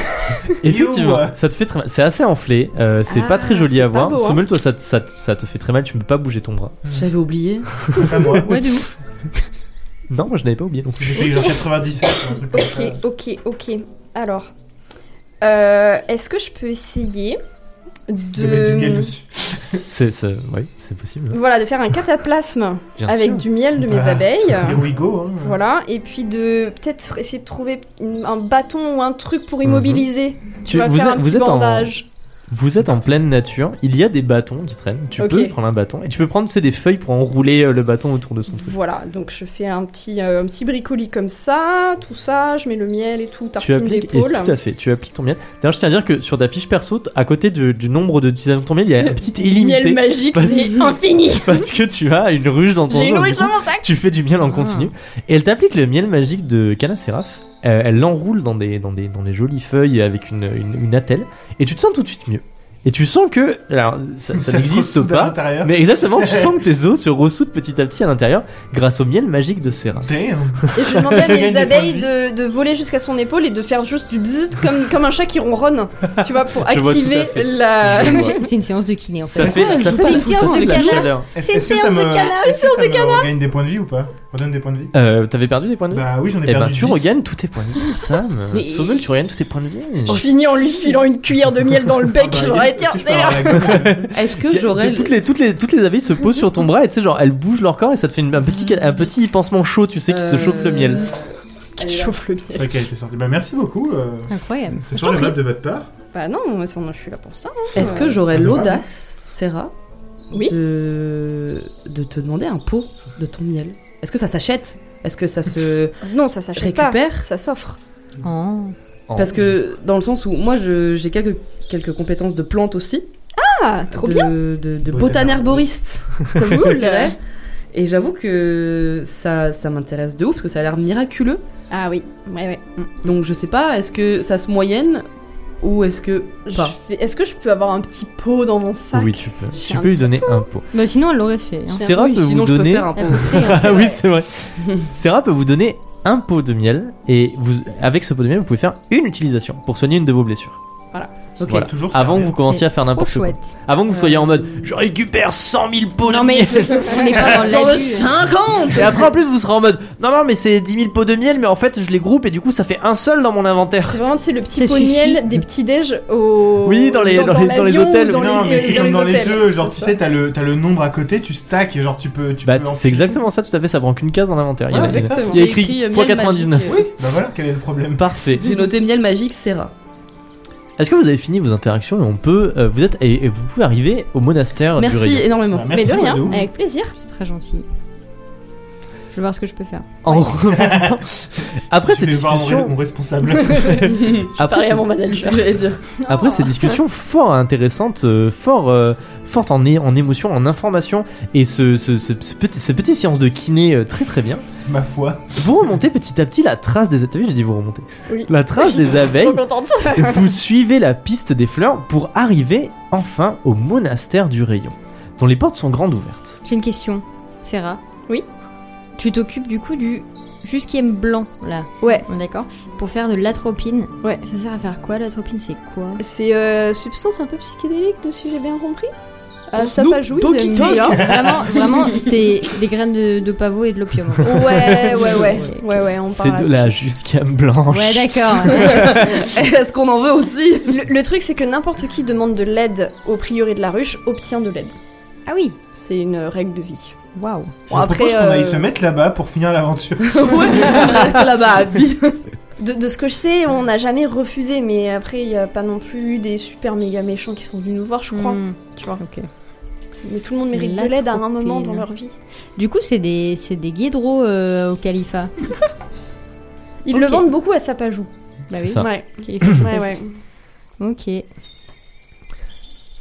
Effectivement,
Yo.
ça te fait très mal. C'est assez enflé, euh, c'est
Ah,
pas très joli
c'est
à
pas
voir.
beau, hein.
Sommel, toi, ça, te- ça te- ça te fait très mal, tu ne peux pas bouger ton bras.
J'avais oublié.
Pas moi.
Ouais, de ouf.
Non, moi je n'avais pas oublié non plus.
J'ai fait genre 97 ou un truc comme
Ok,
ça.
ok, ok. Alors, euh, est-ce que je peux essayer de,
De mettre du miel dessus.
C'est, c'est- oui, c'est possible.
voilà, de faire un cataplasme
Bien
avec
sûr.
du miel de mes
<laughs>
Ah,
abeilles
Here we go. hein.
Voilà, et puis de peut-être essayer de trouver une- un bâton ou un truc pour immobiliser.
Tu-
Tu vas
vous
faire
êtes-
un
vous
petit
êtes en-
bandage.
Vous êtes en pleine nature, il y a des bâtons qui traînent. Tu
Ok.
peux prendre un bâton et tu peux prendre tu sais, des feuilles pour enrouler euh, le bâton autour de son truc.
Voilà, donc je fais un petit, euh, un petit bricoli comme ça, tout ça, je mets le miel et tout,
Tu
tartine
appliques, et
d'épaule.
tout à fait, tu appliques ton miel. D'ailleurs, je tiens à dire que sur ta fiche perso, t- à côté du, du nombre d'utilisateurs de ton miel, il y a un petit
<laughs> Miel
illimité.
magique,
Parce-
c'est infini.
<laughs> Parce que tu as une ruche dans ton
J'ai une
dos, du
ruche
coup,
dans Ah. mon sac.
Tu fais du miel en continu. Et elle t'applique le miel magique de Canacéraphe. Euh, elle l'enroule dans des, dans, des, dans des jolies feuilles avec une, une, une attelle. Et tu te sens tout de suite mieux. Et tu sens que. Alors, ça, ça
se
n'existe
ressoude à
pas.
l'intérieur.
Mais exactement, tu sens que tes os se ressoutent petit à petit à l'intérieur grâce au miel magique de Serra.
Damn.
Et je demandais à
Je gagne
mes
des
abeilles
points
de, de voler jusqu'à son épaule et de faire juste du bzzz comme, comme un chat qui ronronne, tu vois, pour
<laughs> Je vois tout à
activer
fait.
Ah,
la.
Je
<laughs>
vois.
<laughs> C'est une séance de kiné en fait.
Ça fait,
Ouais,
ça
je
fait
joue
la-
pas.
ça
séance
fait
de
la
canard.
chaleur.
Est-ce
C'est une
est-ce que ça
séance
me
de canard, une
est-ce que
séance
ça
de
me
canard.
gagne des points de vie ou pas Redonne des points de vie.
Euh, T'avais perdu des points de vie
Bah oui, j'en ai
Eh ben,
perdu.
tu
10.
regagnes tous tes points de vie, Sam.
Mais- Oh,
Sommel, tu regagnes tous tes points de vie.
Je finis en lui filant une cuillère de miel dans le
Ah
bec,
bah,
j'aurais
yes,
été
est-ce que je peux avoir la gomme
Est-ce que j'aurais.
Toutes les, toutes, les, toutes les abeilles se posent sur ton bras et tu sais, genre, elles bougent leur corps et ça te fait une- un, petit, un petit pansement chaud, tu sais, qui te
Euh,
chauffe le miel.
Qui chauffe le miel.
C'est vrai qu'elle était sortie. Bah merci beaucoup. euh,
Incroyable.
C'est toujours aimable de votre part.
Bah non, moi, c'est- moi, je suis là pour ça. hein.
Est-ce que j'aurais
Ah, dommage.
l'audace, Sarah,
Oui.
de... de te demander un pot de ton miel Est-ce que ça s'achète Est-ce que ça se
Non, ça s'achète pas.
récupère
Ça s'offre.
Mm.
Oh.
Parce que dans le sens où moi je- j'ai quelques, quelques compétences de plantes aussi,
Ah, trop
de,
bien.
de, de
Botan-
botane herboriste, comme
<laughs>
on dirait. Et j'avoue que ça, ça m'intéresse de ouf parce que ça a l'air miraculeux.
Ah oui, ouais, ouais. mm.
Donc je sais pas, est-ce que ça se moyenne ou est-ce que
Je
pas
fais- Est-ce que je peux avoir un petit pot dans mon sac
Oh. Oui, tu peux.
J'ai
Tu
un
peux lui donner un pot.
Bah sinon, elle l'aurait fait. hein.
Sarah
Oui,
peut vous
Sinon je peux
donner.
faire un pot.
<laughs> Ah oui, c'est vrai. Sarah peut vous donner un pot de miel et vous, avec ce pot de miel, vous pouvez faire une utilisation pour soigner une de vos blessures.
Ok.
Voilà.
Toujours servir.
Avant que vous commenciez à faire
Trop
n'importe quoi.
chouette.
Avant que vous soyez en
Euh,
mode je récupère 100 000 pots de
Non, mais-
<laughs>
miel.
On n'est pas dans
J'en veux
l'abus. hein.
50
Et après, en plus, vous serez en mode non, non, mais c'est 10 000 pots de miel, mais en fait, je les groupe et du coup, ça fait un seul dans mon inventaire.
C'est vraiment, tu sais, le petit
Ça
pot de
suffit.
miel des petits déj au.
Oui, dans les- dans les- dans les
l'avion ou
hôtels.
Dans
non,
les,
mais c'est
dans
comme
les
dans les
hôtels.
jeux, genre tu
C'est
sais, t'as le, t'as le nombre à côté, tu stack et genre tu peux. Tu
Bah,
peux en-
c'est exactement ça, tout à fait, ça branque une case dans l'inventaire. Il y en a
Ouais,
qui-
exactement.
il y a
J'ai écrit, euh,
écrit
miel
x99.
magique.
Oui, bah voilà, quel est le problème
Parfait.
J'ai noté miel magique Serra.
Est-ce que vous avez fini vos interactions et on peut. euh, vous êtes. Et, et vous pouvez arriver au monastère Ah, du
Merci
rayon.
énormément.
Bah,
Mais
Merci,
de
ouais,
rien,
ouf.
avec plaisir.
C'est très gentil. Je vais voir ce que je peux faire.
En
<laughs>
remontant- Après
Je
ces
vais voir mon,
discussions.
mon responsable.
Après,
Parler
ces-
à mon manager, j'allais dire.
après ces discussions fort intéressantes, euh, fort. euh, fortes en, é- en émotion, en information, et ce, ce, ce- ce petit, ces petites séances de kiné euh, très très bien,
Ma foi.
vous remontez petit à petit la trace des abeilles, j'ai dit vous remontez,
Oui.
la
<laughs>
trace des abeilles,
Trop <laughs> contente.
Et vous suivez la piste des fleurs pour arriver enfin au monastère du rayon, dont les portes sont grandes ouvertes.
J'ai une question, Sarah.
Oui
Tu t'occupes du coup du jusquième blanc là.
Ouais.
On est D'accord. Pour faire de l'atropine.
Ouais.
Ça sert à faire quoi l'atropine C'est quoi
C'est euh, substance un peu psychédélique, de si j'ai bien compris.
Euh,
Ah, ça
Nous,
pas joué,
Toki Toki.
Vraiment, vraiment, c'est des graines de, de pavot et de l'opium. en fait.
Ouais, ouais,
<laughs>
ouais, ouais, ouais, on
C'est
parle.
de
là-dessus.
la jusquiame blanche.
Ouais, d'accord.
<laughs> Est-ce qu'on en veut aussi
Le, le truc, c'est que n'importe qui demande de l'aide au prieuré de la ruche obtient de l'aide.
ah oui.
C'est une règle de vie.
Waouh.
Je
Bon, après,
propose qu'on
euh,
<laughs>
aille se mettre là-bas pour finir l'aventure.
Ouais, on reste là-bas à vie.
De, de ce que je sais, on n'a jamais refusé, mais après, il n'y a pas non plus eu des super méga méchants qui sont venus nous voir, je crois.
Hmm.
Tu vois.
Ok.
Mais tout le monde mérite
La
de l'aide à un moment dans
tropine.
leur vie.
Du coup, c'est des, c'est des guédros euh, au califat.
Ils
Ok.
le vendent beaucoup à Sapajou.
Bah
C'est
oui,
ça. <laughs>
Ouais,
au califat.
ouais, ouais.
Ok.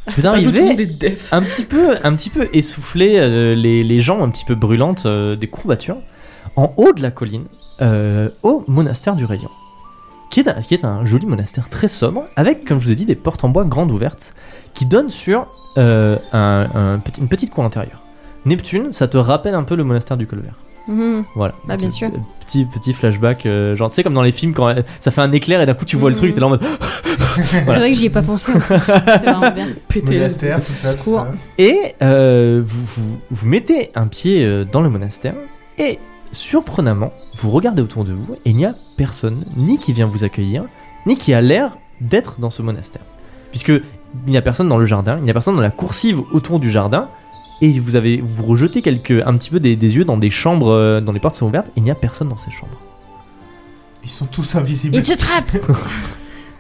Ah,
Vous
c'est pas
arrivez
tout le monde est def.
un petit peu, un petit peu essoufflé, euh, les, les jambes un petit peu brûlantes euh, des courbatures, en haut de la colline, euh, au monastère du Rayon, qui est, un, qui est un joli monastère très sombre, avec, comme je vous ai dit, des portes en bois grandes ouvertes, qui donnent sur euh, un- un petit- une petite cour intérieure. Neptune, ça te rappelle un peu le monastère du Colvert.
Mhm.
Voilà.
Ah, bien
Petit-
sûr.
Petit, petit flashback, euh, genre, tu sais, comme dans les films, quand euh, ça fait un éclair et d'un coup tu vois le truc,
Mhm.
t'es là en mode.
C'est vrai que j'y ai pas pensé. en plus. c'est vraiment bien.
PTS.
Monastère, tout ça, tout
Secours.
ça.
Et euh, vous, vous, vous mettez un pied euh, dans le monastère et surprenamment, vous regardez autour de vous et il n'y a personne, ni qui vient vous accueillir, ni qui a l'air d'être dans ce monastère. Puisque il n'y a personne dans le jardin, il n'y a personne dans la coursive autour du jardin et vous avez vous rejetez quelques, un petit peu des, des yeux dans des chambres euh, dont les portes sont ouvertes, il n'y a personne dans ces chambres.
Ils sont tous invisibles.
Il te trappe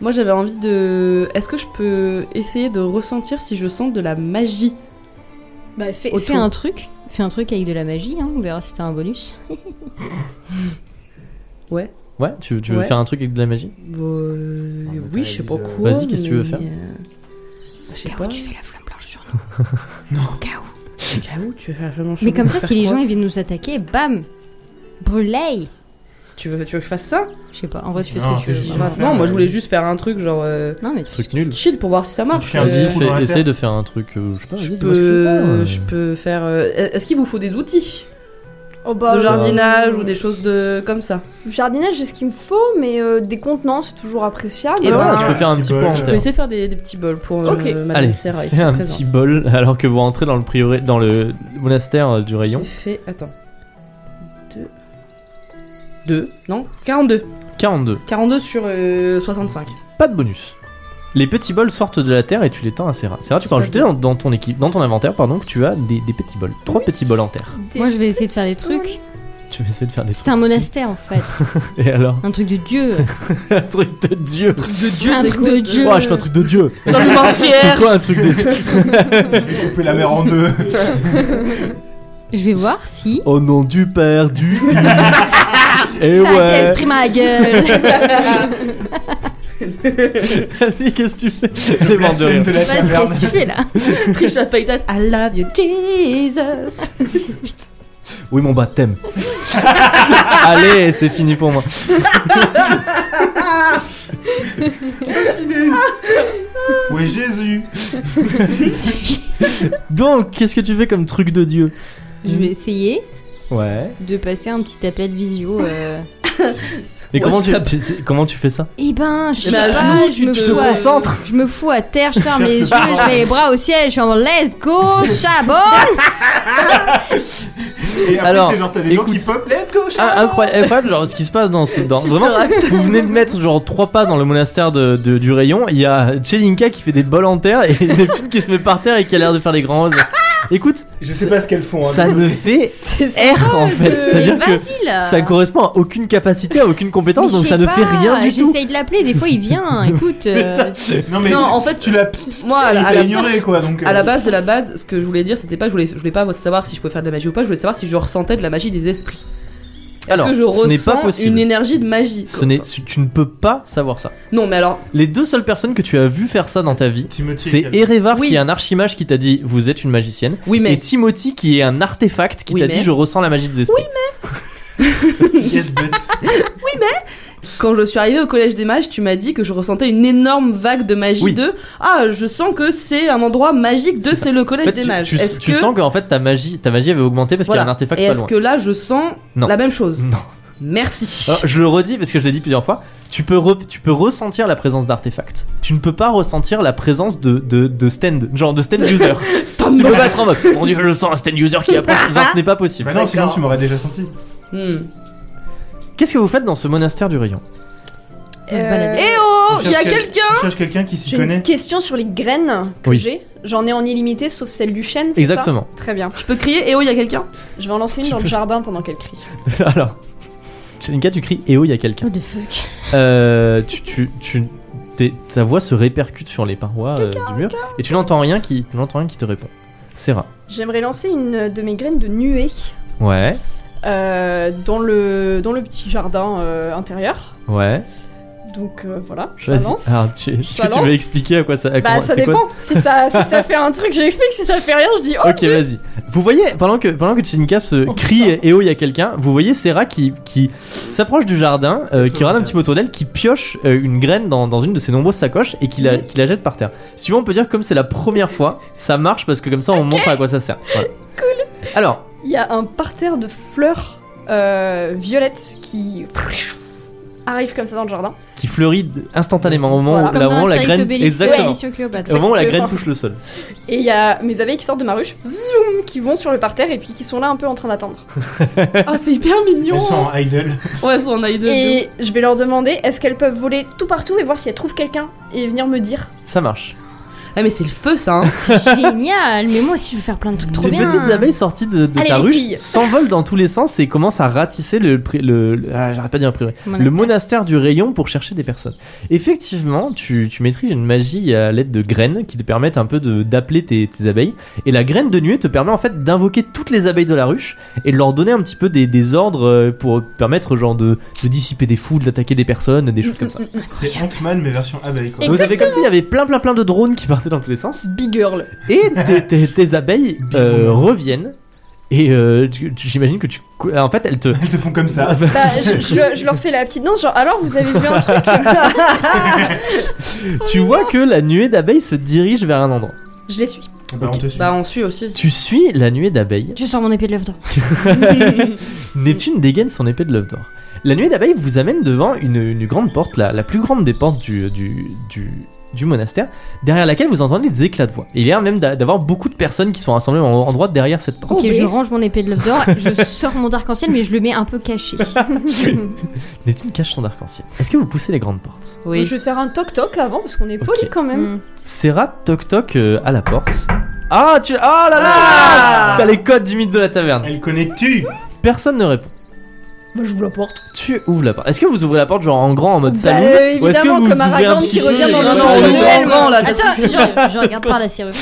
Moi j'avais envie de. Est-ce que je peux essayer de ressentir si je sens de la magie
Bah, fais,
Autour.
fais un truc. Fais un truc avec de la magie, hein. on verra si t'as un bonus.
Ouais, tu, tu veux
Ouais.
faire un truc avec de la magie
Euh,
Ah, mais t'as
Oui, je sais pas
les, euh,
quoi.
Vas-y, qu'est-ce que tu veux
mais,
faire
euh, Je sais pas.
K.O. tu fais la flamme blanche sur
K.O., tu veux faire vraiment
Mais comme
chaud,
ça,
faire
si les
quoi
gens ils viennent nous attaquer, bam Brûlez
Tu veux, tu veux que je fasse ça
Je sais pas, en vrai, tu fais
Non,
ce que tu
c'est-
veux.
Ouais.
Non, moi je voulais juste faire un truc genre euh,
Non, mais tu fais ce
Truc
que tu
nul.
chill pour voir si ça marche.
fais un
Euh,
Vas-y,
trou
fais-
dans la
essaye de
terre.
faire un truc, euh, je sais pas,
Je
vas-y, dis-moi ce que tu veux faire,
peux,
euh.
je peux faire. euh, Est-ce qu'il vous faut des outils
Oh bah,
de
euh,
jardinage ou des choses de comme ça
Jardinage, c'est ce qu'il me faut, mais euh, des contenants, c'est toujours appréciable.
Ah,
Euh,
Et ben,
tu peux faire un petit peu en
Je
Je
terre.
peux essayer de faire des, des petits bols pour euh,
Ok.
Madame
Allez,
Serra ici
Fais un
présente.
petit bol <laughs> alors que vous rentrez dans le, priori- dans le monastère euh, du rayon.
J'ai fait. Attends. 2. 2. Non, 42.
42.
42 sur euh, 65.
Pas de bonus. Les petits bols sortent de la terre et tu les tends à Serra. Serra, tu peux rajouter dans, dans ton équipe, dans ton inventaire, pardon, que tu as des, des petits bols. Trois petits bols en terre.
Moi, je vais essayer de faire des trucs.
Tu vas essayer de faire des
C'est un
trucs
monastère en fait.
aussi. Et
<laughs>
alors
Un truc de dieu.
Un truc de dieu
Truc de Dieu,
Un
c'est
truc
quoi,
de
ça
Dieu.
Oh, je fais un truc de
<laughs>
dieu
Dans le
C'est
mortière.
quoi un truc de dieu
Je vais couper la mer en deux.
Je vais voir si.
Au nom du Père, du Fils Et
<laughs> Ça a été
ouais
esprit ma gueule
<laughs> Vas-y, qu'est-ce que tu fais
Le
<laughs> Les morts de
blasphème
rire.
de la
Vas-y,
caverne.
qu'est-ce que tu fais là
Trisha Paytas, I love you, Jesus.
Oui, mon baptême. Allez, c'est fini pour moi.
Oui, Jésus.
Donc, qu'est-ce que tu fais comme truc de dieu
Je vais essayer
Ouais.
de passer un petit appel visio. euh.
Mais comment tu,
WhatsApp.
tu sais- <laughs> comment tu fais ça
Eh ben, je sais
ben, à
pas,
genoux,
je
tu
me
te-
fous
te
à-
concentres.
Je me fous à terre, je ferme
<laughs>
les yeux, je mets les bras au ciel, je suis en mode let's go,
<laughs>
chabot
Et après,
Alors,
c'est genre, t'as des gens qui pop, let's
Oh,
go, chat.
Ah, incroyable, incroyable, genre ce qui se passe dans ce. Dans,
Sister
vraiment, vous venez de mettre genre trois pas dans le monastère de, de- du rayon. Il y a Chelinka qui fait des bols en terre et <laughs> Neptune qui se met par terre et qui a l'air de faire des grands. Écoute,
Je sais pas ce qu'elles font. hein,
ça
mais-
ne fait
C'est
R en fait. C'est-à-dire que
Euh, Vas-y là
ça correspond à aucune capacité, à aucune compétence,
Mais
donc
je
ça
sais
ne
pas,
fait rien du tout.
J'essaye de l'appeler, des fois il
<laughs>
vient, écoute. euh,
Non, mais
Non,
tu-
en fait,
tu l'as
Moi, à
tu
la, à
l'as
la-
ignoré, quoi. Donc,
à
euh,
la base de la base, ce que je voulais dire, c'était pas, je voulais, je voulais pas savoir si je pouvais faire de la magie ou pas, je voulais savoir si je ressentais de la magie des esprits. Est-ce
Alors,
que je
ce n'est pas
ressens
possible.
une énergie de magie
Ce n'est, tu, tu ne peux pas savoir ça.
Non, mais alors,
Les deux seules personnes que tu as vu faire ça dans ta vie,
Timothy
c'est
et
Erevar
Oui.
qui est un archimage qui t'a dit vous êtes une magicienne.
oui, mais.
Et Timothy qui est un artefact qui
Oui,
t'a
mais-
dit je ressens la magie des esprits.
Calvin. Yes, but.
<laughs>
Quand je suis arrivée au collège des mages, tu m'as dit que je ressentais une énorme vague de magie
Oui.
de Ah, je sens que c'est un endroit magique de
C'est
c'est le collège
En fait,
des
tu-
mages.
Tu,
Est-ce
tu
que
sens que en fait ta magie, ta magie avait augmenté parce qu'il y a un
voilà.
artefact
Et
pas
est-ce
loin.
que là je sens
Non.
la même chose
Non. Ah,
Merci. <laughs>
Alors, je le redis parce que je l'ai dit plusieurs fois. Tu peux re- tu peux ressentir la présence d'artefacts. Tu ne peux pas ressentir la présence de de, de stand, genre de
<laughs>
stand user. tu peux pas être en mode. Mon dieu, je sens un stand user qui approche. Non, ce n'est pas possible.
Bah non, sinon
D'accord.
tu m'aurais déjà senti.
Hmm.
Qu'est-ce que vous faites dans ce monastère du rayon
On se balade.
Eh,
Eh oh,
Je
il y a
cherche quel-
quelqu'un
Je cherche quelqu'un qui s'y
J'ai une
connaît.
question sur les graines que
Oui.
j'ai. J'en ai en illimité sauf celle du chêne. c'est
Exactement. <laughs>
ça Très bien.
Je peux crier Eh oh, il y a quelqu'un
Je vais en lancer une
Tu
dans
peux-
le jardin pendant qu'elle crie.
Alors, Chelinka, tu cries Eh oh, il y a quelqu'un.
What the fuck
Euh, tu, tu, tu, t'es- ta voix se répercute sur les parois euh, du mur et tu n'entends rien qui, tu n'entends rien qui te répond. C'est rare.
J'aimerais lancer une de mes graines de nuée
Ouais,
euh, dans, le, dans le petit jardin euh, intérieur.
ouais.
Donc euh, voilà, je la
Vas-y.
lance.
Alors, tu- est-ce que tu
balance.
veux expliquer à quoi ça, à
bah
comment-
ça
c'est quoi-
dépend. Si, ça, si ça fait un truc, j'explique. Si ça fait rien, je dis oh,
Ok, vas-y. Vous voyez, pendant que, pendant que Tchinka se crie et eh oh, il y a quelqu'un, vous voyez Serra qui, qui s'approche du jardin, euh, qui regarde un petit peu autour d'elle, qui pioche euh, une graine dans, dans une de ses nombreuses sacoches et qui la, qui la jette par terre. Si tu veux, on peut dire que comme c'est la première fois, ça marche parce que comme ça, on montre à quoi ça sert. Cool. Alors,
Il y a un parterre de fleurs euh, violettes qui arrive comme ça dans le jardin.
qui fleurit instantanément au moment
Voilà.
où,
Comme
là, au
dans
moment où la
Astérix
graine.
Obélix,
Exactement.
ouais, Monsieur Cléopâtre.
Au moment où la graine
Exactement.
touche le sol.
Et il y a mes abeilles qui sortent de ma ruche, zoom, qui vont sur le parterre et puis qui sont là un peu en train d'attendre.
Ah, c'est hyper mignon.
Elles sont en
<laughs>
idle.
Ouais, elles sont en idol.
Et je vais leur demander est-ce qu'elles peuvent voler tout partout et voir si elles trouvent quelqu'un et venir me dire.
Ça marche.
Ah, mais c'est le feu, ça. hein.
C'est génial, mais moi aussi je veux faire plein de trucs trop
Les
bien. hein.
petites abeilles sorties de, de
Allez,
ta
les
ruche
filles.
s'envolent dans tous les sens et commencent à ratisser le. pri- le, le- ah, J'arrête pas de dire le privé. le monastère du rayon pour chercher des personnes. Effectivement, tu, tu maîtrises une magie à l'aide de graines qui te permettent un peu de- d'appeler tes, tes abeilles. Et la graine de nuée te permet en fait d'invoquer toutes les abeilles de la ruche et de leur donner un petit peu des, des ordres euh, pour permettre genre de, de dissiper des foules, d'attaquer des personnes, des choses comme ça.
C'est Ant-Man, mais version abeille, quoi.
Et-
Vous avez comme s'il y avait plein plein plein de drones qui partaient dans tous les sens.
Big girl.
Et tes, tes- tes abeilles euh, reviennent. Et euh, tu- tu- j'imagine que tu... En fait, elles te...
<laughs> Elles te font
<laughs>
comme ça.
Bah, je, je- je leur fais la petite danse, genre alors vous avez vu un truc
<laughs> tu vois que la nuée d'abeilles se dirige vers un endroit.
Je les suis.
Bah, on te suit.
Bah, on suit aussi.
Tu suis la nuée d'abeilles
Je sors mon épée de l'œuf d'or.
Neptune dégaine son épée de l'œuf d'or. La nuée d'abeilles vous amène devant une, une grande porte, la, la plus grande des portes du, du, du, du monastère, derrière laquelle vous entendez des éclats de voix. Il y a même d'a- d'avoir beaucoup de personnes qui sont rassemblées en endroit derrière cette porte.
Ok,
Oh,
je
mais-
range mon épée de l'œuf d'or, je sors mon arc-en-ciel, mais je le mets un
<laughs>
peu caché.
Neptune cache son arc-en-ciel. Est-ce que vous poussez les grandes portes
Oui.
Je vais faire un toc toc avant parce qu'on est poli
Ok.
quand même.
Oh,
Hmm.
Serra toc toc euh, à la porte. Ah, tu. Ah là là T'as les codes du mythe de la taverne.
Elle connaît tu
Personne ne répond.
Bah, je vous la porte.
Tu ouvres la porte. Est-ce que vous ouvrez la porte genre en grand en mode
Bah,
salut
euh,
Ou est-ce que vous
évidemment, comme
ouvrez un
Aragorn
petit
qui
peu
Mm.
revient dans
Non,
le
non,
monde
on
réel.
est en grand là. ça-
Attends, je, je regarde par la serrure.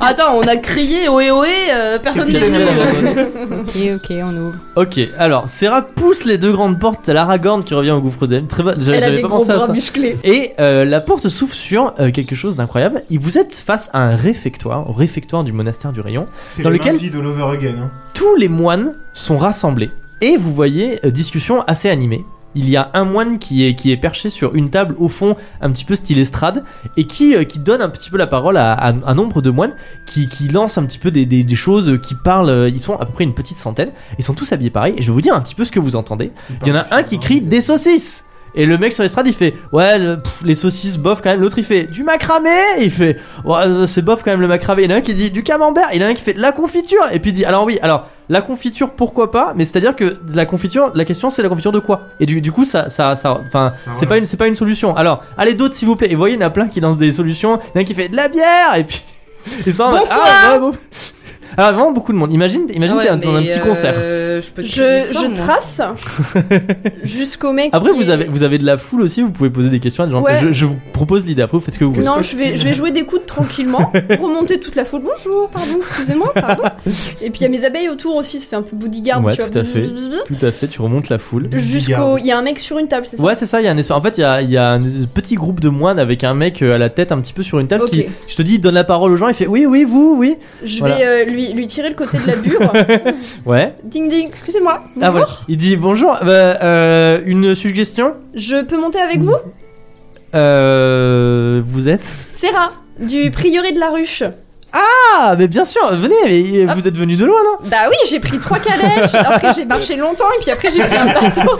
Attends, on a crié ohé ohé, euh, personne n'est venu.
Ok, ok, on ouvre.
Ok, alors Serra pousse les deux grandes portes, t'as l'Aragorn qui revient au gouffre d'Elm, très bonne, j'avais
Elle a
j'avais
des
pas
gros
pensé à
bras
ça.
musclés.
Et euh, la porte s'ouvre sur euh, quelque chose d'incroyable, et vous êtes face à un réfectoire, au réfectoire du monastère du rayon,
C'est
Dans
le
lequel-
lequel de l'over again. hein.
tous les moines sont rassemblés, et vous voyez euh, discussion assez animée. Il y a un moine qui est, qui est perché sur une table au fond, un petit peu style estrade, et qui, euh, qui donne un petit peu la parole à, à un nombre de moines qui, qui lancent un petit peu des, des- des choses, euh, qui parlent. euh, Ils sont à peu près une petite centaine, ils sont tous habillés pareil, et je vais vous dire un petit peu ce que vous entendez. Il y en a un qui crie des saucisses et le mec sur l'estrade il fait ouais le- pff, les saucisses bof quand même l'autre il fait du macramé et il fait ouais euh, c'est bof quand même le macramé il y en a un qui dit du camembert il y en a un qui fait de la confiture et puis il dit alors oui alors la confiture pourquoi pas mais c'est à dire que la confiture la question c'est la confiture de quoi et du, du coup ça ça ça enfin c'est
Ça relance.
pas une c'est pas une solution alors allez d'autres s'il vous plaît et vous voyez il y en a plein qui lancent des solutions il y en a un qui fait de la bière et puis <laughs> ils sont en mode,
Bonsoir Ah
ah, ouais, bon. alors vraiment beaucoup de monde imagine imagine t'es dans un petit concert
euh, Je, peux te
Je,
crier
je
fort,
<laughs>
moi.
trace jusqu'au mec.
Après,
qui
vous
est-
avez, vous avez de la foule aussi, vous pouvez poser des questions à des gens.
Ouais.
Je, je vous propose l'idée, après vous faites ce que vous voulez.
Non, je vais, je vais jouer des
<laughs>
coudes tranquillement, remonter toute la foule. Bonjour, pardon, excusez-moi, pardon. Et puis il y a mes abeilles autour aussi, ça fait un peu bodyguard.
ouais,
tu vois,
tout à
bzz,
fait.
bzz, bzz, bzz.
Tout à fait, tu remontes la foule.
Jusqu'au.
Bodyguard.
Il y a un mec sur une table, c'est ça
Ouais, c'est ça, il y a un espace. En fait, il y a, il y a un petit groupe de moines avec un mec euh, à la tête un petit peu sur une table
Ok.
qui, je te dis, il donne la parole aux gens, il fait oui, oui, vous, oui.
Je
Voilà.
vais euh, lui, lui tirer le côté de
<laughs>
la bure.
Ouais.
ding ding, excusez-moi.
Ah
bonjour.
voilà. Il dit bonjour, euh, euh, une suggestion
Je peux monter avec vous
euh, Vous êtes
Serra, du prieuré de la ruche.
Ah, mais bien sûr, venez, mais, euh,
Hop.
vous êtes venu de loin là
Bah oui, j'ai pris trois calèches, après j'ai marché longtemps, et puis après j'ai pris un bateau.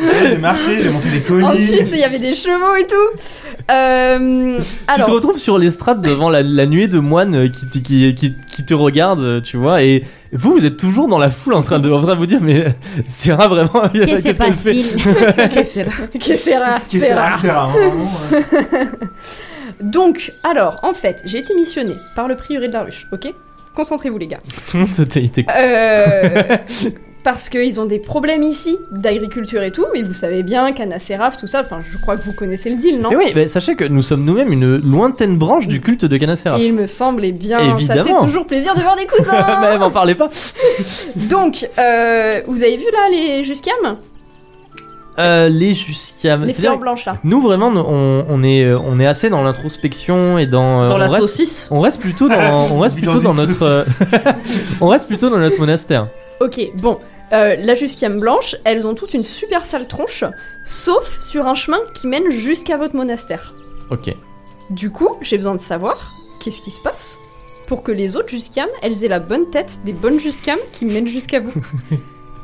Ouais, J'ai marché, j'ai monté des colis.
Ensuite, il y avait des chevaux et tout. Euh, alors,
Tu te retrouves sur l'estrade devant la, la nuée de moines euh, qui, te- qui, qui, qui te regardent, euh, tu vois, et vous, vous êtes toujours dans la foule en train de, en train de vous dire, mais euh, Sarah, vraiment,
Qu'est-ce que
qu'est-ce qu'elle fait
passe-t-il
<laughs> que Serra,
Qu'est-ce que c'est
Serra.
rare, c'est rare, hein, vraiment, ouais.
Donc, alors, en fait, j'ai été missionnée par le prieuré de la ruche, ok Concentrez-vous, les gars.
<laughs> Tout le monde se tait, il t'écoute.
Euh, Parce qu'ils ont des problèmes ici, d'agriculture et tout, mais vous savez bien, canne à sérave, tout ça, enfin je crois que vous connaissez le deal, non
Mais oui, bah, sachez que nous sommes nous-mêmes une lointaine branche du culte de Canacera. <laughs>
Il me semble, eh bien, ça fait
Évidemment.
toujours plaisir de voir des
<laughs>
cousins
Mais m'en parlez pas.
Donc, euh, vous avez vu là les Juscam
Euh, les jusqu'à.
Les
c'est-à-dire
fleurs blanches là.
Nous vraiment, on, on est, euh, on est assez dans l'introspection et dans. euh,
Dans
on,
la
reste,
saucisse
on reste plutôt
<laughs>
dans, on reste
Vit dans
plutôt dans
une
notre, euh,
saucisse.
<laughs> on reste plutôt dans notre monastère.
Ok, bon. Euh, la Jusquiame blanche, elles ont toutes une super sale tronche, sauf sur un chemin qui mène jusqu'à votre monastère.
Ok.
Du coup, j'ai besoin de savoir qu'est-ce qui se passe pour que les autres Jusquiam, elles aient la bonne tête des bonnes Jusquiam qui mènent jusqu'à
<laughs>
vous.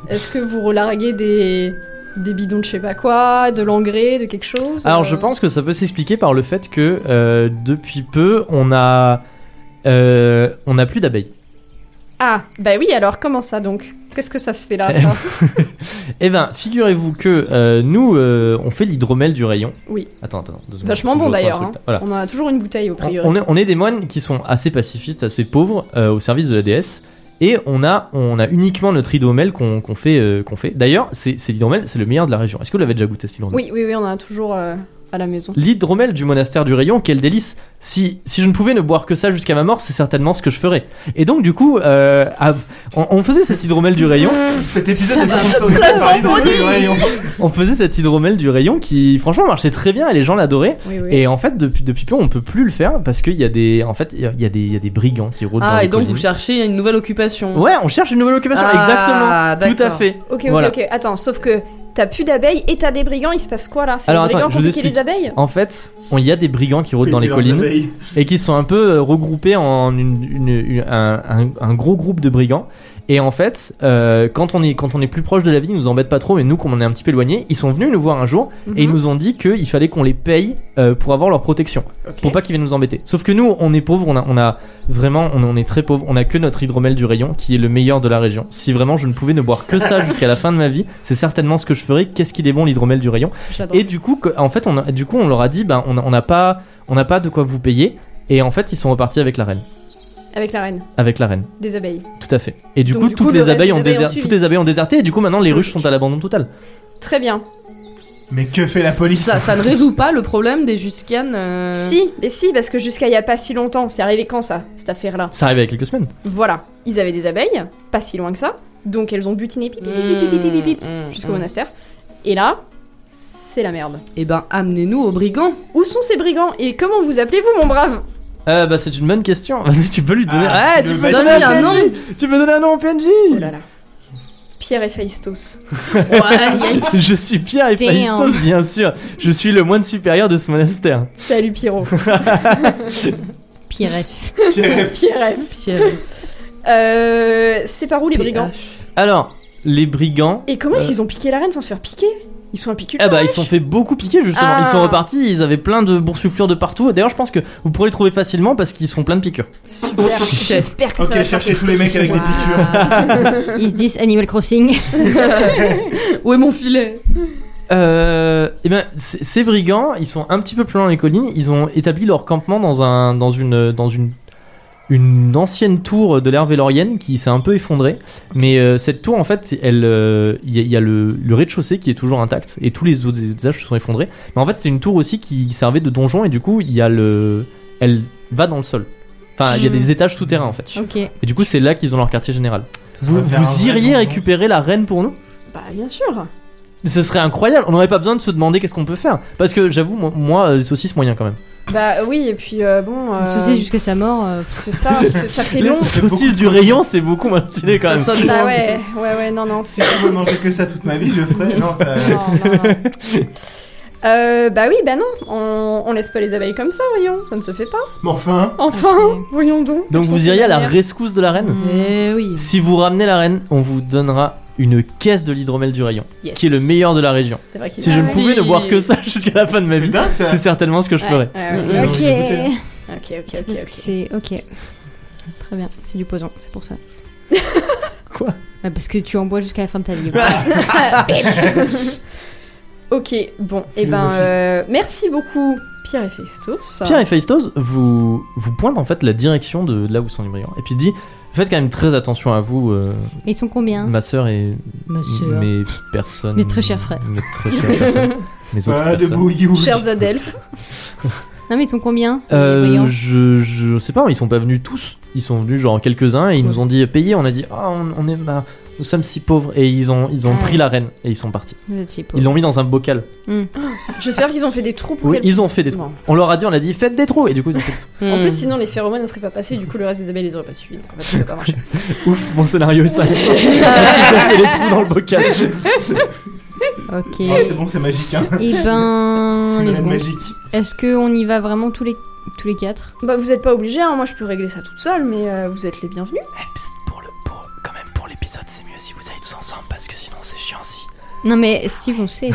Est-ce que vous relarguez des, des bidons de je sais pas quoi, de l'engrais, de quelque chose
Alors
euh,
je pense que ça peut s'expliquer par le fait que euh, depuis peu, on a, euh, on a plus d'abeilles.
Ah, bah oui, alors comment ça donc Qu'est-ce que ça se fait là
<laughs>
ça
Eh ben, figurez-vous que euh, nous, euh, on fait l'hydromel du rayon.
Oui.
Attends, attends. deux secondes,
Vachement
je
bon
vois
d'ailleurs,
un truc, là. Voilà.
On en a toujours une bouteille au priori.
On, on est, on est des moines qui sont assez pacifistes, assez pauvres, euh, au service de la déesse. Et on a, on a uniquement notre hydromel qu'on qu'on fait. euh, qu'on fait. D'ailleurs, c'est c'est l'hydromel, c'est le meilleur de la région. Est-ce que vous l'avez déjà goûté, cet hydromel
Oui, oui, oui, on en a toujours euh, à la maison.
L'hydromel du monastère du rayon, quel délice si, si je ne pouvais ne boire que ça jusqu'à ma mort, c'est certainement ce que je ferais. Et donc, du coup, euh, à- on, on faisait cet hydromel du rayon,
hein.
<laughs>
Cet épisode est sponsorisé par les Dents du Rayon.
on faisait cet hydromel du rayon qui, franchement, marchait très bien et les gens l'adoraient.
Oui, oui.
Et en fait, depuis, depuis peu, on peut plus le faire parce qu'il y a des, en fait, il y a des, il y a des brigands qui rôdent dans
Ah,
les
et donc vous
collines.
cherchez une nouvelle occupation.
Ouais, on cherche une nouvelle occupation,
Ah,
exactement. Tout à
d'accord.
fait.
Ok, ok,
Voilà.
ok. Attends, sauf que t'as plus d'abeilles et t'as des brigands, il se passe quoi là C'est les
Alors,
brigands
attends, je
qui ont
vous
piqué les abeilles
En fait, on- il y a des brigands qui rôdent dans les
Péter leurs
collines.
abeilles.
et qui sont un peu euh, regroupés en une- une- une- un, un- un gros groupe de brigands. Et en fait, euh, quand, on est, quand on est plus proche de la ville, ils nous embêtent pas trop, mais nous, comme on est un petit peu éloignés, ils sont venus nous voir un jour et ils nous ont dit qu'il fallait qu'on les paye euh, pour avoir leur protection, pour pas qu'ils viennent nous embêter. Sauf que nous, on est pauvres, on a, on a vraiment, on, on est très pauvres, on a que notre hydromel du rayon qui est le meilleur de la région. Si vraiment je ne pouvais ne boire que ça jusqu'à la fin de ma vie, c'est certainement ce que je ferais. Qu'est-ce qu'il est bon l'hydromel du rayon
J'adore.
et du coup, que- en fait, on, a- du coup, on leur a dit, ben, on n'a on n'a pas, on n'a pas de quoi vous payer. Et en fait, ils sont repartis avec la reine,
Avec la reine,
avec la reine,
des abeilles.
tout à fait. Et du
Donc,
coup,
du coup,
toutes
le
les
reste
abeilles
des
ont
abeilles ont
déserté,
suivi.
toutes les abeilles ont déserté. Et du coup, maintenant, les ruches sont à l'abandon total.
Très bien.
Mais que fait la police
Ça, ça ne résout pas le problème des euh, Jusquian.
Euh.
Si, mais si, parce que jusqu'à il y a pas si longtemps, c'est arrivé quand ça, cette affaire là
Ça arrive il y a quelques semaines.
Voilà, ils avaient des abeilles, pas si loin que ça, donc elles ont butiné pipi, pipi, pipi, pipi, pipi,
Hmm,
Euh.
jusqu'au monastère. Et là, c'est la merde.
Et ben, amenez-nous aux brigands.
Où sont ces brigands et comment vous appelez-vous, mon brave
Euh, bah, c'est une bonne question. <laughs> Vas-y, tu peux lui donner.
Ah,
Ouais,
tu
tu
le
peux
bâtis.
donner un
Donne-lui un
PNJ. Tu peux donner un nom au PNJ.
Oh là là. Pierre et Phaistos.
Je suis Pierre et
Damn.
Phaistos, bien sûr. Je suis le moine supérieur de ce monastère.
Salut Pierrot.
<laughs>
<laughs>
Pire
Pierre F.
Pierre F.
Pierre.
Euh, c'est par où les brigands
Alors, les brigands.
Et comment
Euh.
est-ce qu'ils ont piqué la reine sans se faire piquer Ils sont apiculteurs
Eh bah ils se sont fait beaucoup piquer justement,
Ah.
ils sont repartis, ils avaient plein de boursouflures de partout. D'ailleurs je pense que vous pourrez les trouver facilement parce qu'ils sont pleins de piqûres. <laughs>
Super, j'espère que ça
Ok,
va
cherchez
sortir.
tous les mecs avec des piqûres.
Ils se disent Animal Crossing.
Où est mon filet
Euh, eh ben c- ces brigands, ils sont un petit peu plus loin dans les collines, ils ont établi leur campement dans un dans une dans une une ancienne tour de l'ère vélorienne qui s'est un peu effondrée, mais euh, cette tour en fait, elle, euh, il y, a- il y a le, le rez-de-chaussée qui est toujours intact et tous les autres étages se sont effondrés. Mais en fait, c'est une tour aussi qui servait de donjon et du coup, il y a le, elle va dans le sol. Enfin, il y a des étages souterrains en fait.
Ok.
Et du coup, c'est là qu'ils ont leur quartier général. Vous,
va faire un
vous
vrai
iriez
donjon.
récupérer la reine pour nous
Bah bien sûr.
Mais Ce serait incroyable. On n'aurait pas besoin de se demander qu'est-ce qu'on peut faire. Parce que j'avoue, moi- moi, euh, les saucisses moyen quand même.
Bah oui, et puis euh, bon. euh,
Ceci jusqu'à sa mort. euh, pff,
C'est ça, c'est- ça fait
les <laughs>
long.
c'est beaucoup
saucisses du
trop
rayon, c'est beaucoup moins stylé quand
Ça
même.
sonne
Ah ouais, ouais, ouais, non, non.
Si je pouvais manger que ça toute ma vie, je ferais. Non,
<laughs>
ça.
non, non, non. Euh, bah oui, bah non, on, on laisse pas les abeilles comme ça, voyons, ça ne se fait pas.
Mais enfin,
Enfin, voyons donc.
Ah, Donc
Elles
vous
sont
iriez à la
manières.
rescousse de la
Mm.
reine.
Eh oui.
Si vous ramenez la reine, on vous donnera une caisse de l'hydromel du rayon,
Yes.
qui est le meilleur de la région.
C'est vrai qu'il
Si
est-
je ne
ouais.
pouvais ne
Si.
boire que ça <laughs> jusqu'à la fin de ma
c'est
vie,
dingue
c'est
ça.
certainement ce que je
Ouais,
ferais.
ouais, ouais.
Ok.
Ok, ok,
C'est
ok.
parce que
ok.
c'est. Ok. Très bien. C'est du poison, c'est pour ça.
Quoi
Bah, Parce que tu en bois jusqu'à la fin de ta vie.
Ok, bon, et ben
Philosophie.
euh, merci beaucoup Pierre et Festus.
Pierre et Phaistos vous, vous pointent en fait la direction de, de là où sont les brigands. Et puis dit Faites quand même très attention à vous, euh,
Ils sont combien
ma sœur et
Monsieur.
mes personnes.
Mes très chers frères.
Mes très chères
<laughs>
<laughs>
personnes. Mes autres
Ah, de
personnes.
bouillou.
Chers Adelphes.
Non, mais ils sont combien
Euh,
Les voyants.
je, je sais pas, ils sont pas venus tous. Ils sont venus genre quelques-uns et ils nous ont dit payez. On a dit ah on, on est marre, nous sommes si pauvres et ils ont ils ont
Ah.
pris la reine et ils sont partis.
Vous êtes chez Pau.
Ils l'ont mis dans un bocal.
J'espère qu'ils ont fait des trous pour
Oui,
qu'elles
ils ont fait des trous.
Bon.
On leur a dit on a dit faites des trous et du coup ils ont fait des trous.
Hmm.
En plus, sinon, les phéromones ne seraient pas passés, du coup, le reste des abeilles les aurait pas suivis. donc en fait, ça peut pas marcher.
Ouf mon scénario est
<laughs>
sale. ils ont fait des trous dans le bocal.
Ok.
Ah, c'est bon, c'est magique, hein.
Et ben.
C'est une
les
reine
secondes.
magique.
Est-ce qu'on y va vraiment tous les, tous les quatre
bah, vous êtes pas obligés, hein, moi je peux régler ça toute seule, mais euh, vous êtes les bienvenus.
Eh, psst, pour le pour- quand même pour l'épisode c'est mieux si vous allez tous ensemble parce que sinon c'est chiant si.
Non, mais Steve,
<laughs>
on sait.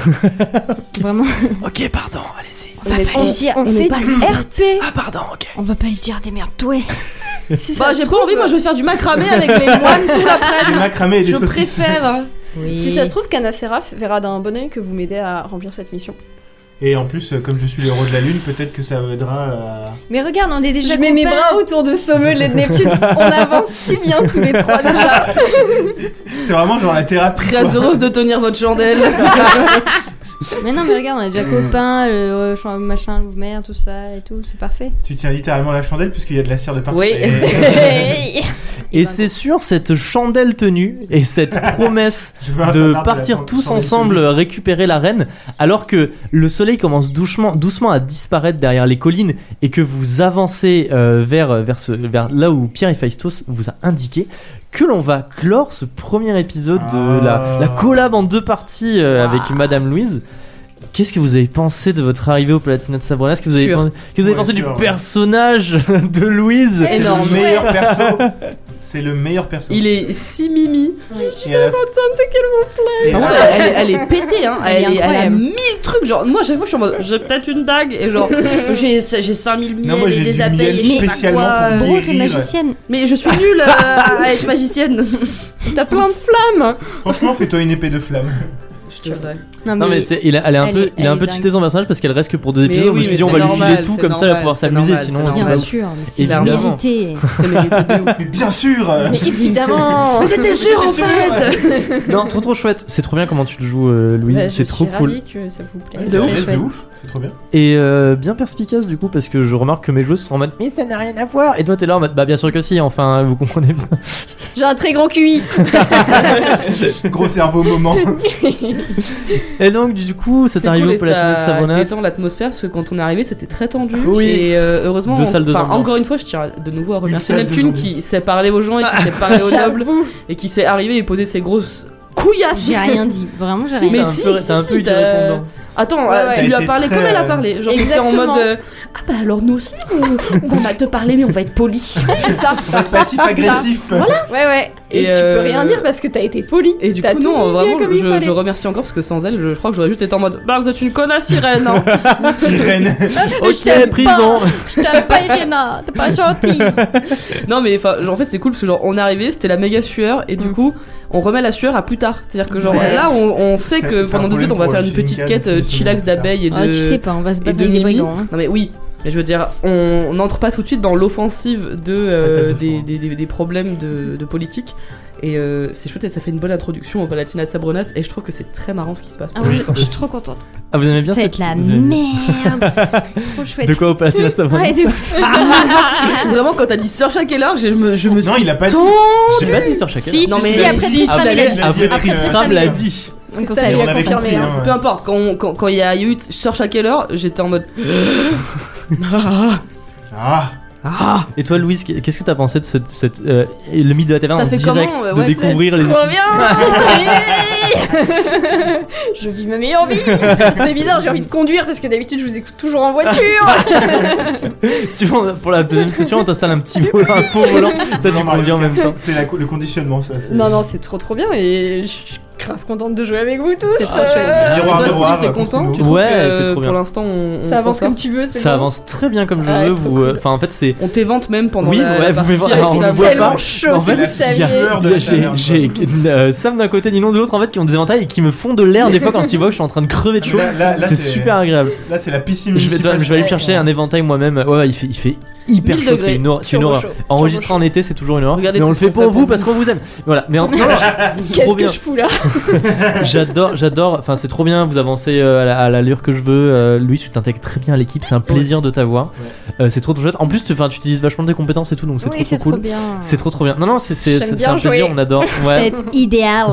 vraiment.
Ok pardon allez-y.
On, est- on- on fait du RP.
Ah pardon ok.
On va pas se dire des merdes, ouais.
Si ça
Bah,
se
j'ai pas
trouve-
envie, moi je vais faire du macramé avec <laughs> les moines tout l'après.
Des macramés et des
Je
saucisses.
préfère.
Si ça se trouve, Canacéraf verra d'un bon oeil que vous m'aidez à remplir cette mission.
<laughs> Et en plus, euh, comme je suis l'héros de la lune, peut-être que ça m'aidera à.
Mais regarde, on est déjà.
je mets mes
copains.
bras autour de Sommel et de Neptune. <laughs> on avance si bien tous les trois déjà.
C'est vraiment genre la thérapie.
Très heureuse de tenir votre chandelle.
Mais non, mais regarde, on est <laughs> déjà copains, le euh, machin, l'ouvre-mer, tout ça et tout, c'est <laughs> parfait.
Tu tiens littéralement la chandelle puisqu'il y a de la cire de partout.
Oui.
Et- <laughs>
Et c'est sur cette chandelle tenue et cette promesse
Je veux un
de
fanart la
partir
chandelle
tous
tenue.
ensemble récupérer la reine alors que le soleil commence doucement, doucement à disparaître derrière les collines et que vous avancez euh, vers, vers, ce, vers là où Pierre et Phaistos vous a indiqué que l'on va clore ce premier épisode de la,
Ah.
la collab en deux parties euh, avec Madame Louise. Qu'est-ce que vous avez pensé de votre arrivée au Palatinat de Sabrina Qu'est-ce que vous avez
Sûr.
pensé, qu'est-ce que vous avez
Ouais,
pensé
sûr,
du
ouais.
personnage <laughs> de Louise
C'est
Énorme.
le meilleur perso.
<laughs>
C'est le meilleur perso.
Il est si mimi.
Euh,
Et à la- Et
Ah ouais,
à-
elle, est- elle est pétée, hein.
Elle est
Elle, est- elle a
incroyable.
mille trucs. Genre, moi, à chaque fois, je suis en mode, j'ai peut-être une dague. Et <laughs> genre, j'ai j'ai 5000 miels
Non, moi,
et
j'ai
des
du
abeilles.
miel
et je sais pas
spécialement
quoi.
pour
Bro, t'es
guérir. euh,
<laughs> magicienne.
Mais je suis
<laughs>
nulle euh, à être magicienne. T'as plein de flammes.
Franchement, fais-toi une épée de flamme.
Je te vrai.
Non mais c'est, il a, elle est un
Elle
peu,
est-
il a un
elle
peu
est
cheaté son personnage parce qu'elle reste que pour deux
Mais
épisodes.
oui,
je me suis
mais
dit on va
c'est
lui filer
normal,
tout
c'est
comme ça, elle va
normal,
pouvoir
c'est
s'amuser.
normal,
Sinon,
c'est
c'est
Bien
pas-
normal.
sûr, mais c'est la
Évidemment.
<laughs> vérité.
Mais bien sûr euh,
Mais évidemment
<laughs>
C'était sûr, en fait.
Non, trop trop chouette. C'est trop bien comment tu le joues, euh, Louise.
Bah, je
c'est trop
suis
cool.
ravie que ça vous plaise.
Ouais,
De
ça
ouf.
reste de
Chouette.
ouf, c'est trop bien.
Et euh, bien perspicace du coup, parce que je remarque que mes joueuses sont en mode Mais ça n'a rien à voir. Et toi, t'es là en mode Bah, bien sûr que si, enfin, vous comprenez
<laughs>
pas.
J'ai un très grand QI.
Gros cerveau moment.
Et donc, du coup, c'est
C'est cool
arrivé
et
au Palatinate
ça
Savonas.
détend l'atmosphère parce que quand on est arrivé c'était très tendu
Ah
Oui.
et euh, heureusement
Deux
on-
salles, deux
enfin,
ambiances.
encore une fois je tiens à- de nouveau à remercier
salle, deux
Neptune
ambiances.
qui sait parler aux gens et qui sait
<laughs>
parler aux nobles et qui s'est arrivé et poser ses grosses couillasses
Ah, <laughs> J'ai rien dit, vraiment j'ai
Si,
rien
mais
T'as
dit.
un
si,
peu-
si,
t'as un
si,
peu eu du
t'as-
répondant.
attends
Ouais,
euh,
ouais.
tu lui
T'as
as
été
parlé
très,
comme elle a
euh,
parlé genre j'étais en
Exactement.
mode euh, ah bah alors nous aussi on, on va te parler mais on va être poli
C'est ça.
Passif agressif.
Ouais, ouais. Et,
Et
tu
euh,
peux rien dire parce que t'as été poli.
et du
T'as
coup
tout
non
dit
vraiment
comme il
je,
fallait.
je remercie encore parce que sans elle je, je crois que j'aurais juste été en mode bah vous êtes une connasse
<laughs>
sirène hein.
Sirène.
Oh,
Ok, prison
<laughs> Je t'aime pas, Irena, t'es pas gentille.
Non mais enfin genre, en fait c'est cool parce que genre on est arrivé, c'était la méga sueur et du
Mm.
coup on remet la sueur à plus tard. C'est-à-dire que genre
Ouais.
là on, on sait
C'est-
que
c'est un
pendant deux
problème
heures on va
pour
faire
le
une petite
Shinkan,
quête euh,
c'est souvent
chillax
plus tard.
d'abeilles et de
Ah, tu sais pas, on va se
et
battre
de
avec des
Mimi.
brigands. hein.
Non mais oui, mais je veux dire on on n'entre pas tout de suite dans l'offensive de, euh,
Attaque de
des,
fond.
des, des- des problèmes de, de politique. Et euh, c'est chouette et ça fait une bonne introduction au Palatinat de Sabronas et je trouve que c'est très marrant ce qui se passe.
Ah oui, je
aussi.
suis trop contente.
Ah, vous aimez bien
ça va
cette
être la
vous aimez bien.
<laughs> merde. trop chouette.
De quoi au Palatinate Savonas
Ouais, de ouf.
<laughs> Vraiment quand t'as dit Sir Shack et Lord, je me, je me
Non, il a pas dit.
Tant-
J'ai pas dit sur chacun.
Si,
Non, mais-
si, après
si,
Tristram,
après,
il a dit.
il a dit
Après,
Tristram,
Tristram
il a
l'a
dit.
dit.
Donc
C'est
ça,
ça,
il
on
a
avait
confirmé.
compris,
hein.
hein.
Peu importe, quand, quand, quand il y a eu Sir Shack et Lord, j'étais en mode.
Ah,
Ah
Et toi, Louise, qu'est-ce que t'as pensé de cette, cette euh, le mythe de la taverne
Ça
en
fait
direct
comment, ouais,
de
ouais,
découvrir les
Trop bien Je vis ma meilleure vie <laughs> C'est bizarre, j'ai envie de conduire parce que d'habitude je vous écoute toujours en voiture
Si tu veux, on- pour la deuxième session, on t'installe un petit volant, un faux volant. Ça, tu
non, Mario
conduis en
Kart.
même temps.
C'est la co- le conditionnement, ça. c'est-
Non, non, c'est trop trop bien et je suis grave contente de jouer avec vous tous
Ah,
Ah, C'est trop
Euh,
chouette.
Miroir,
Toi, Steve,
miroir,
t'es content
contre
Tu trouves
Ouais,
que, euh,
c'est trop bien.
Pour l'instant, on, on
Ça avance
s'en sort
comme tu veux, c'est
Ça
bon
avance très bien comme
Ah,
jeu.
trop
vous, euh, Enfin, en fait, c'est.
On t'évente même pendant
oui,
la, la
ouais, vous
partie.
pouvez voir.
avec
alors, on
sa
le voit
voix.
pas.
tellement chaud,
En
si
fait,
vous
il y a-
saviez
sueur de la
j'ai-
taverne,
J'ai euh, Sam d'un côté, Ninon de l'autre, en fait, qui ont des éventails et qui me font de l'air des fois quand ils voient que je suis en train de crever de chaud.
Là, là- là,
C'est super agréable.
Là, c'est la piscine.
Je vais, je vais aller me chercher un éventail moi-même. Ouais, ouais, il fait, il fait hyper
1000
chaud, c'est
degrés,
une, horreur- c'est une
turbo
horreur.
chaud, turbo
Enregistrer en été, c'est toujours une horreur.
Regardez
mais on
tout
le
ce
fait
qu'on
pour
fait
vous
pour
parce
vous.
qu'on vous aime. Voilà, mais en tout cas,
Qu'est-ce
trop bien.
que je fous là
j'adore, j'adore. Enfin, c'est trop bien, vous avancez euh, à la- à l'allure que je veux. Euh, Louis, tu t'intègres très bien à l'équipe, c'est un plaisir de t'avoir. Euh, c'est trop trop chouette. En plus, tu enfin, tu utilises vachement tes compétences et tout, donc c'est
Oui,
trop,
c'est
trop
trop
cool.
bien.
C'est trop trop bien. Non, non, c'est c'est-
J'aime
c'est- c'est
bien
un plaisir,
jouer.
on adore. Ouais.
C'est idéal.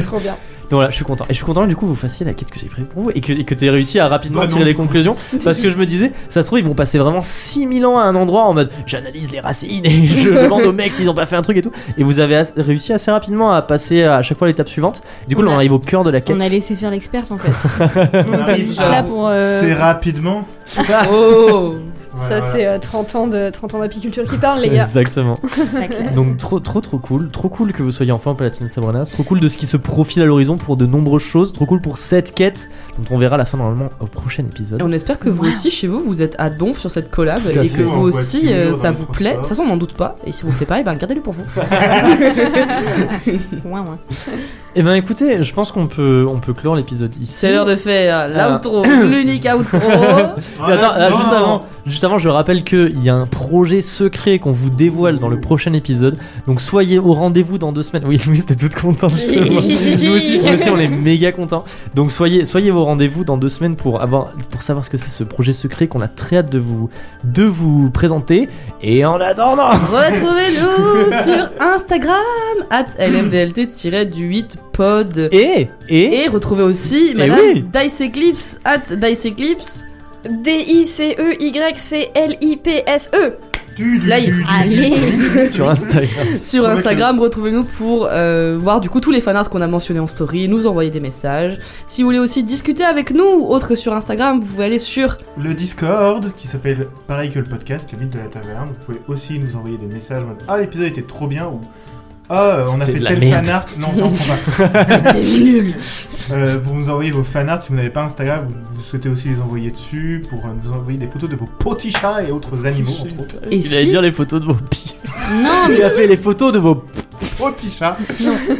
Trop bien.
Donc voilà, je suis content. Et je suis content que, du coup vous fassiez la quête que j'ai prévue pour vous et que, et que t'aies réussi à rapidement
Bah non,
tirer les
du coup.
conclusions.
<laughs>
Parce que je me disais, ça se trouve, ils vont passer vraiment 6000 ans à un endroit en mode j'analyse les racines et je demande aux mecs s'ils ont pas fait un truc et tout. Et vous avez as- réussi assez rapidement à passer à chaque fois à l'étape suivante. Du coup, là,
On
on
a-
arrive au cœur de la quête.
On a laissé faire l'experte en fait. on était
arrive
juste
à-
là pour. euh,
C'est rapidement.
Oh
Voilà,
Ça,
voilà.
c'est euh, 30 ans de 30 ans d'apiculture qui parle, les gars.
Exactement.
la
<laughs>
classe.
Donc trop trop trop cool, trop cool que vous soyez enfin au Palatine Sabranas, trop cool de ce qui se profile à l'horizon pour de nombreuses choses, trop cool pour cette quête dont on verra la fin normalement au prochain épisode.
Et on espère que vous aussi, chez vous, vous êtes à donf sur cette collab
Tout à
et
fait.
que vous
On voit
aussi,
Simon
euh,
dans
ça
les
vous
transports.
plaît. De toute façon, on n'en doute pas. Et si vous plaît pas, et ben gardez-le pour vous.
Ouin, ouin.
Et ben écoutez, je pense qu'on peut on peut clore l'épisode ici.
<laughs> C'est l'heure de faire l'outro, <coughs> l'unique outro.
Mais attends,
Voilà,
ah, juste,
non.
avant, juste avant, je rappelle qu'il y a un projet secret qu'on vous dévoile dans le prochain épisode. Donc soyez au rendez-vous dans deux semaines. Oui, <laughs> Louise, t'es toute contente. je te vois. nous, aussi, nous aussi, on est méga contents. Donc soyez, soyez au rendez-vous dans deux semaines pour, avoir, pour savoir ce que c'est ce projet secret qu'on a très hâte de vous, de vous présenter. Et en attendant,
<coughs> Retrouvez-nous sur Instagram, at lmdlt-du8pod.
et, et,
Et retrouvez aussi Madame
oui.
Dice Eclipse, at Dice Eclipse.
E
D-I-C-E-Y-C-L-I-P-S-E.
Du, du,
Live.
du, du.
Allez
sur Instagram.
Sur
Ouais,
Instagram, retrouvez-nous pour euh, voir du coup tous les fanarts qu'on a mentionnés en story, nous envoyer des messages. Si vous voulez aussi discuter avec nous, autre que sur Instagram, vous pouvez aller sur
Le Discord, qui s'appelle pareil que le podcast, le mythe de la taverne. Vous pouvez aussi nous envoyer des messages en mode Ah, l'épisode était trop bien ou Ah, euh, on a
C'était
fait
de la
tel
merde.
fanart. Non, ça
<laughs>
on prend pas.
nul.
Euh, pour nous envoyer vos fanarts, si vous n'avez pas Instagram, vous, vous souhaitez aussi les envoyer dessus pour euh, nous envoyer des photos de vos petits chats et autres animaux, entre
<laughs>
autres.
Et
Il allait
si-
dire les photos de vos pires.
Non,
Il a fait les photos de vos
Petits chats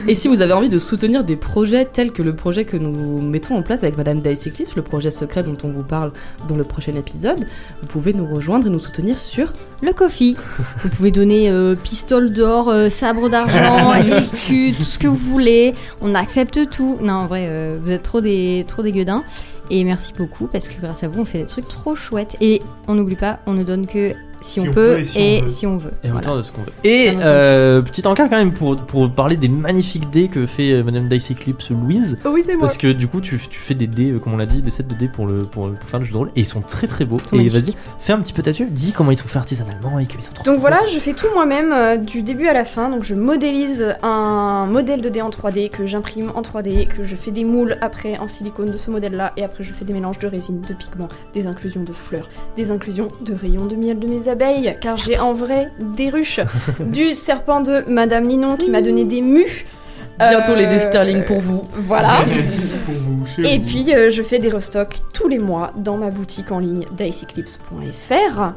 Et si vous avez envie de soutenir des projets tels que le projet que nous mettons en place avec Madame Dicyclist, le projet secret dont on vous parle dans le prochain épisode, vous pouvez nous rejoindre et nous soutenir sur
le coffee. Vous pouvez donner euh, pistole d'or, euh, sabre d'argent, écu, tout ce que vous voulez. On accepte tout. Non, en vrai, euh, vous êtes trop des, trop des gueudins. Et merci beaucoup parce que grâce à vous, on fait des trucs trop chouettes. Et on n'oublie pas, on ne donne que si, on, peut et si, on, veut.
Et en
Voilà.
de ce qu'on veut. Et
En
euh, petit encart quand même pour, pour parler des magnifiques dés que fait euh, Madame Dice Eclipse Louise.
Oh oui, c'est moi.
Parce que du coup, tu, tu fais des dés, euh, comme on l'a dit, des sets de dés pour, le, pour, pour faire le jeu de rôle. Et ils sont très très beaux.
sont
Et vas-y,
magnifiques.
fais un petit peu ta tue. Dis comment ils sont faits artisanalement et qu'ils sont trop.
Donc
trop
voilà, je fais tout moi-même euh, du début à la fin. Donc je modélise un modèle de dé en 3D que j'imprime en 3D, que je fais des moules après en silicone de ce modèle-là, et après je fais des mélanges de résine, de pigments, des inclusions de fleurs, des inclusions de rayons de miel de mes abeilles, car j'ai en vrai des
<laughs>
ruches, du serpent de Madame Ninon qui m'a donné des mues.
bientôt les
Euh,
Desterling pour vous.
Voilà.
Pour vous, chez
Ah. Et
vous.
puis euh, je fais des restocks tous les mois dans ma boutique en ligne diceeclipse.fr.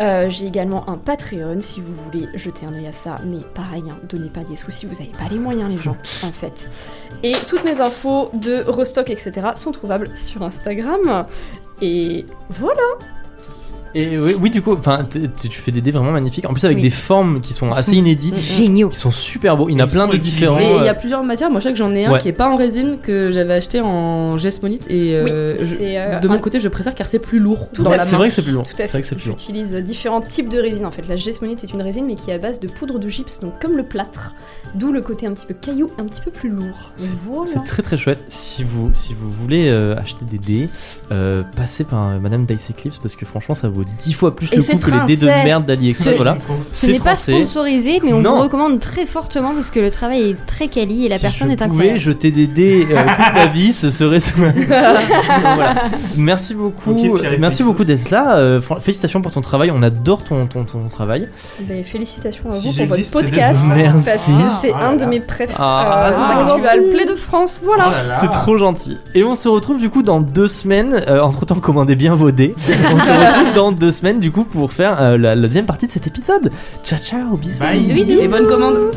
Euh, J'ai également un Patreon si vous voulez jeter un œil à ça, mais pareil, hein, donnez pas des sous si vous n'avez pas les moyens,
<laughs>
les gens, en fait. Et toutes mes infos de restock, etc., sont trouvables sur Instagram. Et voilà,
Et oui, oui, du coup, enfin, t- t- tu fais des dés vraiment magnifiques. En plus, avec
Oui.
des formes qui sont
Ils
assez
sont- <laughs>
inédites.
Géniaux.
Ils sont super beaux. Il y en a
Ils
plein
sont
de différents.
équilibrés.
Mais il y a
euh,
plusieurs matières, moi je sais que j'en ai un
Ouais.
qui est pas en résine que j'avais acheté en gesmonite et euh,
oui,
je-
c'est euh,
de
un-
mon côté je préfère car c'est plus lourd
Tout
dans
à
la
fait.
C'est
main.
vrai que c'est plus long.
Tout à
C'est vrai
fait.
que c'est plus long.
J'utilise euh, différents types de résine en fait. La gesmonite est une résine mais qui est à base de poudre de gypse, donc comme le plâtre, d'où le côté un petit peu caillou, un petit peu plus lourd.
Oh
Voilà.
C'est très très chouette. Si vous, si vous voulez euh, acheter des dés, euh, passez par euh, Madame Dice Eclipse parce que franchement ça vaut 10 fois plus
Et
le
c'est
coût que les dés de
français.
merde d'AliExpress.
Ce-
Voilà.
Ce
C'est
n'est pas
français.
sponsorisé, mais on
Non.
vous recommande très fortement parce que le travail est très quali et la
si
personne
je
est
pouvais
incroyable.
jeter des dés
<laughs>
euh, toute ma vie, ce serait sous ma- Voilà. Merci beaucoup,
Ok, Pierre, et
merci
félicitations.
beaucoup d'être là. Euh, fran- félicitations pour ton travail, on adore ton, ton, ton travail.
Ben, félicitations à
Si
vous pour votre
j'existe, c'est
podcast.
d'être-
Merci.
Parce que c'est
Ah là
un de
là.
mes préf
Ah,
euh,
c'est trop
actuels, Play de France,
Oh
voilà.
C'est trop gentil. Et on se retrouve du coup dans deux semaines. Euh, entre temps, commandez bien vos dés. on se retrouve dans deux semaines du coup pour faire euh, la, la deuxième partie de cet épisode. Ciao ciao, bisous.
Bye.
Bisous, bisous.
Et bonne commande